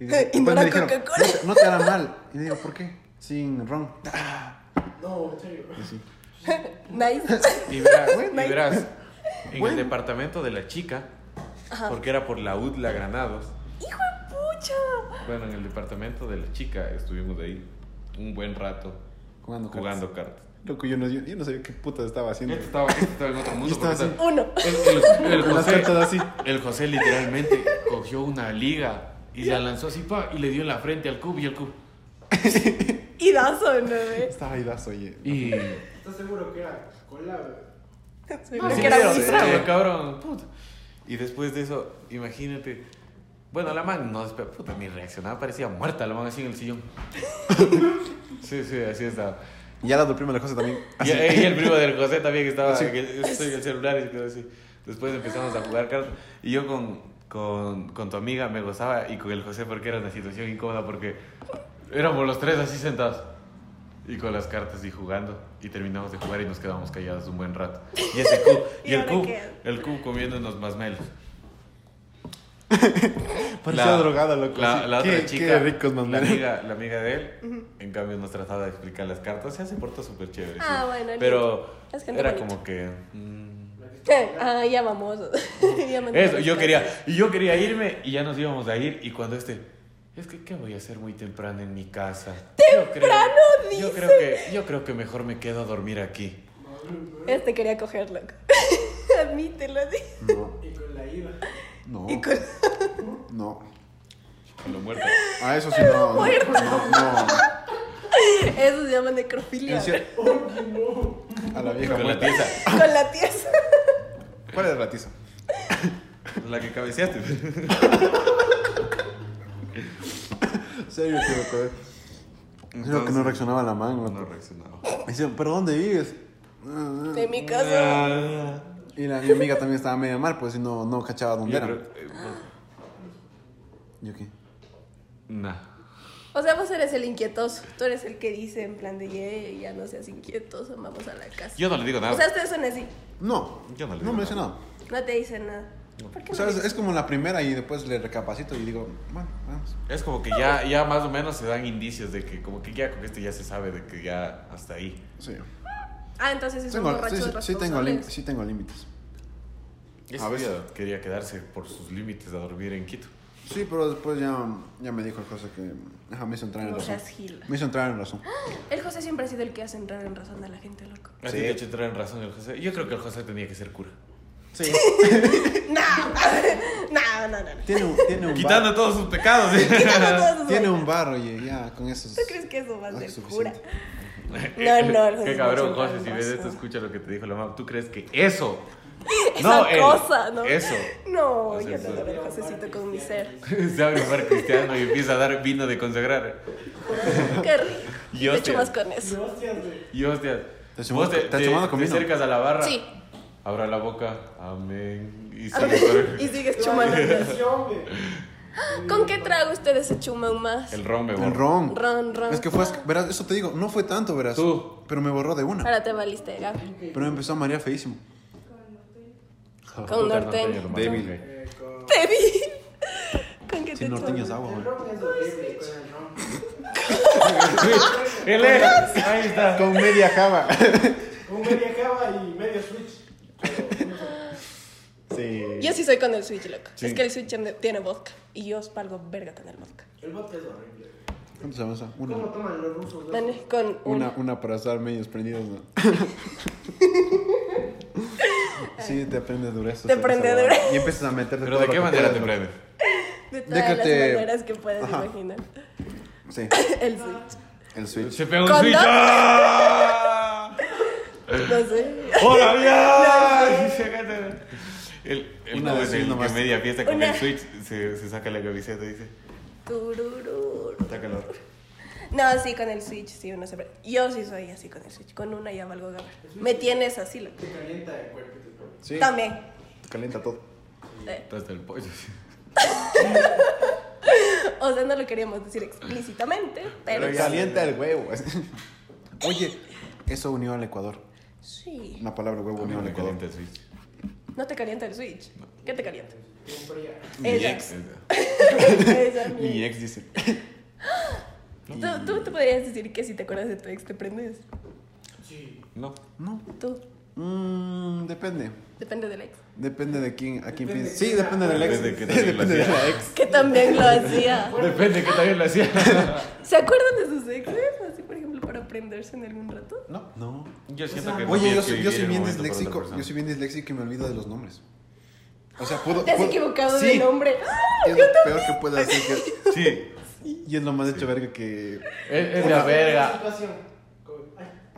[SPEAKER 1] Y,
[SPEAKER 3] no
[SPEAKER 1] después me
[SPEAKER 3] era
[SPEAKER 1] dijeron,
[SPEAKER 3] Coca-Cola.
[SPEAKER 1] "No te- no te hará mal. Y digo, ¿por qué? Sin ron.
[SPEAKER 5] No, en serio.
[SPEAKER 1] Y sí.
[SPEAKER 3] Nice.
[SPEAKER 2] Y verás, y
[SPEAKER 3] Bueno.
[SPEAKER 2] verás, en
[SPEAKER 1] Bueno.
[SPEAKER 2] el departamento de la chica,
[SPEAKER 3] Ajá.
[SPEAKER 2] porque era por la UDLA Granados,
[SPEAKER 3] Hijo de pucha.
[SPEAKER 2] bueno, en el departamento de la chica estuvimos ahí un buen rato
[SPEAKER 1] Jugando. cartas.
[SPEAKER 2] jugando cartas.
[SPEAKER 1] Loco, yo no, yo, yo no sabía qué puta estaba haciendo.
[SPEAKER 2] Este estaba, este estaba en otro mundo.
[SPEAKER 1] Yo estaba
[SPEAKER 2] porque
[SPEAKER 3] Uno.
[SPEAKER 2] está- El, el- el
[SPEAKER 1] Con las
[SPEAKER 2] José,
[SPEAKER 1] cartas así.
[SPEAKER 2] el José literalmente cogió una liga y la lanzó así pa, y le dio en la frente al cub y al cub.
[SPEAKER 3] Y dazo, ¿no ves?
[SPEAKER 1] Estaba idazo, oye.
[SPEAKER 2] Y.
[SPEAKER 5] ¿Estás seguro que era cola? güey?
[SPEAKER 3] Seguro
[SPEAKER 2] Sí,
[SPEAKER 3] Ah, que era
[SPEAKER 2] pero,
[SPEAKER 3] muy
[SPEAKER 2] eh,
[SPEAKER 3] bravo.
[SPEAKER 2] cabrón, puta. Y después de eso, imagínate. Bueno, la man no despe- puta, ni reaccionaba, parecía muerta la man así en el sillón. Sí, sí, así estaba.
[SPEAKER 1] Y ya la del primo de la cosa también.
[SPEAKER 2] Y,
[SPEAKER 1] Así.
[SPEAKER 2] y el primo del José también que estaba que estoy en el celular y se quedó así. Después empezamos a jugar cartas. Y yo con, con, con tu amiga me gozaba y con el José porque era una situación incómoda porque éramos los tres así sentados. Y con las cartas y jugando. Y terminamos de jugar y nos quedamos callados un buen rato. Y ese Q, y,
[SPEAKER 3] ¿Y
[SPEAKER 2] el
[SPEAKER 3] ahora
[SPEAKER 2] Q,
[SPEAKER 3] qué?
[SPEAKER 2] el Q comiéndonos más melos.
[SPEAKER 1] Parecía drogada, loco.
[SPEAKER 2] La,
[SPEAKER 1] así.
[SPEAKER 2] la otra
[SPEAKER 1] Pues Qué-
[SPEAKER 2] chica,
[SPEAKER 1] Qué ricos, man.
[SPEAKER 2] la, amiga, la amiga de él, en cambio nos trataba de explicar las cartas. Ya se portó súper chévere.
[SPEAKER 3] Ah,
[SPEAKER 2] sí.
[SPEAKER 3] bueno,
[SPEAKER 2] Pero
[SPEAKER 3] lindo. Es gente
[SPEAKER 2] era
[SPEAKER 3] bonita.
[SPEAKER 2] como que... mm,
[SPEAKER 5] La que está
[SPEAKER 3] Eh,
[SPEAKER 5] colada.
[SPEAKER 3] Ah, ya vamos. Ya mandamos
[SPEAKER 2] Eso, yo
[SPEAKER 3] cartas.
[SPEAKER 2] quería, y yo quería irme y ya nos íbamos a ir y cuando este, es que qué voy a hacer muy temprano en mi casa. Temprano, yo creo, yo creo que yo creo que mejor me quedo a dormir aquí.
[SPEAKER 3] Este quería cogerlo. Admítelo, di.
[SPEAKER 1] No,
[SPEAKER 5] Y con la IVA.
[SPEAKER 1] no,
[SPEAKER 3] Y con...
[SPEAKER 1] no.
[SPEAKER 2] A lo muerto.
[SPEAKER 1] A eso sí no. No, no.
[SPEAKER 3] Eso se llama
[SPEAKER 1] En
[SPEAKER 3] necrofilia.
[SPEAKER 1] cier- A la vieja
[SPEAKER 2] Con la
[SPEAKER 1] muerta.
[SPEAKER 2] tiza.
[SPEAKER 3] Con la tía.
[SPEAKER 1] ¿Cuál es la tiza?
[SPEAKER 2] La que cabeceaste.
[SPEAKER 1] Serio, te lo acordé. Creo que no
[SPEAKER 2] Entonces,
[SPEAKER 1] reaccionaba la mano.
[SPEAKER 2] No reaccionaba.
[SPEAKER 1] Dicen, ¿pero dónde vives?
[SPEAKER 3] En
[SPEAKER 2] Ah.
[SPEAKER 3] mi casa.
[SPEAKER 1] Y la, mi amiga también estaba medio mal, pues, y no, no cachaba dónde
[SPEAKER 2] Yo
[SPEAKER 1] era.
[SPEAKER 2] creo- eh, no.
[SPEAKER 1] ¿Yo qué?
[SPEAKER 2] Nah.
[SPEAKER 3] O sea, vos eres el inquietoso. Tú eres el que dice en plan de, "Ye, ya no seas inquietoso, vamos a la casa.
[SPEAKER 2] Yo no le digo nada.
[SPEAKER 3] O sea, ustedes son así.
[SPEAKER 1] No,
[SPEAKER 2] Yo no le
[SPEAKER 1] no
[SPEAKER 2] digo
[SPEAKER 1] me dice
[SPEAKER 2] nada.
[SPEAKER 1] nada.
[SPEAKER 3] No te dicen nada. ¿Por qué
[SPEAKER 1] O sea,
[SPEAKER 3] no
[SPEAKER 1] es,
[SPEAKER 3] dices?
[SPEAKER 1] es como la primera y después le recapacito y digo, bueno, vamos.
[SPEAKER 2] Es como que ya, ya más o menos se dan indicios de que como que ya con esto ya se sabe de que ya hasta ahí.
[SPEAKER 1] Sí.
[SPEAKER 3] Ah, entonces sí son
[SPEAKER 1] Tengo- sí,
[SPEAKER 3] borrachos
[SPEAKER 1] sí, sí tengo
[SPEAKER 3] responsables.
[SPEAKER 1] lim- sí tengo límites.
[SPEAKER 2] A veces quería quedarse por sus límites a dormir en Quito.
[SPEAKER 1] Sí, pero después ya, ya me dijo el José que ajá, me hizo entrar en
[SPEAKER 3] No
[SPEAKER 1] razón.
[SPEAKER 3] seas gil.
[SPEAKER 1] Me hizo entrar en razón.
[SPEAKER 3] El José siempre ha sido el que hace entrar en razón a la gente, loco.
[SPEAKER 2] A ti
[SPEAKER 1] Sí.
[SPEAKER 2] te he hecho entrar en razón el José. Yo creo que el José tenía que ser cura.
[SPEAKER 1] Sí.
[SPEAKER 3] No, no, no. no.
[SPEAKER 1] Tiene un, tiene un
[SPEAKER 2] Quitando
[SPEAKER 1] bar.
[SPEAKER 2] todos sus pecados. ¿eh?
[SPEAKER 3] Quitando todas sus
[SPEAKER 1] Tiene
[SPEAKER 3] vainas.
[SPEAKER 1] un bar, oye, ya con esos.
[SPEAKER 3] ¿Tú crees que eso va a
[SPEAKER 1] Ah,
[SPEAKER 3] ser
[SPEAKER 1] es
[SPEAKER 3] cura?
[SPEAKER 1] suficiente.
[SPEAKER 3] No, no, el José
[SPEAKER 2] Qué
[SPEAKER 3] es
[SPEAKER 2] cabrón,
[SPEAKER 3] mucho
[SPEAKER 2] José. Si ves
[SPEAKER 3] tramposo.
[SPEAKER 2] esto, escucha lo que te dijo la mamá. ¿Tú crees que eso?
[SPEAKER 3] Esa
[SPEAKER 2] él,
[SPEAKER 3] cosa, ¿no?
[SPEAKER 2] Eso.
[SPEAKER 3] No,
[SPEAKER 2] Hacer
[SPEAKER 3] yo no lo
[SPEAKER 2] eso.
[SPEAKER 3] veo el Josecito con mi ser.
[SPEAKER 2] Se abre un bar cristiano y empieza a dar vino de consagrar.
[SPEAKER 3] Qué rico.
[SPEAKER 2] Y
[SPEAKER 3] Te
[SPEAKER 2] hostias.
[SPEAKER 3] chumas con eso.
[SPEAKER 5] No, hostias, güey.
[SPEAKER 2] Y hostias.
[SPEAKER 1] ¿Te has
[SPEAKER 2] vos
[SPEAKER 1] tomado-
[SPEAKER 2] te,
[SPEAKER 1] te has
[SPEAKER 2] te-
[SPEAKER 1] tomado
[SPEAKER 2] te
[SPEAKER 1] con vino?
[SPEAKER 2] acercas a la barra.
[SPEAKER 3] Sí.
[SPEAKER 2] Abra la boca. Amén. Y
[SPEAKER 3] A
[SPEAKER 2] sale
[SPEAKER 3] ver,
[SPEAKER 2] por-
[SPEAKER 3] y sigues
[SPEAKER 5] La
[SPEAKER 3] chumando.
[SPEAKER 5] imaginación, güey.
[SPEAKER 3] ¿Con qué trago ustedes se chuman más?
[SPEAKER 2] El ron me borra.
[SPEAKER 1] El ron.
[SPEAKER 3] Ron, ron.
[SPEAKER 1] Es que fue, verás, eso te digo, no fue tanto, verás.
[SPEAKER 2] Tú.
[SPEAKER 1] Pero me borró de una.
[SPEAKER 3] Ahora te valiste, Gaby.
[SPEAKER 1] Pero me empezó a marear feísimo.
[SPEAKER 3] Con
[SPEAKER 2] Puta,
[SPEAKER 3] norteño.
[SPEAKER 2] hermano.
[SPEAKER 1] Débil.
[SPEAKER 5] Eh, con-
[SPEAKER 3] Te vi. ¿Con qué
[SPEAKER 1] Si
[SPEAKER 3] te
[SPEAKER 1] no
[SPEAKER 3] chumas?
[SPEAKER 1] tenías agua,
[SPEAKER 5] El
[SPEAKER 1] güey.
[SPEAKER 5] ron es horrible, con el ron.
[SPEAKER 2] Él es. Ahí está.
[SPEAKER 1] Con media java.
[SPEAKER 5] Un media java y medio switch.
[SPEAKER 1] Sí.
[SPEAKER 3] Yo sí soy con el Switch, loco.
[SPEAKER 2] Sí.
[SPEAKER 3] Es que el Switch tiene- tiene vodka. Y yo valgo verga con el vodka.
[SPEAKER 5] El vodka es horrible.
[SPEAKER 1] ¿Cuánto se avanza? Una.
[SPEAKER 5] ¿Cómo toman los rusos? güey?
[SPEAKER 3] Vale, con
[SPEAKER 1] Una,
[SPEAKER 3] una.
[SPEAKER 1] una para estar medios prendidos, ¿no? sí, te prende dureza.
[SPEAKER 3] Te
[SPEAKER 1] esa-
[SPEAKER 3] prende
[SPEAKER 1] esa
[SPEAKER 3] dureza.
[SPEAKER 1] huevada. Y empiezas a meterte
[SPEAKER 2] Pero
[SPEAKER 1] todo
[SPEAKER 2] de
[SPEAKER 1] lo
[SPEAKER 2] qué
[SPEAKER 1] que
[SPEAKER 2] manera te
[SPEAKER 1] puedas, ¿no?
[SPEAKER 2] prende.
[SPEAKER 3] De todas
[SPEAKER 1] que
[SPEAKER 3] las
[SPEAKER 1] te-
[SPEAKER 3] maneras que puedes
[SPEAKER 1] Ajá.
[SPEAKER 3] imaginar.
[SPEAKER 1] Sí,
[SPEAKER 3] El Switch.
[SPEAKER 1] el switch.
[SPEAKER 2] Se pega un
[SPEAKER 3] ¿Con
[SPEAKER 2] switch.
[SPEAKER 3] dos?
[SPEAKER 2] ¡Ah!
[SPEAKER 3] No sé.
[SPEAKER 2] ¡Hola, bien! Y se gana. El, el
[SPEAKER 1] Una
[SPEAKER 2] joven
[SPEAKER 1] vez sí,
[SPEAKER 2] el que
[SPEAKER 1] nomás.
[SPEAKER 2] media fiesta con
[SPEAKER 3] Una.
[SPEAKER 2] el switch se, se saca la camiseta y dice:
[SPEAKER 3] Tururú.
[SPEAKER 2] Está calor.
[SPEAKER 3] No, sí, con el Switch, sí, uno se... Yo sí soy así con el Switch. Con una ya valgo gabar. Me tienes así, loco.
[SPEAKER 5] Te calienta el cuerpo. y tu cuerpo.
[SPEAKER 1] Sí,
[SPEAKER 3] También.
[SPEAKER 1] calienta todo.
[SPEAKER 3] Eh,
[SPEAKER 2] Está hasta el pollo.
[SPEAKER 3] O sea, no lo queríamos decir explícitamente, pero,
[SPEAKER 1] Pero
[SPEAKER 3] sí.
[SPEAKER 1] calienta el huevo. Oye, eso unió al Ecuador.
[SPEAKER 3] Sí.
[SPEAKER 1] Una palabra huevo unió al
[SPEAKER 2] me
[SPEAKER 1] Ecuador.
[SPEAKER 2] calienta el switch.
[SPEAKER 3] No te calienta el Switch. ¿Qué te calienta?
[SPEAKER 5] Bien fría.
[SPEAKER 2] Mi
[SPEAKER 3] Ella.
[SPEAKER 2] ex.
[SPEAKER 3] Esa
[SPEAKER 1] Mi
[SPEAKER 3] mierda.
[SPEAKER 1] ex dice.
[SPEAKER 3] ¿Tú, tú te podrías decir que si te acuerdas de tu ex te prendes.
[SPEAKER 5] Sí.
[SPEAKER 2] No.
[SPEAKER 1] No.
[SPEAKER 3] Tú.
[SPEAKER 1] Mm, depende.
[SPEAKER 3] Depende del ex.
[SPEAKER 1] Depende de quién, a quién
[SPEAKER 5] Depende
[SPEAKER 1] piensas. Sí,
[SPEAKER 5] de quién.
[SPEAKER 1] depende del ex.
[SPEAKER 2] Depende de qué tal
[SPEAKER 1] Depende de la
[SPEAKER 2] relación.
[SPEAKER 1] ex.
[SPEAKER 3] Que también lo hacía.
[SPEAKER 2] Depende que también lo hacía.
[SPEAKER 3] ¿Se acuerdan de sus exes? Así, por ejemplo, para prenderse en algún rato.
[SPEAKER 1] No. No.
[SPEAKER 2] Yo siento que no
[SPEAKER 1] Oye,
[SPEAKER 2] tienes
[SPEAKER 1] yo, soy-
[SPEAKER 2] que
[SPEAKER 1] yo
[SPEAKER 2] vivir
[SPEAKER 1] soy
[SPEAKER 2] el
[SPEAKER 1] bien
[SPEAKER 2] momento por otra
[SPEAKER 1] disléxico.
[SPEAKER 2] persona.
[SPEAKER 1] Yo soy bien disléxico y me olvido de los nombres. O sea, puedo.
[SPEAKER 3] Te has
[SPEAKER 1] puedo-
[SPEAKER 3] equivocado
[SPEAKER 1] Sí,
[SPEAKER 3] de nombre. ¡Ah!
[SPEAKER 1] Es lo peor que puedo hacer. que-
[SPEAKER 2] Sí.
[SPEAKER 1] y es lo más hecho verga que.
[SPEAKER 2] Es, es la verga.
[SPEAKER 5] Situación. Como-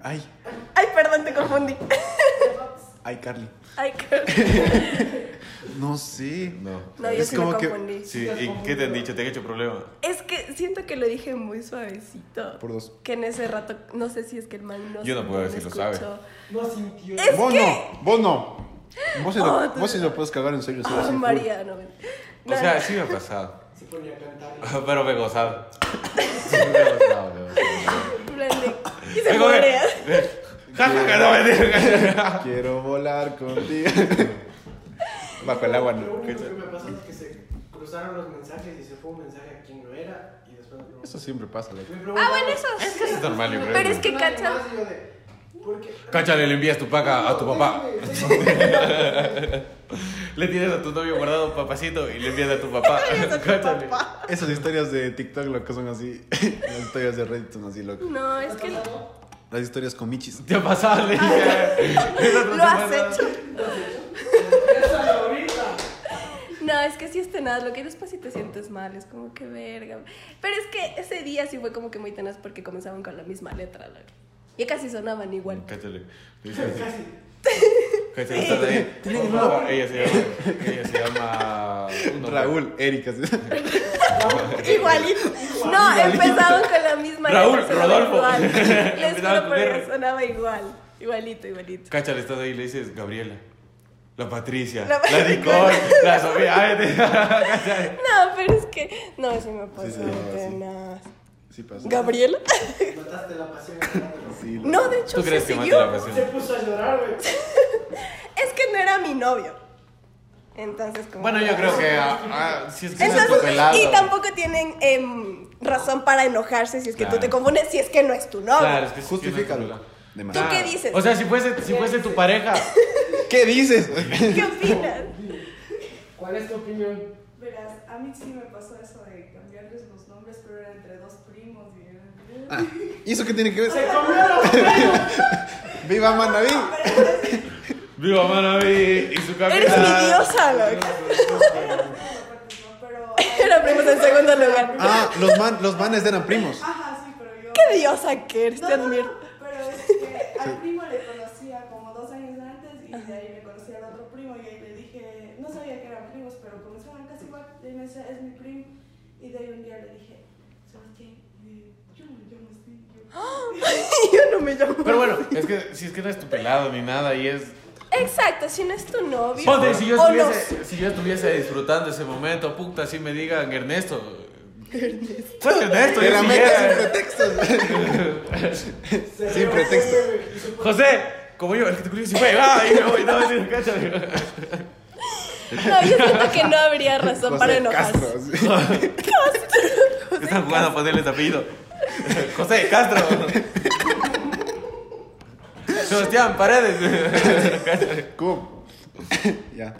[SPEAKER 5] Ay,
[SPEAKER 1] Ay,
[SPEAKER 3] Ay, perdón, te confundí.
[SPEAKER 1] ay, Carly.
[SPEAKER 3] Ay, qué...
[SPEAKER 1] No sé.
[SPEAKER 2] No.
[SPEAKER 3] No, yo
[SPEAKER 1] Es
[SPEAKER 3] sí
[SPEAKER 1] como
[SPEAKER 3] lo
[SPEAKER 1] que-
[SPEAKER 3] confundí.
[SPEAKER 2] Sí, ¿y qué te han dicho? ¿Te han hecho problema?
[SPEAKER 3] Es que siento que lo dije muy suavecito.
[SPEAKER 1] Por dos.
[SPEAKER 3] Que en ese rato, no sé si es que el man no
[SPEAKER 2] Yo no
[SPEAKER 3] se-
[SPEAKER 2] puedo
[SPEAKER 3] me
[SPEAKER 2] decirlo,
[SPEAKER 3] escuchó.
[SPEAKER 2] ¿sabe?
[SPEAKER 5] No sintió.
[SPEAKER 3] Es
[SPEAKER 1] vos
[SPEAKER 3] que-
[SPEAKER 1] no. Vos no. Vos sí lo,
[SPEAKER 3] Oh, tú-
[SPEAKER 1] vos sí lo puedes cagar en serio. sí,
[SPEAKER 3] Ah,
[SPEAKER 1] sí, full.
[SPEAKER 3] María, no me...
[SPEAKER 2] O sea, sí me ha pasado.
[SPEAKER 5] Se ponía a cantar.
[SPEAKER 2] Pero me he gozado. Sí, me he gozado, me he gozado.
[SPEAKER 3] Y se
[SPEAKER 2] Vengo,
[SPEAKER 3] morea.
[SPEAKER 2] ven. eh, Ja, ja, ja, no, mentira.
[SPEAKER 1] Quiero volar contigo. Bajo el agua,
[SPEAKER 5] Lo
[SPEAKER 1] no.
[SPEAKER 5] único que me ha pasado es que se cruzaron los mensajes y se fue un mensaje a quien no era y después me
[SPEAKER 1] Eso siempre pasa, loco.
[SPEAKER 3] Ah, bueno, eso sí.
[SPEAKER 2] Es normal, yo creo.
[SPEAKER 3] Pero es que cacha-
[SPEAKER 2] Cáchale, le envías tu paca a tu papá. Le tienes a tu novio guardado papacito y le envías a tu papá. Cáchale.
[SPEAKER 1] Esas historias de TikTok, loco, son así. Las historias de Reddit son así, loco.
[SPEAKER 3] No, es que lo
[SPEAKER 1] Las historias con michis.
[SPEAKER 2] Te ha pasado, le dije.
[SPEAKER 3] has hecho.
[SPEAKER 5] Esa ahorita.
[SPEAKER 3] No, es que sí es tenaz, lo que después si te sientes mal, es como que verga. Pero es que ese día sí fue como que muy tenaz porque comenzaban con la misma letra, la- Y casi sonaban igual.
[SPEAKER 2] Cáchale. Le dices,
[SPEAKER 5] Casi.
[SPEAKER 2] Que se gusta de ahí. Por favor, Ella se llama. Ella se llama. uno,
[SPEAKER 1] Raúl, Erika. ¿sí?
[SPEAKER 3] Igualito. No, empezaron con la misma
[SPEAKER 2] Raúl,
[SPEAKER 3] letra, sonaba
[SPEAKER 2] Rodolfo.
[SPEAKER 3] igual. Les
[SPEAKER 2] Empezaban con
[SPEAKER 3] juro por
[SPEAKER 2] R.
[SPEAKER 3] Dios, sonaba igual. Igualito, igualito.
[SPEAKER 2] Cacha, le estás ahí y le dices Gabriela, la Patricia,
[SPEAKER 3] La
[SPEAKER 2] la,
[SPEAKER 3] Patricia.
[SPEAKER 2] Nicole, la Sofía. ay, te-
[SPEAKER 3] No, pero es que. No, sí me pasó
[SPEAKER 1] Sí, sí,
[SPEAKER 3] de
[SPEAKER 1] no, sí.
[SPEAKER 3] penas.
[SPEAKER 1] Sí pasa.
[SPEAKER 3] ¿Gabriela?
[SPEAKER 5] Mataste la pasión. ganándolo.
[SPEAKER 1] Sí, la-
[SPEAKER 3] No, de hecho,
[SPEAKER 2] ¿Tú
[SPEAKER 3] se
[SPEAKER 2] crees que mate
[SPEAKER 3] siguió.
[SPEAKER 2] la
[SPEAKER 5] Se
[SPEAKER 2] pasión?
[SPEAKER 5] puso a llorar, güey.
[SPEAKER 3] Es que no era mi novio. Entonces, como.
[SPEAKER 2] Bueno, yo creo que ah, ah, si es que ese es tu
[SPEAKER 3] Entonces,
[SPEAKER 2] pelado.
[SPEAKER 3] y tampoco tienen em, razón para enojarse si es que tú
[SPEAKER 2] Claro.
[SPEAKER 3] te confundes, si es que no es tu novio.
[SPEAKER 2] Claro, es que si es que no es tu
[SPEAKER 1] Justifícalo.
[SPEAKER 2] pelado.
[SPEAKER 1] De
[SPEAKER 3] ¿Tú
[SPEAKER 1] más.
[SPEAKER 3] qué dices?
[SPEAKER 2] O sea, si fuese, si fuese tu pareja,
[SPEAKER 1] ¿Qué dices?
[SPEAKER 3] ¿Qué opinas?
[SPEAKER 5] ¿Cuál es tu opinión?
[SPEAKER 8] Verás, a mí sí me pasó eso de cambiarles los nombres, pero era entre dos primos y era...
[SPEAKER 1] Ah, ¿Y eso qué tiene que
[SPEAKER 5] ¡Se
[SPEAKER 1] ver?
[SPEAKER 5] comieron!
[SPEAKER 1] ¡Viva Manaví!
[SPEAKER 2] viva Manaví y su camisa.
[SPEAKER 3] Eres mi diosa, loca.
[SPEAKER 8] Pero...
[SPEAKER 3] Era primos en segundo lugar.
[SPEAKER 1] Ah, los, man, los manes eran primos.
[SPEAKER 8] Ajá, sí, pero yo...
[SPEAKER 3] ¡Qué diosa que eres!
[SPEAKER 8] No,
[SPEAKER 3] Te
[SPEAKER 8] no,
[SPEAKER 3] admiro.
[SPEAKER 8] no, pero es que al primo le conocía como dos años antes y de ahí le conocí al otro primo y ahí le dije, no sabía que eran primos, pero comenzaban casi igual, y ahí me decía, es mi primo, y de ahí un día le dije, Sebastián, eh, yo no me llamo así, yo...
[SPEAKER 3] Yo no me llamo.
[SPEAKER 2] Pero bueno, es que si es que no es tu pelado ni nada y es
[SPEAKER 3] Exacto, si no es tu novio.
[SPEAKER 2] Ponte, si yo,
[SPEAKER 3] o no.
[SPEAKER 2] estuviese, si yo estuviese disfrutando ese momento, puta, si me digan Ernesto. Ernesto. ¿Cuál Ernesto?
[SPEAKER 1] Te
[SPEAKER 2] Yo
[SPEAKER 1] la
[SPEAKER 2] sí
[SPEAKER 1] metes
[SPEAKER 2] era.
[SPEAKER 1] sin pretextos.
[SPEAKER 5] Se
[SPEAKER 1] Sin
[SPEAKER 5] rió,
[SPEAKER 1] pretexto.
[SPEAKER 5] güey, y su-
[SPEAKER 2] José, como yo, el que te culió si fue. Ah, y me voy, no, sí, cáchame.
[SPEAKER 3] No, yo siento que no habría razón para
[SPEAKER 1] José
[SPEAKER 3] enojarse.
[SPEAKER 1] Castro, sí.
[SPEAKER 2] Están jugando a
[SPEAKER 1] pues,
[SPEAKER 2] ponerle ese apellido. José Castro. Sebastián Paredes.
[SPEAKER 1] ¿Cómo? ya.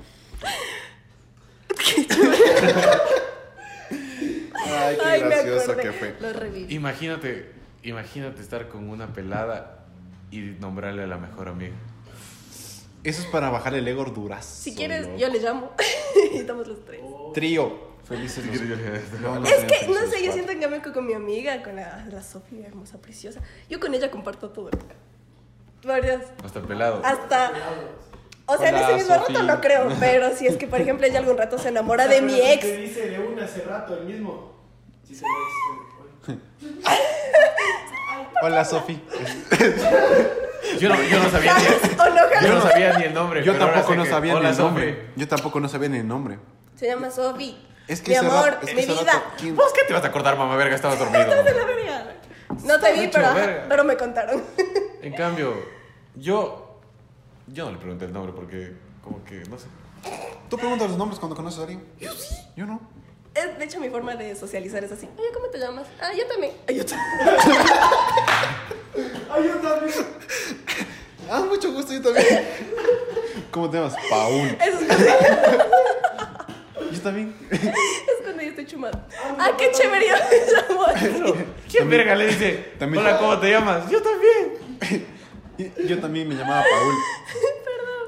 [SPEAKER 1] Ay, qué
[SPEAKER 3] Ay, me
[SPEAKER 1] gracioso
[SPEAKER 3] acordé.
[SPEAKER 1] que fue.
[SPEAKER 3] Lo reviví.
[SPEAKER 2] Imagínate, imagínate estar con una pelada y nombrarle a la mejor amiga.
[SPEAKER 1] Eso es para bajar el ego durazo.
[SPEAKER 3] Si quieres,
[SPEAKER 1] loco.
[SPEAKER 3] yo le llamo. y estamos los tres.
[SPEAKER 1] Trío. Felices. los- No, no
[SPEAKER 3] Es
[SPEAKER 1] sean
[SPEAKER 3] que, no
[SPEAKER 1] felices,
[SPEAKER 3] sé, yo
[SPEAKER 1] cuatro.
[SPEAKER 3] siento en cambio que con mi amiga, con la, la Sofía, hermosa, preciosa, yo con ella comparto todo. Varias.
[SPEAKER 2] Hasta el pelado.
[SPEAKER 3] Hasta. O sea, en
[SPEAKER 2] Con
[SPEAKER 3] ese
[SPEAKER 2] la
[SPEAKER 3] mismo rato
[SPEAKER 2] Sofía.
[SPEAKER 3] no creo, pero si es que, por ejemplo, ella algún rato se enamora de mi
[SPEAKER 5] Pero
[SPEAKER 3] ex.
[SPEAKER 5] Te dice de una hace rato el mismo. Sí, se lo dice.
[SPEAKER 1] Hola, Sofi.
[SPEAKER 2] Este, Yo no, yo no sabía ni
[SPEAKER 3] ¿Jalas o no
[SPEAKER 2] Yo no
[SPEAKER 3] jalas?
[SPEAKER 2] sabía ni el nombre.
[SPEAKER 1] Yo
[SPEAKER 2] pero ahora
[SPEAKER 1] tampoco
[SPEAKER 2] sé
[SPEAKER 1] no
[SPEAKER 2] que-
[SPEAKER 1] sabía ni
[SPEAKER 2] Hola,
[SPEAKER 1] el nombre.
[SPEAKER 2] Sofi.
[SPEAKER 1] Yo tampoco no sabía ni el nombre.
[SPEAKER 3] Se llama Sofi.
[SPEAKER 1] Es que
[SPEAKER 3] mi
[SPEAKER 1] ese
[SPEAKER 3] amor,
[SPEAKER 1] rato- es que
[SPEAKER 3] mi
[SPEAKER 1] ese
[SPEAKER 3] vida.
[SPEAKER 1] rato, ¿quién-
[SPEAKER 2] ¿Vos qué te vas a acordar, mamá verga? Estabas dormido.
[SPEAKER 3] Estás en la verga. No te vi,
[SPEAKER 2] hecho
[SPEAKER 3] pero, ajá,
[SPEAKER 2] verga.
[SPEAKER 3] pero me contaron.
[SPEAKER 2] En cambio, yo. Yo no le pregunté el nombre porque, como que, no sé.
[SPEAKER 1] Tú preguntas los nombres cuando conoces a alguien. Yo sí. Yo no.
[SPEAKER 3] Es, de hecho, mi forma de socializar es así. Oye, ¿cómo te llamas? Ah, yo también. Ay, yo también.
[SPEAKER 5] Ay, yo también.
[SPEAKER 1] Ah, mucho gusto, yo también. ¿Cómo te llamas? Paul.
[SPEAKER 3] Eso es cuando,
[SPEAKER 1] Yo también.
[SPEAKER 3] es cuando yo estoy chumada. Ah, qué chévere, yo me llamo así.
[SPEAKER 2] ¿Quién verga le dice?
[SPEAKER 1] también-
[SPEAKER 2] Hola, ¿cómo te llamas? Yo también.
[SPEAKER 1] Y- Yo también me llamaba Paul.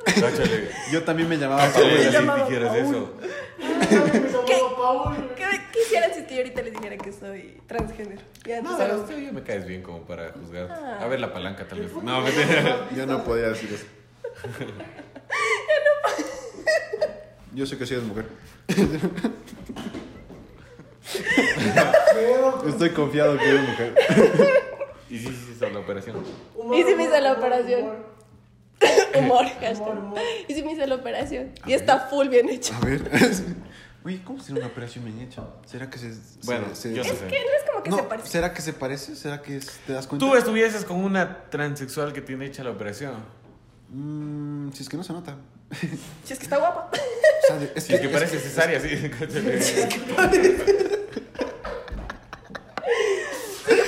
[SPEAKER 2] Cáchale.
[SPEAKER 1] Yo también me llamaba
[SPEAKER 2] Cáchale,
[SPEAKER 1] Paul.
[SPEAKER 3] Yo
[SPEAKER 2] si
[SPEAKER 3] llamaba
[SPEAKER 2] dijeras eso.
[SPEAKER 5] Me llamaba Paul.
[SPEAKER 3] ¿Qué quisieran si es que yo ahorita les dijera que soy transgénero? Ya, tú
[SPEAKER 2] No,
[SPEAKER 3] sabes.
[SPEAKER 2] pero tú Pues, ya me caes bien como para juzgar.
[SPEAKER 3] Ah.
[SPEAKER 2] A ver la palanca, tal vez. No, mentira.
[SPEAKER 1] Yo no podía decir eso. Yo sé que sí eres mujer.
[SPEAKER 5] Pero
[SPEAKER 1] Estoy confiado que eres mujer.
[SPEAKER 2] Y sí, sí, hizo la operación.
[SPEAKER 5] humor,
[SPEAKER 3] Y si me hice
[SPEAKER 5] humor,
[SPEAKER 3] la
[SPEAKER 5] humor,
[SPEAKER 3] operación.
[SPEAKER 5] humor.
[SPEAKER 3] Humor, hashtag.
[SPEAKER 5] humor.
[SPEAKER 3] Y si me hice la operación.
[SPEAKER 1] A
[SPEAKER 3] Y está
[SPEAKER 1] ver.
[SPEAKER 3] full bien hecha.
[SPEAKER 1] A ver. Uy, ¿cómo será una operación bien hecha? ¿Será que se. se-
[SPEAKER 2] Bueno,
[SPEAKER 1] se-
[SPEAKER 2] yo
[SPEAKER 3] Es
[SPEAKER 2] sé.
[SPEAKER 3] que no es como que
[SPEAKER 1] No,
[SPEAKER 3] se parece.
[SPEAKER 1] ¿Será que se parece? ¿Será que es- te das cuenta?
[SPEAKER 2] Tú estuvieses con una transexual que tiene hecha la operación.
[SPEAKER 1] Mm, si es que no se nota.
[SPEAKER 3] Si es que está guapa.
[SPEAKER 1] O sea, de-
[SPEAKER 2] Si es que parece cesárea, sí. cáchale.
[SPEAKER 3] Sigue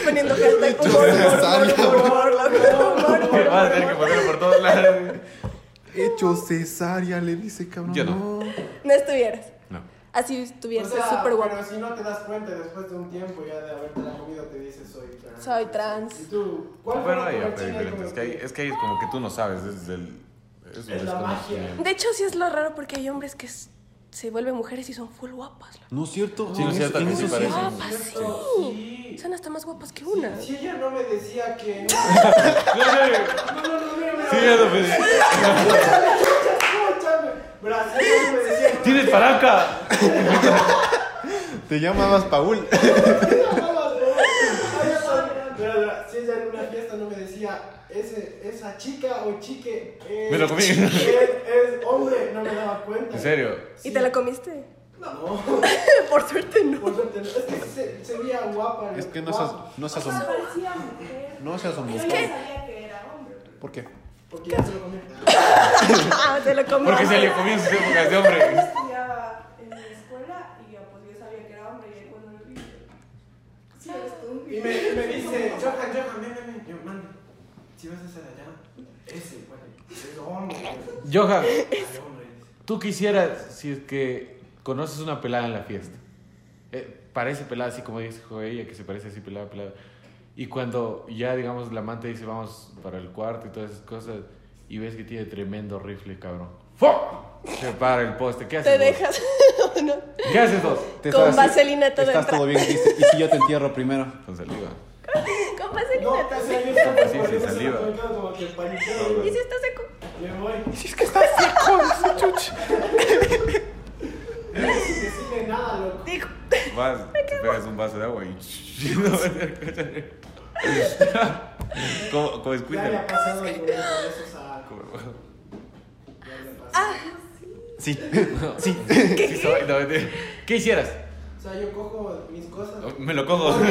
[SPEAKER 3] poniendo hashtag humor, humor,
[SPEAKER 1] cesárea,
[SPEAKER 3] humor, humor, loco, humor, humor,
[SPEAKER 2] Vas a tener que
[SPEAKER 3] humor.
[SPEAKER 2] ponerlo por todos lados.
[SPEAKER 1] Hecho cesárea, le dice cabrón.
[SPEAKER 2] Yo
[SPEAKER 1] no.
[SPEAKER 2] no.
[SPEAKER 3] No estuvieras.
[SPEAKER 2] No.
[SPEAKER 3] Así estuvieras
[SPEAKER 5] O sea,
[SPEAKER 3] súper guapa.
[SPEAKER 5] Pero si no te das cuenta después de un tiempo ya de haberte la comido, te dices soy trans.
[SPEAKER 3] Soy trans.
[SPEAKER 5] ¿Y tú? ¿Cuál fue
[SPEAKER 2] Bueno,
[SPEAKER 5] la
[SPEAKER 2] hay
[SPEAKER 5] primera
[SPEAKER 2] arte
[SPEAKER 5] china
[SPEAKER 2] diferente. Es que, ahí,
[SPEAKER 5] comiste?
[SPEAKER 2] es que ahí es como que tú no sabes. Es, del, es, un
[SPEAKER 5] Es la magia.
[SPEAKER 2] desconocimiento.
[SPEAKER 3] De hecho, sí es lo raro porque hay hombres que s- se vuelven mujeres y son full guapas. loco.
[SPEAKER 1] No es cierto. Ah,
[SPEAKER 2] Sí, no es cierto
[SPEAKER 1] en
[SPEAKER 2] que
[SPEAKER 1] eso
[SPEAKER 2] sí
[SPEAKER 1] es
[SPEAKER 2] parece.
[SPEAKER 1] cierto.
[SPEAKER 3] Guapas, sí.
[SPEAKER 5] Sí.
[SPEAKER 3] Son hasta más guapas que una.
[SPEAKER 5] Si ella no me decía que... No, no, no, no, no.
[SPEAKER 2] Sí, ya lo pensé. ¡Tienes palanca!
[SPEAKER 1] Te llamabas Paul.
[SPEAKER 5] Mira, mira, Si es de alguna fiesta no me decía ese, esa chica o chique es,
[SPEAKER 2] Me lo comí.
[SPEAKER 5] es, es hombre, no me daba cuenta.
[SPEAKER 2] En serio.
[SPEAKER 3] ¿Y te la comiste?
[SPEAKER 5] No,
[SPEAKER 3] Por suerte no.
[SPEAKER 5] por suerte no. Es que se, se veía guapa.
[SPEAKER 1] Es que no
[SPEAKER 5] guapo.
[SPEAKER 1] seas, no seas,
[SPEAKER 8] O sea,
[SPEAKER 1] hom-
[SPEAKER 8] parecía mujer.
[SPEAKER 1] no seas
[SPEAKER 8] Yo
[SPEAKER 1] homosexual.
[SPEAKER 8] ya sabía que era hombre.
[SPEAKER 1] ¿Por qué?
[SPEAKER 5] Porque ya se lo comí.
[SPEAKER 3] Ah, te la comiste.
[SPEAKER 2] Porque se le comió en sus épocas de
[SPEAKER 8] Yo
[SPEAKER 2] este hombre.
[SPEAKER 8] estudiaba en la escuela y yo, pues, yo sabía que era hombre y cuando lo vi, sí, eres tú.
[SPEAKER 5] Y me, y me dice, Johan, Johan, ven, ven, ven. Yo, man, si vas a estar allá, ese, bueno, es hombre. güey.
[SPEAKER 2] Johan,
[SPEAKER 5] Ay, hombre.
[SPEAKER 2] tú quisieras, si es que conoces una pelada en la fiesta. eh, parece pelada, así como dijo ella, que se parece así pelada, pelada. Y cuando ya, digamos, la amante dice, vamos para el cuarto y todas esas cosas, y ves que tiene tremendo rifle, cabrón. ¡Fua! Se para el poste. ¿Qué haces?
[SPEAKER 3] Te
[SPEAKER 2] vos?
[SPEAKER 3] dejas. no.
[SPEAKER 2] ¿Qué haces vos?
[SPEAKER 1] Te
[SPEAKER 3] Con
[SPEAKER 1] estás-
[SPEAKER 3] vaselina todo
[SPEAKER 1] Estás
[SPEAKER 3] entra-
[SPEAKER 1] todo bien. dice, Y si yo te entierro primero.
[SPEAKER 2] Con saliva.
[SPEAKER 3] Con vaselina
[SPEAKER 5] No,
[SPEAKER 3] todo
[SPEAKER 5] casi ahí
[SPEAKER 2] Sí, sí, saliva.
[SPEAKER 5] Como que paniqueado,
[SPEAKER 3] entra. ¿Y
[SPEAKER 5] güey.
[SPEAKER 3] si estás seco?
[SPEAKER 5] Me voy.
[SPEAKER 1] Es que estás seco, ese chuch.
[SPEAKER 5] No quise decirle nada, loco.
[SPEAKER 3] Dijo.
[SPEAKER 2] Vas, te pegas un um vaso é de agua y. como, como
[SPEAKER 5] Ya
[SPEAKER 2] Squirtle.
[SPEAKER 5] le ha pasado el momento de esos a. Ya le pasó.
[SPEAKER 1] Sí.
[SPEAKER 2] Sí, soy, no, mentira. ¿Qué hicieras?
[SPEAKER 5] O sea, yo cojo mis cosas.
[SPEAKER 2] Oh, Me lo cojo.
[SPEAKER 5] Ok,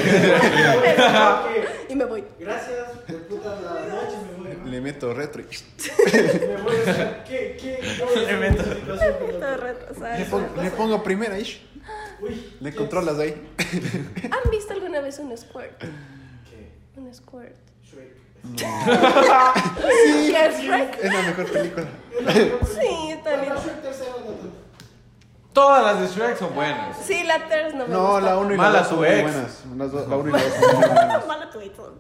[SPEAKER 3] Y me voy.
[SPEAKER 5] Gracias, de puta la noche me voy.
[SPEAKER 1] Le meto retro y.
[SPEAKER 5] Me voy, o sea, ¿qué, qué? ¿Cómo es
[SPEAKER 2] Elemento.
[SPEAKER 5] esa situación, loco?
[SPEAKER 3] Todo retrasado.
[SPEAKER 1] Le pongo, le pongo primera, ish.
[SPEAKER 5] Uy,
[SPEAKER 1] Le
[SPEAKER 5] ¿qué?
[SPEAKER 1] controlas ahí.
[SPEAKER 3] ¿Han visto alguna vez un squirt?
[SPEAKER 5] ¿Qué?
[SPEAKER 3] Un squirt.
[SPEAKER 5] Shrek.
[SPEAKER 3] Sí. ¿Qué es Shrek?
[SPEAKER 1] Es la mejor película.
[SPEAKER 3] Sí, está
[SPEAKER 5] Bueno,
[SPEAKER 3] lindo.
[SPEAKER 5] Shrek tercero, no tanto.
[SPEAKER 2] Todas las de Shrek son buenas.
[SPEAKER 3] Sí, la 3 no me
[SPEAKER 1] No,
[SPEAKER 3] gusta.
[SPEAKER 1] la 1 y la
[SPEAKER 2] Mala
[SPEAKER 1] 2 son
[SPEAKER 2] tu
[SPEAKER 1] muy
[SPEAKER 2] ex.
[SPEAKER 1] buenas. Las do- La 1 y la 2 son muy buenas.
[SPEAKER 3] Mala tu Edson.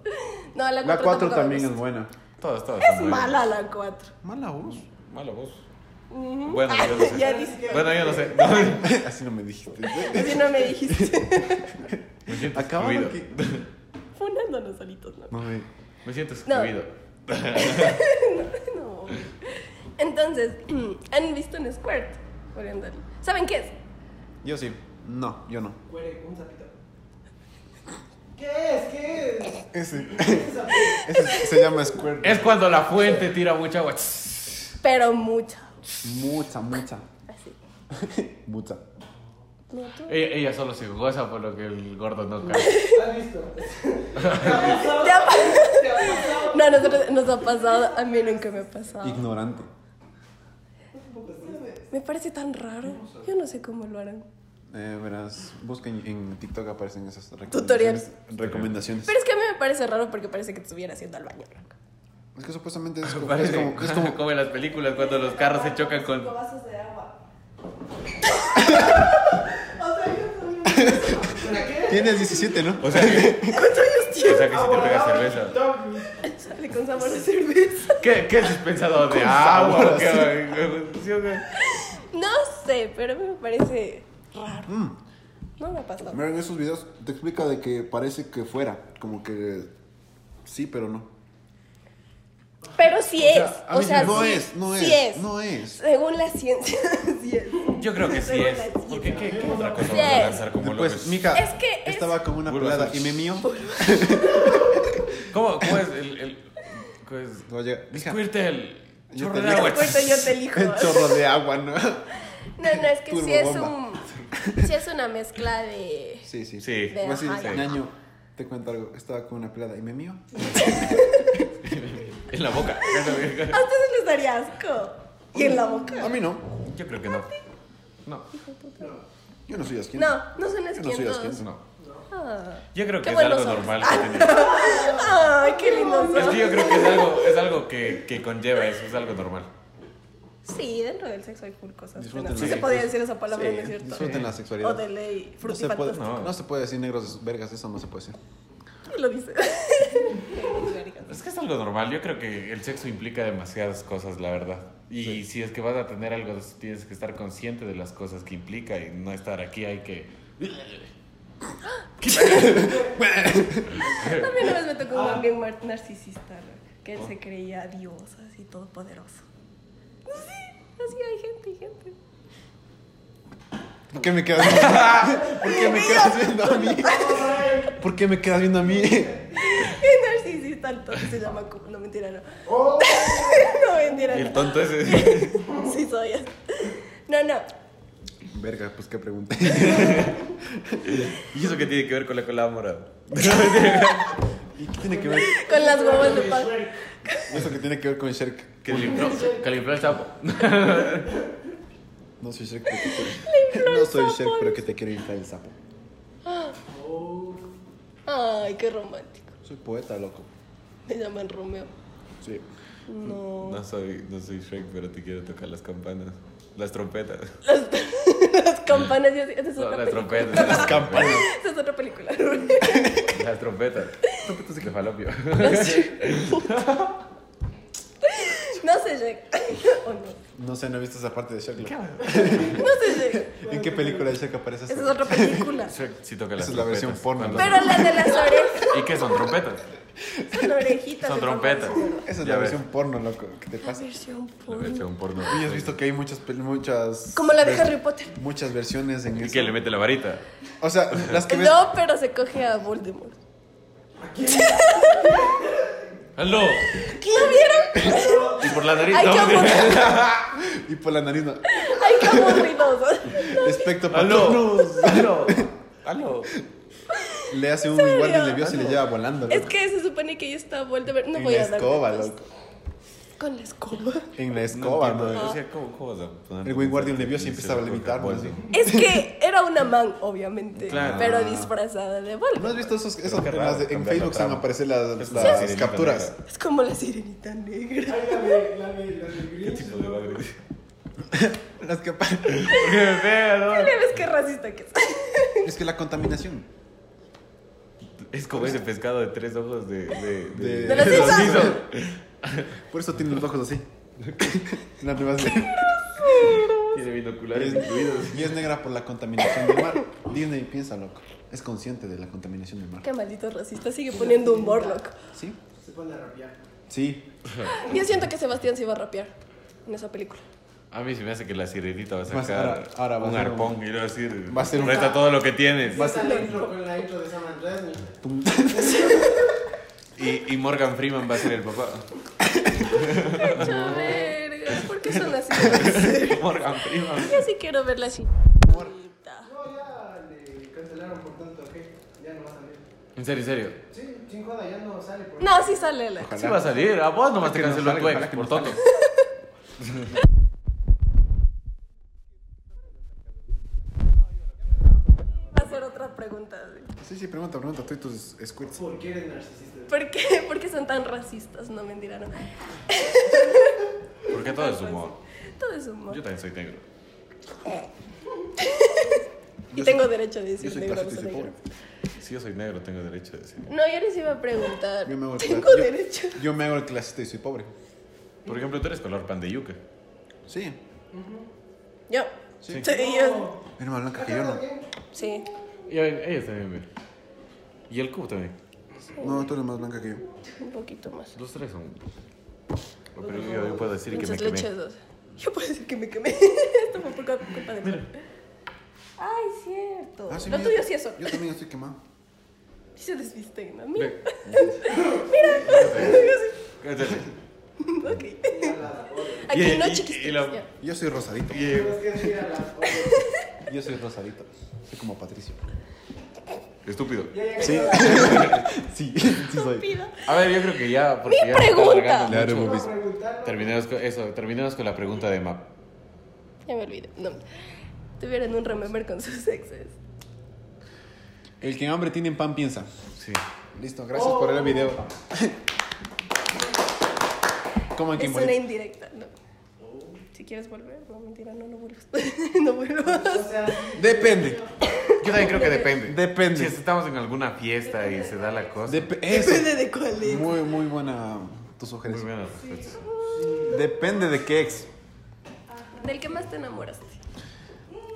[SPEAKER 3] No, la 4
[SPEAKER 1] La 4 también es buena.
[SPEAKER 2] Todas, todas.
[SPEAKER 3] Es
[SPEAKER 2] son buenas.
[SPEAKER 3] mala la 4.
[SPEAKER 1] Mala voz.
[SPEAKER 2] Mala voz. Bueno, yo no sé.
[SPEAKER 3] Ah, ya dice.
[SPEAKER 2] Bueno, yo no sé. No,
[SPEAKER 1] Así no me dijiste.
[SPEAKER 3] Así no me dijiste.
[SPEAKER 2] me siento
[SPEAKER 1] Acabamos
[SPEAKER 2] excluido.
[SPEAKER 1] aquí.
[SPEAKER 3] Funándonos solitos, ¿no?
[SPEAKER 1] No me.
[SPEAKER 2] Me siento
[SPEAKER 3] No.
[SPEAKER 2] excluido.
[SPEAKER 3] No. Entonces, ¿han visto un squirt? Oriental. ¿Saben qué es?
[SPEAKER 1] Yo sí. No, yo no.
[SPEAKER 5] Cuere, un sapito. ¿Qué es? ¿Qué es?
[SPEAKER 1] Ese,
[SPEAKER 5] ¿Qué es sapito?
[SPEAKER 1] ese se llama Squirt.
[SPEAKER 2] Es cuando la fuente tira mucha agua.
[SPEAKER 3] Pero mucho.
[SPEAKER 1] Mucha, mucha.
[SPEAKER 3] Así.
[SPEAKER 1] Mucha.
[SPEAKER 3] No, tú.
[SPEAKER 2] Ella, ella solo se goza por lo que el gordo no cae.
[SPEAKER 5] ¿Has visto?
[SPEAKER 3] ¿Te ha pasado? No, nosotros, nos ha pasado. A mí nunca me ha pasado.
[SPEAKER 1] Ignorante.
[SPEAKER 3] Me parece tan raro. Yo no sé cómo lo harán.
[SPEAKER 1] Eh, verás, busquen en TikTok aparecen esas recomendaciones. Recomendaciones.
[SPEAKER 3] Pero es que a mí me parece raro porque parece que te estuviera haciendo al baño. loco.
[SPEAKER 1] Es que supuestamente es como. Es
[SPEAKER 2] Parece
[SPEAKER 1] como, es como-
[SPEAKER 2] como en las películas cuando los carros se chocan con.
[SPEAKER 8] Cinco vasos de agua. o sea, yo sabía.
[SPEAKER 5] ¿Para qué?
[SPEAKER 1] Tienes 17, ¿no?
[SPEAKER 2] O sea, que, o sea que si te pegas
[SPEAKER 5] Abordaba el
[SPEAKER 2] cerveza.
[SPEAKER 5] doggy.
[SPEAKER 3] Sale con sabor de cerveza.
[SPEAKER 2] ¿Qué, qué es dispensador de agua? ¿o qué? ¿Sí o qué?
[SPEAKER 3] No sé, pero a mí me parece raro. No Mm. me ha pasado.
[SPEAKER 1] Mira, en esos videos te explica de que parece que fuera. Como que. Sí, pero no.
[SPEAKER 3] Pero sí es.
[SPEAKER 1] a
[SPEAKER 3] O
[SPEAKER 1] mí
[SPEAKER 3] sea,
[SPEAKER 1] no
[SPEAKER 3] sí,
[SPEAKER 1] es, no es,
[SPEAKER 3] sí es.
[SPEAKER 1] no es.
[SPEAKER 3] Según la ciencia, sí es.
[SPEAKER 2] Yo creo que sí
[SPEAKER 3] Según
[SPEAKER 2] es.
[SPEAKER 3] la
[SPEAKER 2] Porque
[SPEAKER 3] ciencia.
[SPEAKER 2] qué, qué otra cosa
[SPEAKER 3] Sí
[SPEAKER 2] vas a
[SPEAKER 3] es.
[SPEAKER 2] lanzar como
[SPEAKER 1] Después,
[SPEAKER 2] locos?
[SPEAKER 1] Pues, mija
[SPEAKER 3] Es que es-
[SPEAKER 1] estaba con una
[SPEAKER 2] Vuelve a
[SPEAKER 1] pelada
[SPEAKER 2] hacer-
[SPEAKER 1] y me mío.
[SPEAKER 2] ¿Cómo, cómo es el. el ¿Cómo es?
[SPEAKER 1] Oye, mija,
[SPEAKER 2] Squirtle, el
[SPEAKER 1] Yo
[SPEAKER 2] chorro
[SPEAKER 1] te
[SPEAKER 2] de
[SPEAKER 1] digo.
[SPEAKER 2] agua.
[SPEAKER 3] Puerto yo te elijo.
[SPEAKER 1] el chorro de agua, ¿no?
[SPEAKER 3] No, no, es que sí es un.
[SPEAKER 1] Turbobomba.
[SPEAKER 3] Sí es una mezcla de.
[SPEAKER 1] Sí, sí.
[SPEAKER 2] Sí.
[SPEAKER 3] De-
[SPEAKER 1] Voy a decir,
[SPEAKER 3] ajá, ya.
[SPEAKER 1] ñaño, te cuento algo. Estaba con una pelada y me mío.
[SPEAKER 2] En la boca.
[SPEAKER 3] A ustedes les daría asco. Y en la boca.
[SPEAKER 1] A mí no.
[SPEAKER 2] Yo creo que no. No,
[SPEAKER 1] Yo no soy asqueño.
[SPEAKER 3] No, no son
[SPEAKER 1] Yo no soy asqueño.
[SPEAKER 3] asquientos.
[SPEAKER 2] no.
[SPEAKER 3] Ah.
[SPEAKER 2] Yo creo
[SPEAKER 3] Qué
[SPEAKER 2] que es
[SPEAKER 3] buenos
[SPEAKER 2] algo
[SPEAKER 3] son.
[SPEAKER 2] normal. que tenemos.
[SPEAKER 3] Ay, qué lindo
[SPEAKER 2] Es
[SPEAKER 3] son.
[SPEAKER 2] que yo creo que es algo, es algo que, que conlleva eso, es algo normal.
[SPEAKER 3] Sí, dentro del sexo hay full cosas.
[SPEAKER 1] Disfruten
[SPEAKER 3] penas.
[SPEAKER 1] la-
[SPEAKER 3] Sí se podía decir esa palabra,
[SPEAKER 1] Sí,
[SPEAKER 3] ¿no es cierto?
[SPEAKER 1] disfruten la sexualidad.
[SPEAKER 3] O de
[SPEAKER 1] No
[SPEAKER 3] ley,
[SPEAKER 1] se, puede,
[SPEAKER 3] frutifantástico.
[SPEAKER 2] No.
[SPEAKER 1] no se puede decir negros vergas, eso no se puede decir.
[SPEAKER 3] Y lo dice.
[SPEAKER 2] Es que es algo normal. Yo creo que el sexo implica demasiadas cosas, la verdad. Y si es que vas a tener algo de eso, tienes que estar consciente de las cosas que implica y no estar aquí. Hay que.
[SPEAKER 3] A mí una vez me tocó un bien mar- narcisista, ¿no? que él se creía Pues Dios, así todopoderoso. No sé, así hay gente, hay gente.
[SPEAKER 1] ¿Por qué me quedas viendo? ¿Por qué me quedas viendo a mí? ¿Por qué me quedas viendo a mí?
[SPEAKER 3] Es narcisista el tonto, se llama Cuba. No, mentira, no.
[SPEAKER 5] ¡Oh!
[SPEAKER 3] No, mentira,
[SPEAKER 2] Y el
[SPEAKER 3] no.
[SPEAKER 2] tonto ese.
[SPEAKER 3] Sí soy. No, no.
[SPEAKER 1] Verga, pues qué pregunta.
[SPEAKER 2] ¿Y eso qué tiene que ver con la cola morada?
[SPEAKER 1] ¿Y qué tiene que ver
[SPEAKER 3] Con las guaguas de pan.
[SPEAKER 1] eso que tiene que ver con Shrek?
[SPEAKER 6] Que le infló, que le infló el sapo.
[SPEAKER 1] No soy Shrek, pero que te... No soy Shrek, pero que te quiero inflar el sapo.
[SPEAKER 5] Oh.
[SPEAKER 3] Ay, qué romántico.
[SPEAKER 1] Soy poeta, loco.
[SPEAKER 3] Me llaman Romeo.
[SPEAKER 1] Sí.
[SPEAKER 3] No.
[SPEAKER 2] No soy, no soy Shrek, pero te quiero tocar las campanas. Las trompetas.
[SPEAKER 3] Las, las campanas y así. Esa es
[SPEAKER 6] No,
[SPEAKER 3] otra
[SPEAKER 6] las
[SPEAKER 3] película.
[SPEAKER 6] trompetas. Las campanas.
[SPEAKER 3] Esa es otra película.
[SPEAKER 6] Las trompetas. Trompetas de falopio.
[SPEAKER 3] No sé, Jack. O no.
[SPEAKER 1] No sé, no he visto esa parte de Shrek. loco.
[SPEAKER 3] No sé, Jack.
[SPEAKER 1] ¿En qué película de Shrek aparece
[SPEAKER 3] Esa es
[SPEAKER 1] eso?
[SPEAKER 3] otra película.
[SPEAKER 2] Shrek sí toca las
[SPEAKER 1] Esa es la versión
[SPEAKER 2] trompetas.
[SPEAKER 1] porno,
[SPEAKER 2] Cuando-
[SPEAKER 3] Pero la de las orejas,
[SPEAKER 2] ¿Y qué son trompetas?
[SPEAKER 3] son orejitas.
[SPEAKER 2] Son
[SPEAKER 3] de papá.
[SPEAKER 2] trompetas.
[SPEAKER 1] Esa es
[SPEAKER 2] Ya
[SPEAKER 1] la
[SPEAKER 2] ves.
[SPEAKER 1] versión porno, loco. ¿Qué te pasa?
[SPEAKER 3] Versión
[SPEAKER 2] La
[SPEAKER 3] porno.
[SPEAKER 2] versión porno.
[SPEAKER 1] Y has visto que hay muchas pel- muchas
[SPEAKER 3] Como la de
[SPEAKER 1] vers-
[SPEAKER 3] Harry Potter.
[SPEAKER 1] muchas versiones en
[SPEAKER 2] ¿Y
[SPEAKER 1] eso.
[SPEAKER 2] que le mete la varita?
[SPEAKER 1] O sea, las que ves
[SPEAKER 3] No, pero se coge a Voldemort.
[SPEAKER 2] ¡Aló!
[SPEAKER 3] ¿Lo vieron?
[SPEAKER 2] Y por la nariz.
[SPEAKER 3] Ay,
[SPEAKER 2] no,
[SPEAKER 3] qué
[SPEAKER 2] mentira.
[SPEAKER 3] aburrido.
[SPEAKER 1] y por la nariz no.
[SPEAKER 3] Ay, qué aburrido.
[SPEAKER 1] Espectro patrón
[SPEAKER 2] ¡Aló! ¡Aló! ¡Aló!
[SPEAKER 1] le hace un igual de
[SPEAKER 3] serio?
[SPEAKER 1] levioso y le lleva volando.
[SPEAKER 3] Es
[SPEAKER 1] loco.
[SPEAKER 3] que se supone que yo estaba Voldemort. No
[SPEAKER 1] en
[SPEAKER 3] voy
[SPEAKER 1] la
[SPEAKER 3] a dar.
[SPEAKER 1] escoba,
[SPEAKER 3] datos.
[SPEAKER 1] loco.
[SPEAKER 3] Con la escoba.
[SPEAKER 1] En la escoba,
[SPEAKER 2] no. entiendo,
[SPEAKER 1] ¿no?
[SPEAKER 2] o sea, ¿cómo, cómo vas a poner-
[SPEAKER 1] El Wingardium Leviosa empieza a levitar, ¿no?
[SPEAKER 2] Voldemort.
[SPEAKER 3] Es que era una man, obviamente.
[SPEAKER 2] Claro.
[SPEAKER 3] Pero disfrazada de
[SPEAKER 1] ¿No
[SPEAKER 3] Voldemort.
[SPEAKER 1] has visto esos, esas
[SPEAKER 2] qué
[SPEAKER 1] las de-
[SPEAKER 2] raro,
[SPEAKER 1] en
[SPEAKER 2] cambiar la
[SPEAKER 1] Facebook se van a
[SPEAKER 2] trama.
[SPEAKER 1] aparecer las,
[SPEAKER 2] Es
[SPEAKER 1] las
[SPEAKER 2] una sirenita
[SPEAKER 1] capturas?
[SPEAKER 2] negra.
[SPEAKER 3] Es como la sirenita negra.
[SPEAKER 5] Ay, la de, la de, la de
[SPEAKER 2] ¿Qué
[SPEAKER 5] Grinch,
[SPEAKER 2] tipo de
[SPEAKER 5] ¿no?
[SPEAKER 2] bagre?
[SPEAKER 1] Las que apa-
[SPEAKER 2] ¡Qué feo, no!
[SPEAKER 3] Ya ves qué racista que es.
[SPEAKER 1] es que la contaminación.
[SPEAKER 2] Es como ese pescado de tres ojos de. de.
[SPEAKER 1] De-
[SPEAKER 3] De los Simpsons.
[SPEAKER 1] Por eso tiene los ojos así. La nueva serie.
[SPEAKER 2] Tiene binoculares incluidos.
[SPEAKER 1] es, y es negra por la contaminación del mar. Disney piensa, loco. Es consciente de la contaminación del mar.
[SPEAKER 3] Qué maldito racista. Sigue poniendo un Morlock.
[SPEAKER 1] ¿Sí?
[SPEAKER 5] Se pone a rapear.
[SPEAKER 1] Sí.
[SPEAKER 3] Yo siento que Sebastián se iba a rapear en esa película.
[SPEAKER 2] A mí se me hace que la sirenita va a
[SPEAKER 1] Vas-
[SPEAKER 2] sacar
[SPEAKER 1] ahora- ahora va a
[SPEAKER 2] un
[SPEAKER 1] ser un-
[SPEAKER 2] arpón y le va a decir:
[SPEAKER 1] va a ser un-
[SPEAKER 2] Resta todo lo que tienes.
[SPEAKER 1] Vas-
[SPEAKER 5] Esa es la intro con la intro de San Andrés. ¿no?
[SPEAKER 2] Y, y Morgan Freeman va a ser el papá.
[SPEAKER 3] Mucha verga. ¿Por qué son así? Yo
[SPEAKER 2] Morgan Freeman.
[SPEAKER 3] sí quiero verla así.
[SPEAKER 5] No, ya le cancelaron por tanto, ¿ok? Ya no va a salir.
[SPEAKER 2] En serio, en serio.
[SPEAKER 5] Sí, sin joda, ya no sale por
[SPEAKER 3] No, sí sale la.
[SPEAKER 2] Sí va a salir. A vos
[SPEAKER 1] Ojalá
[SPEAKER 2] nomás te
[SPEAKER 1] que no
[SPEAKER 2] canceló tu
[SPEAKER 1] salga,
[SPEAKER 2] ex,
[SPEAKER 1] ojalá que
[SPEAKER 2] por
[SPEAKER 1] no
[SPEAKER 2] tonto.
[SPEAKER 3] Va a ser otra pregunta.
[SPEAKER 1] Sí, sí, pregunta, pregunta. Tú y tus squirts.
[SPEAKER 5] ¿Por qué eres narcisista?
[SPEAKER 3] ¿Por qué? ¿Por qué son tan racistas? No mentira, no.
[SPEAKER 2] Porque todo es humor.
[SPEAKER 3] Todo es
[SPEAKER 2] Yo
[SPEAKER 3] humor.
[SPEAKER 2] también soy negro.
[SPEAKER 3] Y tengo derecho a decir
[SPEAKER 1] Yo soy
[SPEAKER 3] negro,
[SPEAKER 1] clasista y
[SPEAKER 3] no
[SPEAKER 1] soy
[SPEAKER 3] negro.
[SPEAKER 1] pobre.
[SPEAKER 2] Si yo soy negro, tengo derecho a decir.
[SPEAKER 3] No, yo les iba a preguntar.
[SPEAKER 1] Yo me hago el
[SPEAKER 3] Tengo
[SPEAKER 1] clas- yo-
[SPEAKER 3] derecho.
[SPEAKER 1] Yo me hago el clasista y soy pobre.
[SPEAKER 2] Por ejemplo, tú eres color pan de yuca.
[SPEAKER 1] Sí.
[SPEAKER 3] Yo. Sí.
[SPEAKER 1] Sí.
[SPEAKER 3] yo.
[SPEAKER 1] Mira más blanca que yo, ¿no?
[SPEAKER 3] Sí.
[SPEAKER 2] Y ellos también ven. Y el cubo también.
[SPEAKER 1] No, tú eres más blanca que yo.
[SPEAKER 3] Un poquito más.
[SPEAKER 2] Los tres son. Oh, Pero yo, yo puedo decir que me
[SPEAKER 3] Muchas
[SPEAKER 2] quemé.
[SPEAKER 3] leches. o sea. Yo puedo decir que me quemé. Esto fue por culpa culpa de Ay, cierto.
[SPEAKER 1] Ah, sí,
[SPEAKER 3] Lo
[SPEAKER 1] mira.
[SPEAKER 3] tuyo sí es otro.
[SPEAKER 1] Yo también estoy quemado.
[SPEAKER 3] Sí se desvisten, ¿no?
[SPEAKER 2] Ve.
[SPEAKER 3] Mira.
[SPEAKER 2] Entonces,
[SPEAKER 3] Ok.
[SPEAKER 2] Y-
[SPEAKER 3] Aquí
[SPEAKER 2] y-
[SPEAKER 3] no
[SPEAKER 2] y- y
[SPEAKER 3] chiquistes.
[SPEAKER 2] la-
[SPEAKER 3] ya.
[SPEAKER 1] Yo soy rosadito.
[SPEAKER 2] y, eh,
[SPEAKER 5] Tienes que decir a las otras.
[SPEAKER 1] Yo soy rosadito. Soy como Patricio.
[SPEAKER 2] Estúpido.
[SPEAKER 5] Ya, ya,
[SPEAKER 1] Sí.
[SPEAKER 5] ya.
[SPEAKER 1] sí, sí soy.
[SPEAKER 3] Estúpido.
[SPEAKER 2] A ver, yo creo que ya. Porque
[SPEAKER 3] ¡Mi
[SPEAKER 2] ya me está
[SPEAKER 3] pregunta!
[SPEAKER 2] alargando
[SPEAKER 1] Claro,
[SPEAKER 2] mucho.
[SPEAKER 1] hemos
[SPEAKER 5] Vamos a preguntarlo.
[SPEAKER 2] Terminemos con, eso, terminemos con la pregunta de Map.
[SPEAKER 3] Ya me olvidé. No. Tuvieron un remember con sus exes.
[SPEAKER 1] El que hambre tiene en pan piensa.
[SPEAKER 2] Sí.
[SPEAKER 1] Listo, gracias por ver el video. ¿Cómo en
[SPEAKER 3] Es
[SPEAKER 1] Kimberly?
[SPEAKER 3] una indirecta, no. Si quieres volver, no, mentira, no, no vuelvas. no
[SPEAKER 5] O
[SPEAKER 3] vuelvas.
[SPEAKER 5] sea,
[SPEAKER 1] Depende.
[SPEAKER 2] Yo también creo que depende.
[SPEAKER 1] Depende.
[SPEAKER 2] Si estamos en alguna fiesta y se da la cosa.
[SPEAKER 1] Dep-
[SPEAKER 3] Depende
[SPEAKER 1] eso.
[SPEAKER 3] de cuál es.
[SPEAKER 1] Muy, muy buena tu
[SPEAKER 2] Muy
[SPEAKER 1] sugerencia.
[SPEAKER 2] buena respuesta.
[SPEAKER 1] Depende de qué ex.
[SPEAKER 3] Del que más te enamoraste.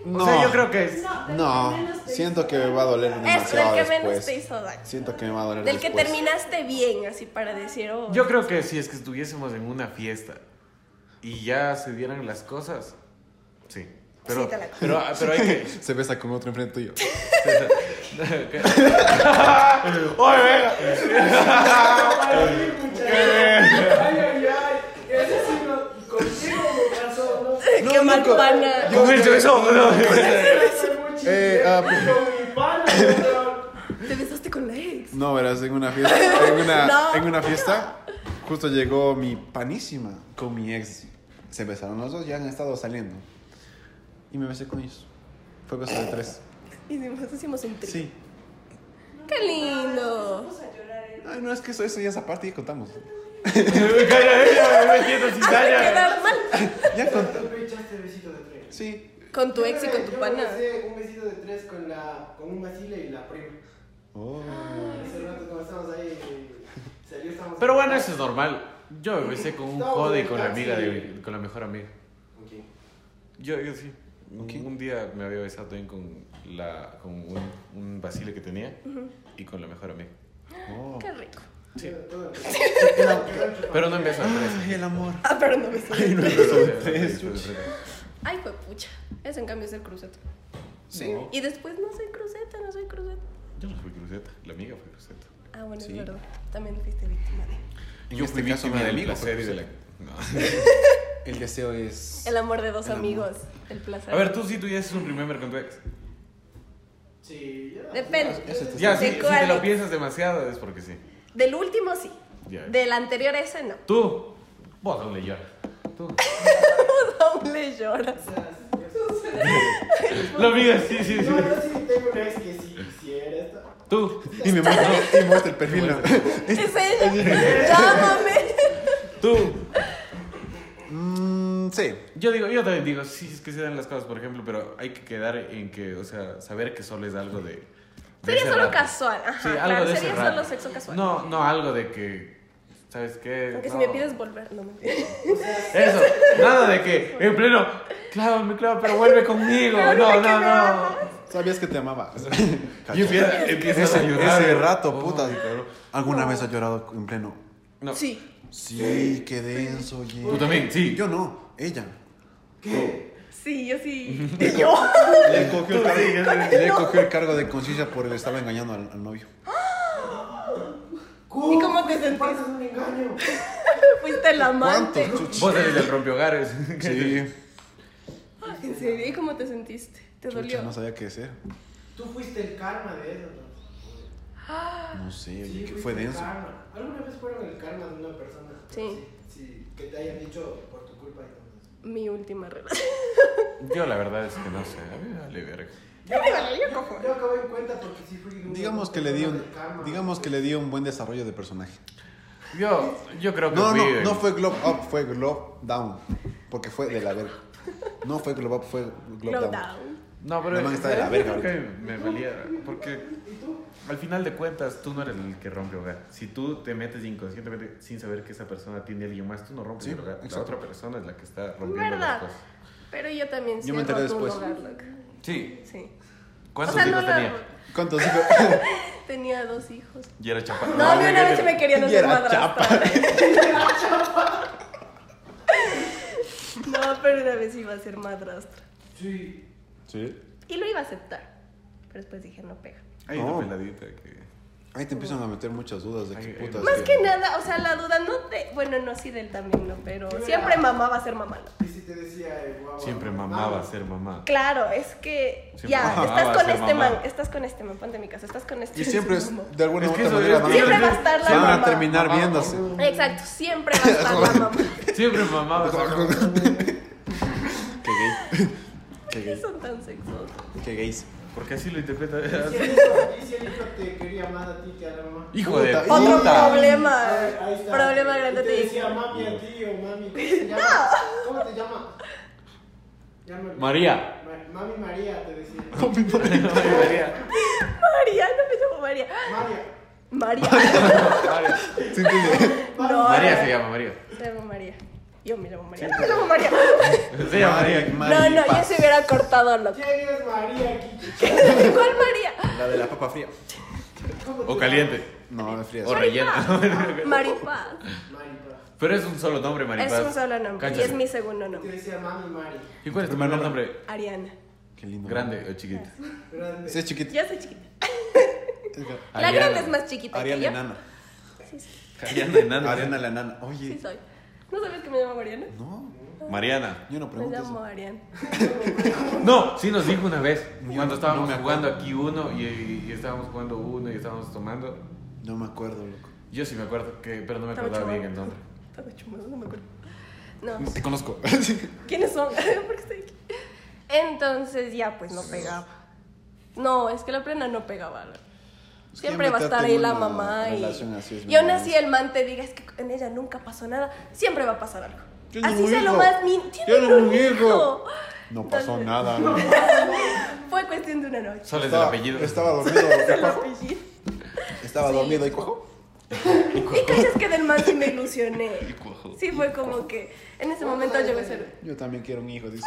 [SPEAKER 1] No.
[SPEAKER 2] O sea, yo creo que es.
[SPEAKER 1] No, siento que me va a doler
[SPEAKER 3] Es del
[SPEAKER 1] demasiado
[SPEAKER 3] que menos te
[SPEAKER 1] después.
[SPEAKER 3] hizo daño.
[SPEAKER 1] Siento que me va a doler
[SPEAKER 3] Del que
[SPEAKER 1] después.
[SPEAKER 3] terminaste bien, así para decir, oh.
[SPEAKER 2] Yo creo que si es que estuviésemos en una fiesta y ya se dieran las cosas, sí. Pero,
[SPEAKER 3] Sí, te la compro.
[SPEAKER 2] pero, pero hay que.
[SPEAKER 1] Se besa con otro enfrente tuyo.
[SPEAKER 2] ¡Oye, venga!
[SPEAKER 5] Ay, muchachos. Ay, ay, ay. Ese sí no. Contigo me pasó, ¿no?
[SPEAKER 3] Qué mal pana.
[SPEAKER 2] ¿Con el chorizo? No.
[SPEAKER 1] Eh, ah, pues-
[SPEAKER 5] Con mi pana, weón.
[SPEAKER 3] Te besaste con la ex.
[SPEAKER 1] No, verás, en una fiesta. En una,
[SPEAKER 3] No.
[SPEAKER 1] en una fiesta, justo llegó mi panísima con mi ex. Se besaron los dos, ya han estado saliendo. Y me besé con ellos. Fue beso de tres.
[SPEAKER 3] Hicimos, hicimos un trip.
[SPEAKER 1] Sí.
[SPEAKER 3] Qué lindo.
[SPEAKER 8] Vamos a llorar, ¿eh?
[SPEAKER 1] Ay, no, es que eso, eso ya esa parte ya contamos.
[SPEAKER 2] Calla, ella, me metiendo
[SPEAKER 3] Hazme
[SPEAKER 2] cizaña.
[SPEAKER 3] quedar mal.
[SPEAKER 1] Ya contamos.
[SPEAKER 5] Tú echaste besito de tres.
[SPEAKER 1] Sí.
[SPEAKER 3] Con tu ex y con
[SPEAKER 5] Yo
[SPEAKER 3] tu
[SPEAKER 5] me
[SPEAKER 3] pana.
[SPEAKER 5] besé un besito de tres con la. con un Basile y la prima.
[SPEAKER 1] Oh.
[SPEAKER 5] Hace rato como estábamos ahí. eh, Salió, estábamos.
[SPEAKER 2] Pero bueno, eso es normal. Yo me besé con un
[SPEAKER 5] No,
[SPEAKER 2] jode y
[SPEAKER 5] un
[SPEAKER 2] con la amiga
[SPEAKER 5] taxi.
[SPEAKER 2] de con la mejor amiga.
[SPEAKER 5] ¿Con quién?
[SPEAKER 2] Yo, yo sí.
[SPEAKER 1] ¿Con quién?
[SPEAKER 2] Un día me había besado también con la con un, un basile que tenía y con la mejor amiga.
[SPEAKER 1] oh.
[SPEAKER 3] Qué rico.
[SPEAKER 2] Sí.
[SPEAKER 5] Todo el-
[SPEAKER 2] Pero no en beso de
[SPEAKER 1] Ay, el amor.
[SPEAKER 3] Ah, pero no me sale.
[SPEAKER 2] tres.
[SPEAKER 3] Ay, fue pucha. Eso en cambio es el cruceta.
[SPEAKER 1] Sí.
[SPEAKER 3] Y después no soy cruceta, no soy cruceta.
[SPEAKER 2] Yo no fui cruceta, la amiga fue cruceta.
[SPEAKER 3] Ah, bueno,
[SPEAKER 1] Sí.
[SPEAKER 3] es verdad. También fuiste víctima de.
[SPEAKER 1] En
[SPEAKER 2] yo
[SPEAKER 1] este
[SPEAKER 2] fui
[SPEAKER 1] caso,
[SPEAKER 2] víctima
[SPEAKER 1] mi
[SPEAKER 2] del
[SPEAKER 1] amigo
[SPEAKER 2] placer
[SPEAKER 1] fue
[SPEAKER 2] y de la... No.
[SPEAKER 1] El deseo es.
[SPEAKER 3] El amor de dos
[SPEAKER 1] El amor.
[SPEAKER 3] amigos. El placer.
[SPEAKER 2] A ver, tú sí, tú ya haces un remember con tu ex.
[SPEAKER 5] Sí, ya.
[SPEAKER 3] Depende.
[SPEAKER 1] Ese te-
[SPEAKER 2] Ya,
[SPEAKER 3] ¿De
[SPEAKER 2] sí, si
[SPEAKER 3] cuál
[SPEAKER 2] te lo
[SPEAKER 3] ex?
[SPEAKER 2] piensas demasiado es porque sí.
[SPEAKER 3] Del último sí.
[SPEAKER 2] Ya.
[SPEAKER 3] Del anterior a ese no.
[SPEAKER 2] Tú, vos dónde lloras. Tú.
[SPEAKER 3] Aún le lloras.
[SPEAKER 2] La amiga, sí, sí, sí.
[SPEAKER 5] No, yo sí tengo una ex que si quisiera esta.
[SPEAKER 2] Tú,
[SPEAKER 1] Y me muestra, y me muestra el perfil. ¿no?
[SPEAKER 3] Es ella. Llámame.
[SPEAKER 2] tú.
[SPEAKER 1] Mm, sí.
[SPEAKER 2] Yo digo, yo también digo, sí, es que se dan las cosas, por ejemplo, pero hay que quedar en que, o sea, saber que solo es algo de. de
[SPEAKER 3] Sería
[SPEAKER 2] ese
[SPEAKER 3] solo
[SPEAKER 2] rato.
[SPEAKER 3] casual. Ajá,
[SPEAKER 2] Sí, algo
[SPEAKER 3] claro.
[SPEAKER 2] de ese
[SPEAKER 3] Sería
[SPEAKER 2] rato.
[SPEAKER 3] solo sexo casual.
[SPEAKER 2] No, no, algo de que. ¿Sabes qué?
[SPEAKER 3] Aunque
[SPEAKER 2] No.
[SPEAKER 3] si me pides volver, no me
[SPEAKER 2] Eso, nada de que en pleno, clávame, clávame, pero vuelve conmigo.
[SPEAKER 3] Pero
[SPEAKER 2] No,
[SPEAKER 3] ahorita
[SPEAKER 2] no,
[SPEAKER 3] que
[SPEAKER 2] no.
[SPEAKER 1] Sabías que te amaba.
[SPEAKER 2] Y empieza, empiezas a
[SPEAKER 1] Ese,
[SPEAKER 2] llorar.
[SPEAKER 1] ese rato,
[SPEAKER 2] Oh,
[SPEAKER 1] puta.
[SPEAKER 2] claro.
[SPEAKER 1] ¿Alguna vez has llorado en pleno?
[SPEAKER 2] No.
[SPEAKER 3] Sí.
[SPEAKER 1] Sí, qué denso, oye.
[SPEAKER 2] Tú también, sí.
[SPEAKER 1] Yo no, ella.
[SPEAKER 3] Sí, yo sí. Yo.
[SPEAKER 1] Le cogió el cargo, le cogió el cargo de conciencia por el estaba engañando al, al novio.
[SPEAKER 5] ¿Cómo?
[SPEAKER 3] cómo te sentís?
[SPEAKER 5] Pasas un engaño.
[SPEAKER 3] Fuiste el
[SPEAKER 1] ¿Cuánto?
[SPEAKER 3] amante.
[SPEAKER 1] chucha?
[SPEAKER 2] Vos eres el rompehogares.
[SPEAKER 1] Sí,
[SPEAKER 3] ¿En serio? ¿Y cómo te sentiste? ¿Te
[SPEAKER 1] chucha,
[SPEAKER 3] dolió?
[SPEAKER 1] no sabía qué hacer.
[SPEAKER 5] Tú fuiste el karma de eso, ¿no?
[SPEAKER 1] No sé, oye,
[SPEAKER 5] Sí,
[SPEAKER 1] que
[SPEAKER 5] fuiste
[SPEAKER 1] fue
[SPEAKER 5] el
[SPEAKER 1] denso.
[SPEAKER 5] karma. ¿Alguna vez fueron el karma de una persona?
[SPEAKER 3] Sí.
[SPEAKER 5] Sí, que te hayan dicho por tu culpa y todo eso.
[SPEAKER 3] Mi última relación.
[SPEAKER 2] Yo la verdad es que no sé. A mí me vale verga.
[SPEAKER 5] Yo, yo acabo en cuenta porque sí fui. un-
[SPEAKER 1] Digamos que le di un,
[SPEAKER 5] del karma.
[SPEAKER 1] digamos que le di un buen desarrollo de personaje.
[SPEAKER 2] Yo, yo creo que
[SPEAKER 1] No,
[SPEAKER 2] fui,
[SPEAKER 1] no,
[SPEAKER 2] eh,
[SPEAKER 1] no fue globe up, fue globe down, porque fue de la verga. No fue globe up, fue globe down.
[SPEAKER 3] Low down.
[SPEAKER 2] No, pero
[SPEAKER 1] La man está de la
[SPEAKER 2] yo
[SPEAKER 1] verga
[SPEAKER 2] creo que me valía porque al final de cuentas tú no eres el que rompe hogar. Si tú te metes inconscientemente sin saber que esa persona tiene a alguien más, tú no rompes
[SPEAKER 1] Sí,
[SPEAKER 2] el hogar.
[SPEAKER 1] exacto.
[SPEAKER 2] La otra persona es la que está rompiendo
[SPEAKER 3] ¿Verdad?
[SPEAKER 2] las cosas.
[SPEAKER 3] Pero yo también sí
[SPEAKER 1] Yo me
[SPEAKER 3] he
[SPEAKER 1] enteré
[SPEAKER 3] roto un
[SPEAKER 1] después.
[SPEAKER 3] hogar, loca.
[SPEAKER 2] Sí.
[SPEAKER 3] Sí.
[SPEAKER 2] ¿Cuántos
[SPEAKER 3] O sea, no
[SPEAKER 2] hijos
[SPEAKER 3] la-
[SPEAKER 2] tenía?
[SPEAKER 1] ¿Cuántos hijos?
[SPEAKER 3] Tenía dos hijos.
[SPEAKER 2] Y era chaparro.
[SPEAKER 3] No, a mí una vez se me querían hacer
[SPEAKER 1] Era
[SPEAKER 3] madrastra. No, pero una vez iba a ser madrastra.
[SPEAKER 5] Sí.
[SPEAKER 1] Sí.
[SPEAKER 3] Y lo iba a aceptar. Pero después dije, no pega.
[SPEAKER 2] Hay una
[SPEAKER 1] No.
[SPEAKER 2] peladita que
[SPEAKER 1] Ahí te empiezan a meter muchas dudas de qué
[SPEAKER 2] Ay, ay,
[SPEAKER 1] putas.
[SPEAKER 3] Más que nada, o sea, la duda no de... Bueno, no, sí del también no, pero siempre mamá va a ser mamá. ¿no?
[SPEAKER 5] Y si te decía, eh, guau,
[SPEAKER 2] siempre
[SPEAKER 5] guau,
[SPEAKER 2] mamaba
[SPEAKER 5] guau.
[SPEAKER 2] ser mamá.
[SPEAKER 3] Claro, es que
[SPEAKER 2] Siempre
[SPEAKER 3] ya,
[SPEAKER 2] mamá va a
[SPEAKER 3] estás con
[SPEAKER 2] ser
[SPEAKER 3] este
[SPEAKER 2] mamá.
[SPEAKER 3] man, estás con este man, ponte en mi casa, estás con este
[SPEAKER 1] Y siempre es,
[SPEAKER 3] mamá.
[SPEAKER 1] de alguna
[SPEAKER 2] Es
[SPEAKER 1] u
[SPEAKER 2] que
[SPEAKER 1] otra
[SPEAKER 2] eso
[SPEAKER 1] manera
[SPEAKER 2] es-
[SPEAKER 1] van a-
[SPEAKER 3] Siempre va a estar la
[SPEAKER 1] van a
[SPEAKER 3] mamá.
[SPEAKER 1] terminar
[SPEAKER 2] Mamá.
[SPEAKER 1] viéndose.
[SPEAKER 3] Exacto, siempre va a estar la mamá.
[SPEAKER 2] Siempre mamaba.
[SPEAKER 1] Qué gay. Qué
[SPEAKER 3] ¿Qué
[SPEAKER 1] gay.
[SPEAKER 3] son tan sexosos?
[SPEAKER 1] Qué gays.
[SPEAKER 2] Porque así lo interpreta.
[SPEAKER 5] Y si el hijo- y si el hijo te quería más a ti que a la mamá.
[SPEAKER 2] Hijo de
[SPEAKER 1] Puta,
[SPEAKER 3] Otro
[SPEAKER 2] puta.
[SPEAKER 3] problema,
[SPEAKER 5] Ay, ahí está.
[SPEAKER 3] problema grande
[SPEAKER 5] Y
[SPEAKER 3] te
[SPEAKER 5] te
[SPEAKER 3] digo.
[SPEAKER 5] decía mami a ti o mami. ¿Cómo te llamas? ¿Cómo te llamas? Llámame.
[SPEAKER 2] María.
[SPEAKER 5] Ma- Mami María te decía.
[SPEAKER 2] María.
[SPEAKER 3] María, no me llamo María.
[SPEAKER 5] María.
[SPEAKER 3] María.
[SPEAKER 2] María.
[SPEAKER 1] Sí, entiende.
[SPEAKER 3] No,
[SPEAKER 2] María
[SPEAKER 3] no,
[SPEAKER 2] se llama María.
[SPEAKER 3] Me llamo María. Yo me llamo María. No me llamo María.
[SPEAKER 2] Se llama María.
[SPEAKER 3] No, no, yo
[SPEAKER 1] Maripaz.
[SPEAKER 3] se hubiera cortado loco.
[SPEAKER 5] ¿Quién es María aquí?
[SPEAKER 3] ¿Cuál María?
[SPEAKER 1] La de la papa fría.
[SPEAKER 2] O caliente.
[SPEAKER 1] No, de fría.
[SPEAKER 2] O relleno.
[SPEAKER 3] Maripaz.
[SPEAKER 5] María.
[SPEAKER 2] Pero es un solo nombre,
[SPEAKER 3] Es
[SPEAKER 2] Maripaz.
[SPEAKER 3] un solo nombre.
[SPEAKER 2] Cáchate.
[SPEAKER 3] Y es mi segundo
[SPEAKER 5] Yo
[SPEAKER 3] nombre.
[SPEAKER 5] decía mami, Mari.
[SPEAKER 2] ¿Y cuál es tu primer nombre?
[SPEAKER 3] Ariana.
[SPEAKER 1] Qué lindo.
[SPEAKER 2] Grande o chiquito.
[SPEAKER 5] Grande.
[SPEAKER 1] Sí, es chiquito.
[SPEAKER 3] Yo soy chiquita. La
[SPEAKER 2] Ariana.
[SPEAKER 3] grande es más chiquita
[SPEAKER 1] Ariana
[SPEAKER 3] que yo.
[SPEAKER 1] Enana.
[SPEAKER 2] Ariana Enana.
[SPEAKER 1] Ariana la Enana. Oye.
[SPEAKER 3] Sí soy. ¿No sabes que me llamo Mariana?
[SPEAKER 1] No,
[SPEAKER 2] Mariana.
[SPEAKER 1] yo no
[SPEAKER 3] Me
[SPEAKER 1] pregunto
[SPEAKER 3] llamo
[SPEAKER 1] eso.
[SPEAKER 3] Ariana.
[SPEAKER 2] No, sí nos dijo una vez.
[SPEAKER 1] Yo
[SPEAKER 2] Cuando
[SPEAKER 1] no
[SPEAKER 2] estábamos
[SPEAKER 1] me acuerdo.
[SPEAKER 2] jugando aquí uno y, y- y estábamos jugando uno y estábamos tomando.
[SPEAKER 1] No me acuerdo, loco.
[SPEAKER 2] Yo sí me acuerdo, que, pero no me
[SPEAKER 3] Estaba
[SPEAKER 2] acordaba
[SPEAKER 3] chumado.
[SPEAKER 2] bien el nombre.
[SPEAKER 3] Estaba chumado, no me acuerdo. No.
[SPEAKER 1] Te conozco.
[SPEAKER 3] ¿Quiénes son? ¿Por qué estoy aquí? Entonces ya, pues no pegaba. No, es que la plena no pegaba. la-
[SPEAKER 1] Es que
[SPEAKER 3] Siempre va a estar
[SPEAKER 1] meterte
[SPEAKER 3] ahí
[SPEAKER 1] en
[SPEAKER 3] la
[SPEAKER 1] una
[SPEAKER 3] mamá. Y,
[SPEAKER 1] relación así es
[SPEAKER 3] y aún
[SPEAKER 1] medio-
[SPEAKER 3] así el man te diga, es que en ella nunca pasó nada, siempre va a pasar algo.
[SPEAKER 1] Tiene
[SPEAKER 3] Así
[SPEAKER 1] un
[SPEAKER 3] sea lo
[SPEAKER 1] hijo.
[SPEAKER 3] más mínimo. Tiene un hijo.
[SPEAKER 1] No pasó
[SPEAKER 3] Entonces-
[SPEAKER 1] nada. ¿no?
[SPEAKER 3] Fue cuestión de una noche.
[SPEAKER 2] Solo es el
[SPEAKER 1] Estaba,
[SPEAKER 2] apellido.
[SPEAKER 1] estaba dormido.
[SPEAKER 3] El apellido.
[SPEAKER 1] Estaba
[SPEAKER 3] Sí.
[SPEAKER 1] dormido y cuajo.
[SPEAKER 3] Y cachas que del man sí me ilusioné. Sí, fue como que en ese momento yo me ser
[SPEAKER 1] Yo también quiero un hijo, dice.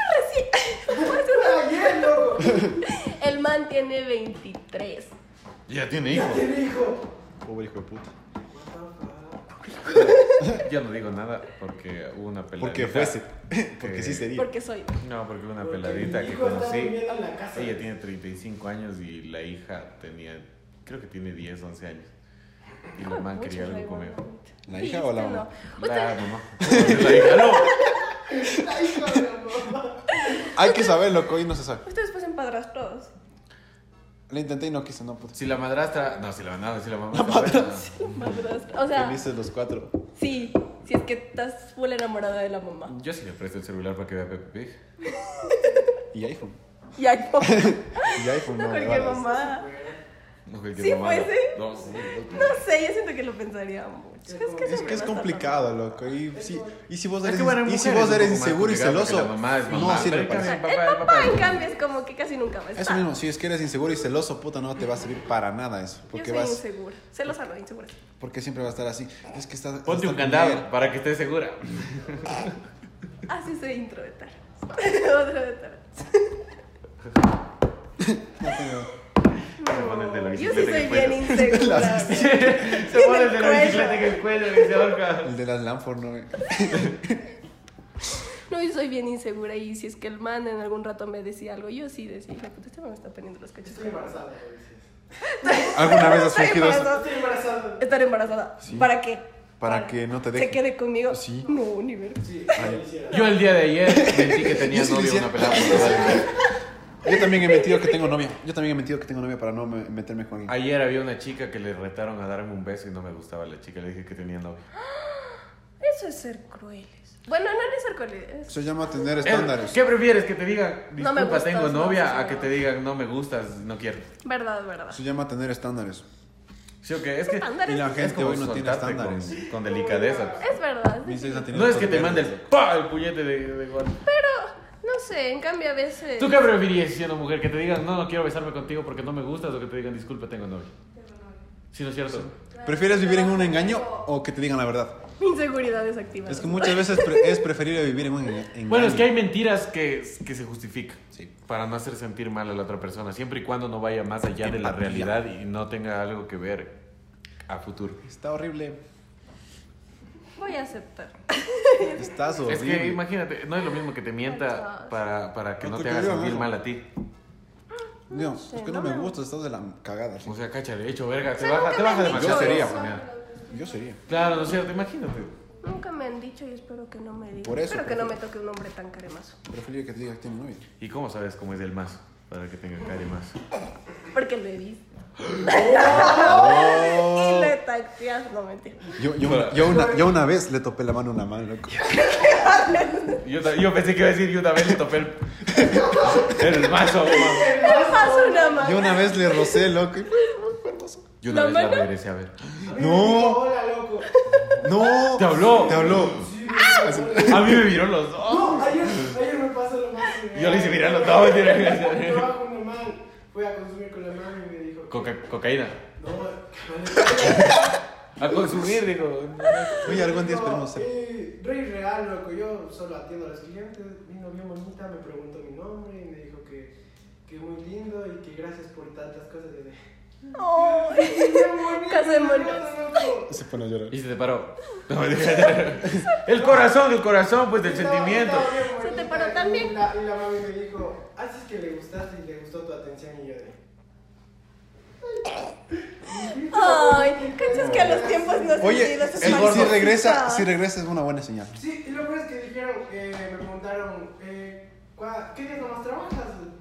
[SPEAKER 5] Ayer, loco.
[SPEAKER 3] El man tiene 23.
[SPEAKER 2] Ya tiene hijo.
[SPEAKER 5] ¿Quién dijo?
[SPEAKER 1] Pobre hijo de puta.
[SPEAKER 2] Yo no digo nada porque hubo una peladita.
[SPEAKER 1] Porque fuese. Porque sí sería.
[SPEAKER 3] Porque soy.
[SPEAKER 2] No, porque hubo una
[SPEAKER 5] Porque
[SPEAKER 2] peladita
[SPEAKER 5] mi
[SPEAKER 2] que
[SPEAKER 5] hijo está
[SPEAKER 2] conocí.
[SPEAKER 5] durmiendo en la casa.
[SPEAKER 2] Ella tiene 35 años y la hija tenía, creo que tiene 10, 11 años. Y
[SPEAKER 3] Ah,
[SPEAKER 2] la mamá
[SPEAKER 3] Mucho
[SPEAKER 2] quería algo
[SPEAKER 3] soy
[SPEAKER 2] conmigo.
[SPEAKER 3] bonita.
[SPEAKER 1] ¿La
[SPEAKER 3] Sí,
[SPEAKER 1] hija o la
[SPEAKER 3] usted
[SPEAKER 1] mamá?
[SPEAKER 3] no. Usted-
[SPEAKER 2] La mamá. La hija no.
[SPEAKER 1] Hay que saber, loco, y no se sabe.
[SPEAKER 3] Ustedes pues empadras todos.
[SPEAKER 1] Lo intenté y no quise, no pude.
[SPEAKER 2] Si la madrastra. No, si la madrastra, si la mamá.
[SPEAKER 3] Madrastra. O sea,
[SPEAKER 1] Felices los cuatro.
[SPEAKER 3] sí, si es que estás full enamorada de la
[SPEAKER 1] Mm.
[SPEAKER 3] mamá.
[SPEAKER 2] Yo sí le presto el celular para que vea Pepe Pig.
[SPEAKER 1] Y iPhone.
[SPEAKER 3] Y hay po-
[SPEAKER 1] Y iPhone
[SPEAKER 3] no
[SPEAKER 1] no, me
[SPEAKER 3] cualquier
[SPEAKER 1] vale.
[SPEAKER 3] mamá.
[SPEAKER 2] No, cualquier
[SPEAKER 3] Sí,
[SPEAKER 2] mamada.
[SPEAKER 3] pues, ¿eh?
[SPEAKER 2] No, sí.
[SPEAKER 3] No sé, yo siento que lo pensaría mucho. Es que,
[SPEAKER 1] Es que es complicado, loco. Y si, y si vos
[SPEAKER 2] Es
[SPEAKER 1] eres,
[SPEAKER 2] que, bueno, en
[SPEAKER 1] y si
[SPEAKER 2] mujeres
[SPEAKER 1] vos
[SPEAKER 2] es
[SPEAKER 1] eres
[SPEAKER 2] un poco más
[SPEAKER 1] inseguro y
[SPEAKER 2] complicado porque
[SPEAKER 1] celoso,
[SPEAKER 2] la mamá es mamá.
[SPEAKER 1] no sirve
[SPEAKER 2] Pero
[SPEAKER 1] para eso.
[SPEAKER 2] también-
[SPEAKER 3] El
[SPEAKER 2] papá, el
[SPEAKER 3] papá,
[SPEAKER 2] papá.
[SPEAKER 3] en cambio, es como que casi nunca va a estar.
[SPEAKER 1] Eso mismo, si es que eres inseguro y celoso, puta, no te va a servir para nada eso.
[SPEAKER 3] Yo
[SPEAKER 1] Porque
[SPEAKER 3] soy
[SPEAKER 1] vas,
[SPEAKER 3] insegura. Celosa no, insegura.
[SPEAKER 1] porque siempre va a estar así. Es que está, está
[SPEAKER 2] Ponte un
[SPEAKER 1] con
[SPEAKER 2] candado
[SPEAKER 1] Miguel.
[SPEAKER 2] para que estés segura.
[SPEAKER 3] Así Ah, soy introvertida. Introvertida.
[SPEAKER 2] Se pone el de la
[SPEAKER 3] Yo
[SPEAKER 2] bicicleta en
[SPEAKER 3] sí
[SPEAKER 2] el
[SPEAKER 3] soy
[SPEAKER 2] cuello.
[SPEAKER 3] bien insegura.
[SPEAKER 2] Se pone el de la bicicleta en el cuello y se ahorca.
[SPEAKER 1] El de las Lanford, ¿no? eh.
[SPEAKER 3] No, yo soy bien insegura y si es que el man en algún rato me decía algo, yo sí decía, "Hija de puta, este man me está poniendo los cachos.
[SPEAKER 5] Estoy embarazada, lo dices.
[SPEAKER 1] ¿Alguna vez has
[SPEAKER 3] Estoy
[SPEAKER 1] fingido eso?
[SPEAKER 3] embarazada.
[SPEAKER 5] Estoy embarazada.
[SPEAKER 3] Estar embarazada.
[SPEAKER 1] Sí.
[SPEAKER 3] ¿Para qué?
[SPEAKER 1] Para que no te deje.
[SPEAKER 3] Se quede conmigo.
[SPEAKER 1] Sí.
[SPEAKER 3] No, ni ver.
[SPEAKER 5] Sí,
[SPEAKER 1] Ay.
[SPEAKER 5] lo hiciera.
[SPEAKER 2] Yo el día de ayer sentí que tenía
[SPEAKER 1] Yo sí lo
[SPEAKER 2] novio
[SPEAKER 1] hiciera.
[SPEAKER 2] una pelada. por toda la vida.
[SPEAKER 1] Yo también he mentido que tengo novia. Yo también he mentido que tengo novia para no me- meterme con alguien.
[SPEAKER 2] Ayer había una chica que le retaron a darme un beso y no me gustaba la chica. Le dije que tenía novio.
[SPEAKER 3] Eso es ser crueles. Bueno, no, no es ser crueles.
[SPEAKER 1] Se llama tener
[SPEAKER 2] Eh,
[SPEAKER 1] estándares.
[SPEAKER 2] ¿Qué prefieres? ¿Que te digan,
[SPEAKER 3] No me
[SPEAKER 2] disculpa,
[SPEAKER 3] gustas,
[SPEAKER 2] tengo
[SPEAKER 3] no,
[SPEAKER 2] novia?
[SPEAKER 3] sí, sí,
[SPEAKER 2] a que
[SPEAKER 3] no.
[SPEAKER 2] te digan, no me gustas, no quiero.
[SPEAKER 3] Verdad, verdad.
[SPEAKER 1] Se llama tener estándares.
[SPEAKER 2] ¿Sí o qué? Es que
[SPEAKER 3] Estándares.
[SPEAKER 1] Y la
[SPEAKER 2] es
[SPEAKER 1] gente
[SPEAKER 2] como
[SPEAKER 1] hoy no tiene
[SPEAKER 2] soltarte
[SPEAKER 1] estándares.
[SPEAKER 2] Con, con delicadeza. pues.
[SPEAKER 3] Es verdad.
[SPEAKER 1] Mis hijas han tenido
[SPEAKER 2] No es que
[SPEAKER 1] cosas
[SPEAKER 2] te mande el,
[SPEAKER 1] verdes.
[SPEAKER 2] ¡pa! el puñete de, de gol.
[SPEAKER 3] Pero, no sé, en cambio a veces...
[SPEAKER 2] ¿Tú qué preferirías siendo mujer? ¿Que te digan, no, no quiero besarme contigo porque no me gustas? ¿O que te digan, disculpa, tengo novio? Sí, ¿no es cierto?
[SPEAKER 1] ¿Prefieres vivir en un engaño o que te digan la verdad?
[SPEAKER 3] Inseguridades activas.
[SPEAKER 1] Es que muchas veces pre- es preferible vivir en un enga- engaño.
[SPEAKER 2] Bueno, es que hay mentiras que, que se justifican
[SPEAKER 1] Sí.
[SPEAKER 2] para no hacer sentir mal a la otra persona, siempre y cuando no vaya más allá de la
[SPEAKER 1] Empatía.
[SPEAKER 2] realidad y no tenga algo que ver a futuro.
[SPEAKER 1] Está horrible.
[SPEAKER 3] Voy a aceptar.
[SPEAKER 1] Estás horrible.
[SPEAKER 2] Es que imagínate, no es lo mismo que te mienta para, para que
[SPEAKER 1] No
[SPEAKER 2] no
[SPEAKER 1] te
[SPEAKER 2] te haga
[SPEAKER 1] creo,
[SPEAKER 2] sentir
[SPEAKER 1] ¿no?
[SPEAKER 2] mal a ti.
[SPEAKER 1] No,
[SPEAKER 3] sé,
[SPEAKER 1] es que no,
[SPEAKER 3] no
[SPEAKER 1] me
[SPEAKER 3] me
[SPEAKER 1] gusta, estás de la cagada. sí.
[SPEAKER 2] O sea, cáchale, hecho verga, te
[SPEAKER 3] Pero
[SPEAKER 2] baja,
[SPEAKER 3] nunca
[SPEAKER 2] te
[SPEAKER 3] me
[SPEAKER 2] baja
[SPEAKER 3] han
[SPEAKER 2] demasiado.
[SPEAKER 1] dicho
[SPEAKER 2] la
[SPEAKER 1] eso.
[SPEAKER 2] moneda.
[SPEAKER 1] Yo sería.
[SPEAKER 2] Claro, no es cierto, imagínate.
[SPEAKER 3] Nunca me han dicho y espero que no me digan.
[SPEAKER 1] Por eso,
[SPEAKER 3] espero que
[SPEAKER 1] por
[SPEAKER 3] no me
[SPEAKER 1] eso.
[SPEAKER 3] toque un hombre tan caremazo.
[SPEAKER 1] Preferiría que te diga que tiene novia.
[SPEAKER 2] ¿Y cómo sabes cómo es el mazo? Para que tenga cara y más.
[SPEAKER 3] Porque lo he visto. ¡Oh! y lo he tacteado. No, mentira.
[SPEAKER 1] Oh. Yo, yo, una, yo, una, yo una vez le topé la mano a una mano, loco.
[SPEAKER 2] Yo, ta- yo pensé que iba a decir, yo una vez le topé el, el mazo. mamá.
[SPEAKER 3] Me pasó una mano.
[SPEAKER 1] Yo una vez le rocé, loco. y fue-
[SPEAKER 2] Yo una
[SPEAKER 3] ¿La
[SPEAKER 2] vez la
[SPEAKER 3] mano?
[SPEAKER 2] regresé a ver.
[SPEAKER 1] No.
[SPEAKER 5] Hola, loco.
[SPEAKER 1] ¡No!
[SPEAKER 2] Te habló.
[SPEAKER 1] Te habló.
[SPEAKER 2] A mí me vieron los dos.
[SPEAKER 5] No, ayer, ayer me pasó lo más. genial.
[SPEAKER 2] Yo le hice mirar los dos, mentira.
[SPEAKER 5] Yo trabajo con una man. Fui a consumir con la mami y me dijo.
[SPEAKER 2] Coca- cocaína.
[SPEAKER 5] No,
[SPEAKER 2] A consumir, digo.
[SPEAKER 1] Oye, algún día esperemos ser.
[SPEAKER 5] Eh, Rey real, loco. Yo solo atiendo a los clientes. Vino bien bonita, me preguntó mi nombre y me dijo que, que muy lindo y que gracias por tantas cosas. Y de-
[SPEAKER 9] Se pone a llorar.
[SPEAKER 2] Y se te paró. No, el corazón, el corazón, pues del sentimiento.
[SPEAKER 3] Se te paró también.
[SPEAKER 5] Y la, y la mami me dijo, así es que le gustaste y le gustó tu atención y yo de...
[SPEAKER 3] Ay, cachas que a los tiempos no se
[SPEAKER 1] Oye,
[SPEAKER 3] olvida sus
[SPEAKER 1] si,
[SPEAKER 3] manos.
[SPEAKER 1] si regresa, si regresa es una buena señal.
[SPEAKER 5] Sí, y lo peor es que dijeron, eh, me preguntaron, eh, ¿cuá- ¿qué días nomás trabajas?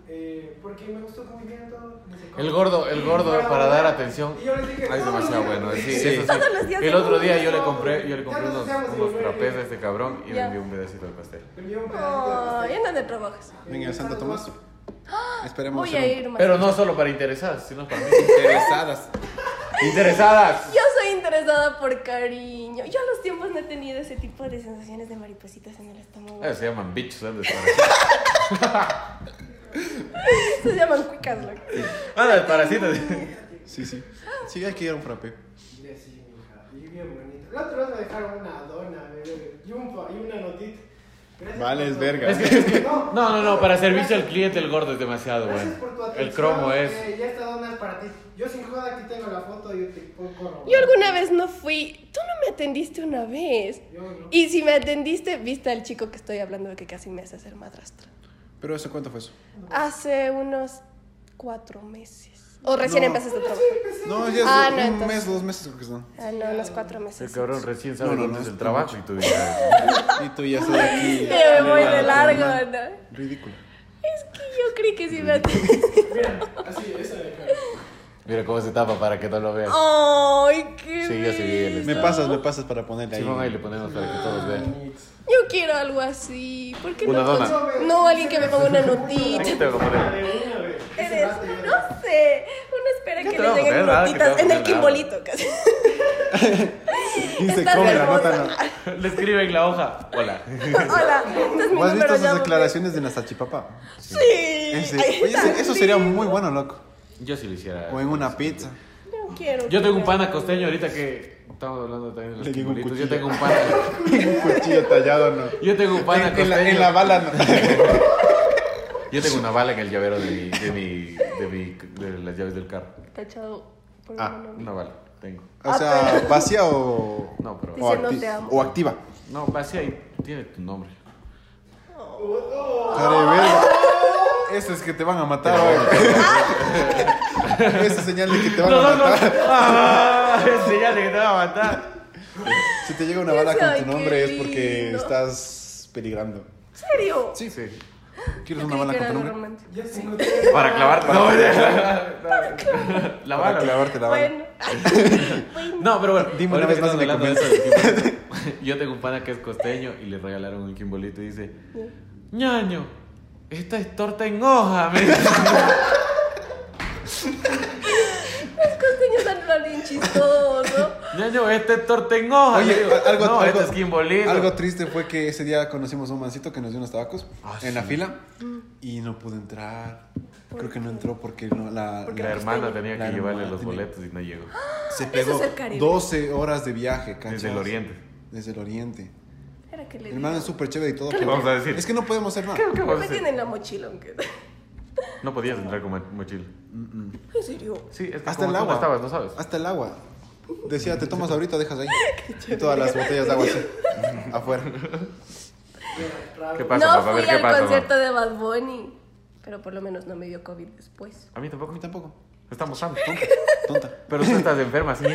[SPEAKER 5] Eh, porque me gustó cómo hicieron todo. no sé cómo.
[SPEAKER 2] El gordo, el gordo para dar atención.
[SPEAKER 5] Y yo les dije,
[SPEAKER 2] Ah, es
[SPEAKER 5] "Todos los
[SPEAKER 2] demasiado
[SPEAKER 5] días".
[SPEAKER 2] bueno. Sí,
[SPEAKER 1] Sí.
[SPEAKER 2] eso sí.
[SPEAKER 3] Todos los días
[SPEAKER 2] El
[SPEAKER 3] de
[SPEAKER 2] otro día
[SPEAKER 3] comida.
[SPEAKER 2] yo le compré, yo le compré
[SPEAKER 5] Ya nos
[SPEAKER 2] unos,
[SPEAKER 5] hacemos
[SPEAKER 2] unos
[SPEAKER 5] el
[SPEAKER 2] frappés
[SPEAKER 5] güey.
[SPEAKER 2] a este cabrón y le
[SPEAKER 3] Ya.
[SPEAKER 2] envié un pedacito de pastel.
[SPEAKER 5] Me envió un pedacito de
[SPEAKER 3] Ay,
[SPEAKER 5] pastel. Eh,
[SPEAKER 3] ¿en dónde trabajas?
[SPEAKER 1] Venga, Santo Tomás. Esperemos.
[SPEAKER 3] ¡Ah! Voy a
[SPEAKER 1] hacer un-
[SPEAKER 3] ir más.
[SPEAKER 2] Pero no solo para interesadas, sino para mí.
[SPEAKER 9] Interesadas.
[SPEAKER 2] ¡Interesadas!
[SPEAKER 3] Yo soy interesada por cariño. Yo a los tiempos no he tenido ese tipo de sensaciones de maripositas en el estómago.
[SPEAKER 2] Ah, se llaman bitches, ¿sabes?
[SPEAKER 3] Se llaman cuicas, loco.
[SPEAKER 2] Anda, Ah, parasitas.
[SPEAKER 1] Sí, sí. Sí, hay que ir a un frappé.
[SPEAKER 5] Y así, mija, y bien bonito. La otra vez me dejaron una dona, bebé, y, un, pa- y una notita. Gracias
[SPEAKER 9] Vales
[SPEAKER 5] por tu-
[SPEAKER 9] verga. Es
[SPEAKER 2] No, no, no, para servicio al cliente el gordo es demasiado bueno.
[SPEAKER 5] Gracias por tu atención.
[SPEAKER 2] El cromo es.
[SPEAKER 5] eh, ya esta dona es para ti. Yo sin joda aquí tengo la foto y yo te puedo corroborar.
[SPEAKER 3] Yo alguna vez no fui. Tú no me atendiste una vez.
[SPEAKER 5] Yo no.
[SPEAKER 3] Y si me atendiste, viste al chico que estoy hablando de que casi me hace ser madrastra.
[SPEAKER 1] Pero eso, ¿cuánto fue eso?
[SPEAKER 3] Hace unos cuatro meses. O recién
[SPEAKER 1] No.
[SPEAKER 3] empezaste a trabajar.
[SPEAKER 1] No, ya es
[SPEAKER 3] Ah,
[SPEAKER 1] un
[SPEAKER 3] no, entonces-
[SPEAKER 1] mes, dos meses creo que son.
[SPEAKER 3] Ah, no, unos cuatro meses.
[SPEAKER 2] El cabrón recién sabe
[SPEAKER 1] No, no,
[SPEAKER 2] dónde
[SPEAKER 1] no,
[SPEAKER 2] es el
[SPEAKER 1] es
[SPEAKER 2] trabajo
[SPEAKER 1] mucho.
[SPEAKER 2] y tú dices.
[SPEAKER 1] Y tú ya estás aquí.
[SPEAKER 3] Sí, me voy de largo, ¿no?
[SPEAKER 1] Ridículo.
[SPEAKER 3] Es que yo creí que sí me atendiste.
[SPEAKER 5] Mira, así, esa de cara.
[SPEAKER 2] Mira cómo se tapa para que no lo vean.
[SPEAKER 3] Oh. Ay, qué.
[SPEAKER 2] Sí, yo sí vi el
[SPEAKER 3] bello.
[SPEAKER 1] Me pasas, me pasas para ponerle
[SPEAKER 2] Simón ahí le
[SPEAKER 1] ahí.
[SPEAKER 2] ponemos para que todos vean.
[SPEAKER 3] Yo quiero algo así. ¿Por qué
[SPEAKER 2] Una
[SPEAKER 3] no?
[SPEAKER 2] dona.
[SPEAKER 3] No, alguien que me ponga una
[SPEAKER 2] Aquí
[SPEAKER 3] notita.
[SPEAKER 2] te voy a poner.
[SPEAKER 5] De una, bebé.
[SPEAKER 3] Eres, no sé, uno espera
[SPEAKER 2] ¿Qué
[SPEAKER 3] que
[SPEAKER 2] te
[SPEAKER 3] le
[SPEAKER 2] va a
[SPEAKER 3] lleguen
[SPEAKER 2] joder, nada, que te va a
[SPEAKER 3] notitas en el
[SPEAKER 2] joder,
[SPEAKER 3] kimbolito casi.
[SPEAKER 1] Y se
[SPEAKER 3] Estás
[SPEAKER 1] come la
[SPEAKER 3] hermosa.
[SPEAKER 1] nota. ¿no?
[SPEAKER 2] Le escribe en la hoja. Hola.
[SPEAKER 3] Hola, este es mi
[SPEAKER 1] ¿O ¿Has visto
[SPEAKER 3] número
[SPEAKER 1] esas
[SPEAKER 3] ya.
[SPEAKER 1] declaraciones de Nazachipapa?
[SPEAKER 3] Sí.
[SPEAKER 1] Ese-
[SPEAKER 3] Ay,
[SPEAKER 1] Oye, ese- eso
[SPEAKER 3] sí.
[SPEAKER 1] sería muy bueno, loco.
[SPEAKER 2] Yo sí lo hiciera.
[SPEAKER 1] O en una pizza.
[SPEAKER 3] Yo quiero.
[SPEAKER 2] Yo tengo
[SPEAKER 3] que-
[SPEAKER 2] un pana costeño ahorita que estamos hablando también de
[SPEAKER 1] Le
[SPEAKER 2] los
[SPEAKER 1] llegó un
[SPEAKER 2] kimbolitos. Yo
[SPEAKER 1] cuchillo.
[SPEAKER 2] tengo un pana.
[SPEAKER 9] Un cuchillo tallado, no.
[SPEAKER 2] Yo tengo un pana
[SPEAKER 9] En, en la, en
[SPEAKER 2] costeño.
[SPEAKER 9] la bala, no.
[SPEAKER 2] Yo tengo una bala en el llavero de mi, de mi, de mi, de las llaves del carro.
[SPEAKER 3] Tachado por
[SPEAKER 1] Ah,
[SPEAKER 3] una novia.
[SPEAKER 2] Una bala, tengo.
[SPEAKER 1] O sea, vacía o.
[SPEAKER 2] No, pero
[SPEAKER 1] O,
[SPEAKER 3] Ah, Dice, "No
[SPEAKER 1] acti-
[SPEAKER 3] te amo".
[SPEAKER 1] o activa.
[SPEAKER 2] no, pase ahí, tiene tu nombre.
[SPEAKER 1] Cara de verga. Eso es que te van a matar, güey. Esa es señal de que te van a matar.
[SPEAKER 2] Ah, señal de que te va a matar.
[SPEAKER 1] Si te llega una
[SPEAKER 3] Yo
[SPEAKER 1] bala con
[SPEAKER 3] soy
[SPEAKER 1] tu nombre es porque
[SPEAKER 3] lindo.
[SPEAKER 1] estás peligrando.
[SPEAKER 3] ¿En serio?
[SPEAKER 1] Sí, sí.
[SPEAKER 3] Yo
[SPEAKER 1] ¿Quieres una
[SPEAKER 3] creí
[SPEAKER 1] bala
[SPEAKER 3] que
[SPEAKER 1] con tu
[SPEAKER 3] era algo
[SPEAKER 1] nombre?
[SPEAKER 3] romántico.
[SPEAKER 5] Yo sí no tengo-
[SPEAKER 2] Para clavarte. La
[SPEAKER 1] Para
[SPEAKER 2] bala.
[SPEAKER 1] clavarte la bala.
[SPEAKER 3] Bueno. Bueno.
[SPEAKER 2] No, pero bueno,
[SPEAKER 1] Dime una
[SPEAKER 2] ahorita
[SPEAKER 1] vez
[SPEAKER 2] que
[SPEAKER 1] más
[SPEAKER 2] estamos
[SPEAKER 1] y me
[SPEAKER 2] hablando de eso del kimbolito, Yo tengo un pana que es costeño y le regalaron un quimbolito y dice, ñaño, esta es torta en hoja, me dice.
[SPEAKER 3] Los costeños son lo bien chistoso.
[SPEAKER 2] ñaño, esta es torta en hoja. le
[SPEAKER 1] Oye,
[SPEAKER 2] digo.
[SPEAKER 1] algo,
[SPEAKER 2] no,
[SPEAKER 1] algo,
[SPEAKER 2] este es quimbolito.
[SPEAKER 1] algo triste fue que ese día conocimos a un mancito que nos dio unos tabacos
[SPEAKER 2] Ah,
[SPEAKER 1] en la fila
[SPEAKER 3] Mm.
[SPEAKER 1] y no pudo entrar. Creo que no entró porque no- la,
[SPEAKER 3] Porque
[SPEAKER 2] la
[SPEAKER 1] la-
[SPEAKER 2] hermana tenía
[SPEAKER 1] La
[SPEAKER 2] que llevarle
[SPEAKER 1] hermana
[SPEAKER 2] los
[SPEAKER 1] tenía-
[SPEAKER 2] boletos y no llegó.
[SPEAKER 1] se
[SPEAKER 3] es
[SPEAKER 1] pegó
[SPEAKER 3] el Caribe.
[SPEAKER 1] 12 horas de viaje, ¿cachas?
[SPEAKER 2] Desde el oriente.
[SPEAKER 1] Desde el oriente.
[SPEAKER 3] Era que le
[SPEAKER 1] El man es súper chévere y todo.
[SPEAKER 2] ¿Qué le
[SPEAKER 1] pero-
[SPEAKER 2] vamos a decir?
[SPEAKER 1] Es que no podemos hacer nada.
[SPEAKER 2] ¿Qué
[SPEAKER 3] No
[SPEAKER 2] vas a
[SPEAKER 3] me
[SPEAKER 2] hacer?
[SPEAKER 3] tienen la mochila, aunque.
[SPEAKER 2] No podías entrar con mo- mochila.
[SPEAKER 3] En serio.
[SPEAKER 2] Sí, es que
[SPEAKER 1] Hasta
[SPEAKER 2] como
[SPEAKER 1] el
[SPEAKER 2] tú
[SPEAKER 1] agua.
[SPEAKER 2] No estabas, no sabes.
[SPEAKER 1] Hasta el agua. Decía, te tomas ahorita, dejas ahí. Y todas las botellas de agua así. afuera.
[SPEAKER 2] ¿Qué pasa,
[SPEAKER 3] No
[SPEAKER 2] papá? A
[SPEAKER 3] fui
[SPEAKER 2] ver, ¿qué
[SPEAKER 3] al
[SPEAKER 2] pasa?
[SPEAKER 3] concierto
[SPEAKER 2] papá?
[SPEAKER 3] de Bad Bunny. Pero por lo menos no me dio COVID después.
[SPEAKER 2] A mí tampoco,
[SPEAKER 1] A mí tampoco.
[SPEAKER 2] Estamos sanos.
[SPEAKER 1] Tonta.
[SPEAKER 2] Pero tú estás enferma, sí.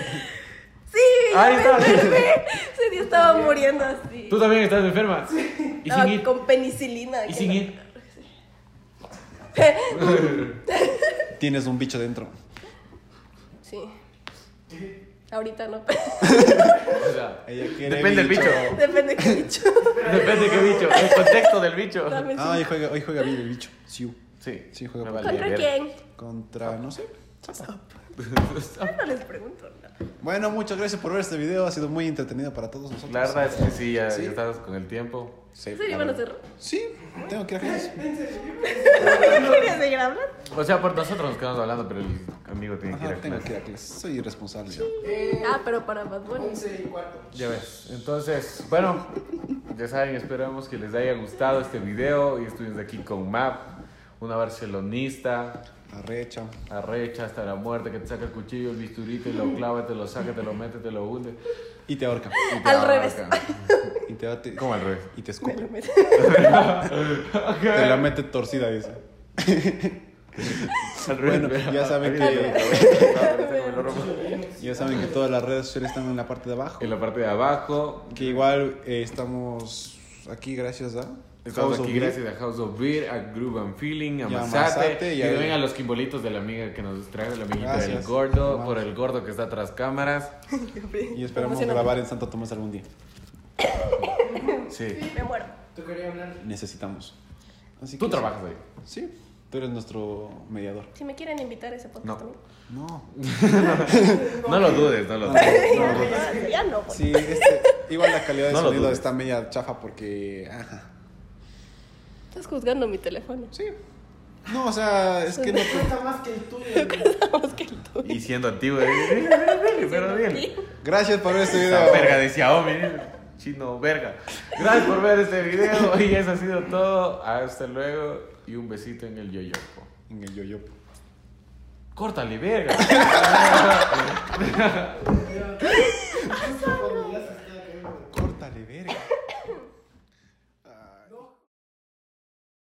[SPEAKER 3] Sí,
[SPEAKER 2] Ah, Ahí
[SPEAKER 3] yo
[SPEAKER 2] está.
[SPEAKER 3] me enfermé. Ese día estaba muriendo así.
[SPEAKER 2] Tú también estás enferma. Y
[SPEAKER 3] Estaba
[SPEAKER 2] sin ir.
[SPEAKER 3] con penicilina.
[SPEAKER 2] Y
[SPEAKER 3] que
[SPEAKER 2] sin
[SPEAKER 3] no-
[SPEAKER 2] ir.
[SPEAKER 1] Tienes un bicho dentro.
[SPEAKER 3] Sí. Ahorita no, pero
[SPEAKER 2] O sea,
[SPEAKER 1] Ella quiere
[SPEAKER 2] depende del bicho.
[SPEAKER 3] depende qué bicho.
[SPEAKER 2] Depende de qué bicho. El contexto del bicho.
[SPEAKER 3] Dame
[SPEAKER 1] Ah, hoy
[SPEAKER 3] cinco.
[SPEAKER 1] juega, hoy juega bien el bicho. Siu.
[SPEAKER 2] Sí.
[SPEAKER 1] Sí, juega
[SPEAKER 2] Me
[SPEAKER 1] por-
[SPEAKER 2] vale
[SPEAKER 3] ¿Contra
[SPEAKER 2] verga.
[SPEAKER 3] quién?
[SPEAKER 1] Contra, no sé.
[SPEAKER 3] Yo Ah, no les pregunto nada.
[SPEAKER 1] Bueno, muchas gracias por ver este video. Ha sido muy entretenido para todos nosotros.
[SPEAKER 2] La verdad es que sí, ya,
[SPEAKER 1] Sí.
[SPEAKER 2] ya estás con el tiempo.
[SPEAKER 1] Sí,
[SPEAKER 3] ¿En serio van a cerrar?
[SPEAKER 1] Sí, tengo que ir a clases.
[SPEAKER 3] ¿No querías seguir hablando?
[SPEAKER 2] O sea, por nosotros nos quedamos hablando, pero el amigo tiene que ir
[SPEAKER 1] Ajá,
[SPEAKER 2] a
[SPEAKER 1] tengo que
[SPEAKER 2] clase.
[SPEAKER 1] ir a clases. Soy irresponsable.
[SPEAKER 3] Ah, pero para Bad Bunny.
[SPEAKER 5] 11 y cuarto.
[SPEAKER 2] Ya ves. Entonces, bueno, ya saben, esperamos que les haya gustado este video. Y estuvimos aquí con Map, una barcelonista.
[SPEAKER 1] Arrecha.
[SPEAKER 2] Arrecha hasta la muerte, que te saca el cuchillo, el bisturí, te lo clava, te lo saca, te lo mete, te lo hunde.
[SPEAKER 1] Y te ahorca.
[SPEAKER 2] y te
[SPEAKER 3] Al
[SPEAKER 2] ahorca.
[SPEAKER 3] revés.
[SPEAKER 1] Y te da- te-
[SPEAKER 10] ¿Cómo al revés?
[SPEAKER 1] Y te
[SPEAKER 3] Me
[SPEAKER 1] escupe.
[SPEAKER 3] lo meto.
[SPEAKER 1] Te la mete torcida, dice.
[SPEAKER 2] Al revés.
[SPEAKER 1] Bueno, ya saben que, ya saben que todas las redes sociales están en la parte de abajo.
[SPEAKER 2] En la parte de abajo.
[SPEAKER 1] Que igual eh, estamos aquí gracias a...
[SPEAKER 2] Estamos
[SPEAKER 1] House of
[SPEAKER 2] aquí
[SPEAKER 1] Beer.
[SPEAKER 2] gracias a House of Beer, a Groove and Feeling, a
[SPEAKER 1] Y a
[SPEAKER 2] Masate,
[SPEAKER 1] Masate,
[SPEAKER 2] y
[SPEAKER 1] y a-
[SPEAKER 2] también a los quimbolitos de la amiga que nos trae, la amiguita del
[SPEAKER 1] Gracias.
[SPEAKER 2] gordo,
[SPEAKER 1] Vamos.
[SPEAKER 2] por el gordo que está tras cámaras.
[SPEAKER 1] Y esperamos
[SPEAKER 3] Emocionante.
[SPEAKER 1] grabar en Santo Tomás algún día.
[SPEAKER 2] Sí.
[SPEAKER 3] Me muero.
[SPEAKER 5] Tú querías hablar.
[SPEAKER 1] Necesitamos. Así
[SPEAKER 2] Tú
[SPEAKER 1] que-
[SPEAKER 2] trabajas ahí.
[SPEAKER 1] Sí, tú eres nuestro mediador.
[SPEAKER 3] Si me quieren invitar a ese podcast
[SPEAKER 2] No.
[SPEAKER 3] también.
[SPEAKER 1] No.
[SPEAKER 10] No lo dudes, no lo
[SPEAKER 1] No,
[SPEAKER 10] dudes.
[SPEAKER 1] no, no.
[SPEAKER 3] Ya, ya no, pues.
[SPEAKER 1] Sí, este, igual la calidad de
[SPEAKER 10] No lo
[SPEAKER 1] sonido
[SPEAKER 10] dudes.
[SPEAKER 1] está media chafa porque... ajá.
[SPEAKER 3] Estás juzgando mi teléfono.
[SPEAKER 1] Sí. No, o sea, es que no...
[SPEAKER 5] Cuesta más que el tuyo.
[SPEAKER 3] Vamos que el tuyo.
[SPEAKER 10] Y siendo antiguo, eh, eh, eh, pero bien.
[SPEAKER 1] Gracias por ver este
[SPEAKER 10] Esa
[SPEAKER 1] video.
[SPEAKER 10] verga de Xiaomi, eh, chino verga.
[SPEAKER 2] Gracias por ver este video y eso ha sido todo. Hasta luego y un besito en el yoyopo.
[SPEAKER 1] En el yoyopo.
[SPEAKER 2] Córtale, verga.
[SPEAKER 5] Pero- Esa familia se está cayendo.
[SPEAKER 1] Córtale, verga.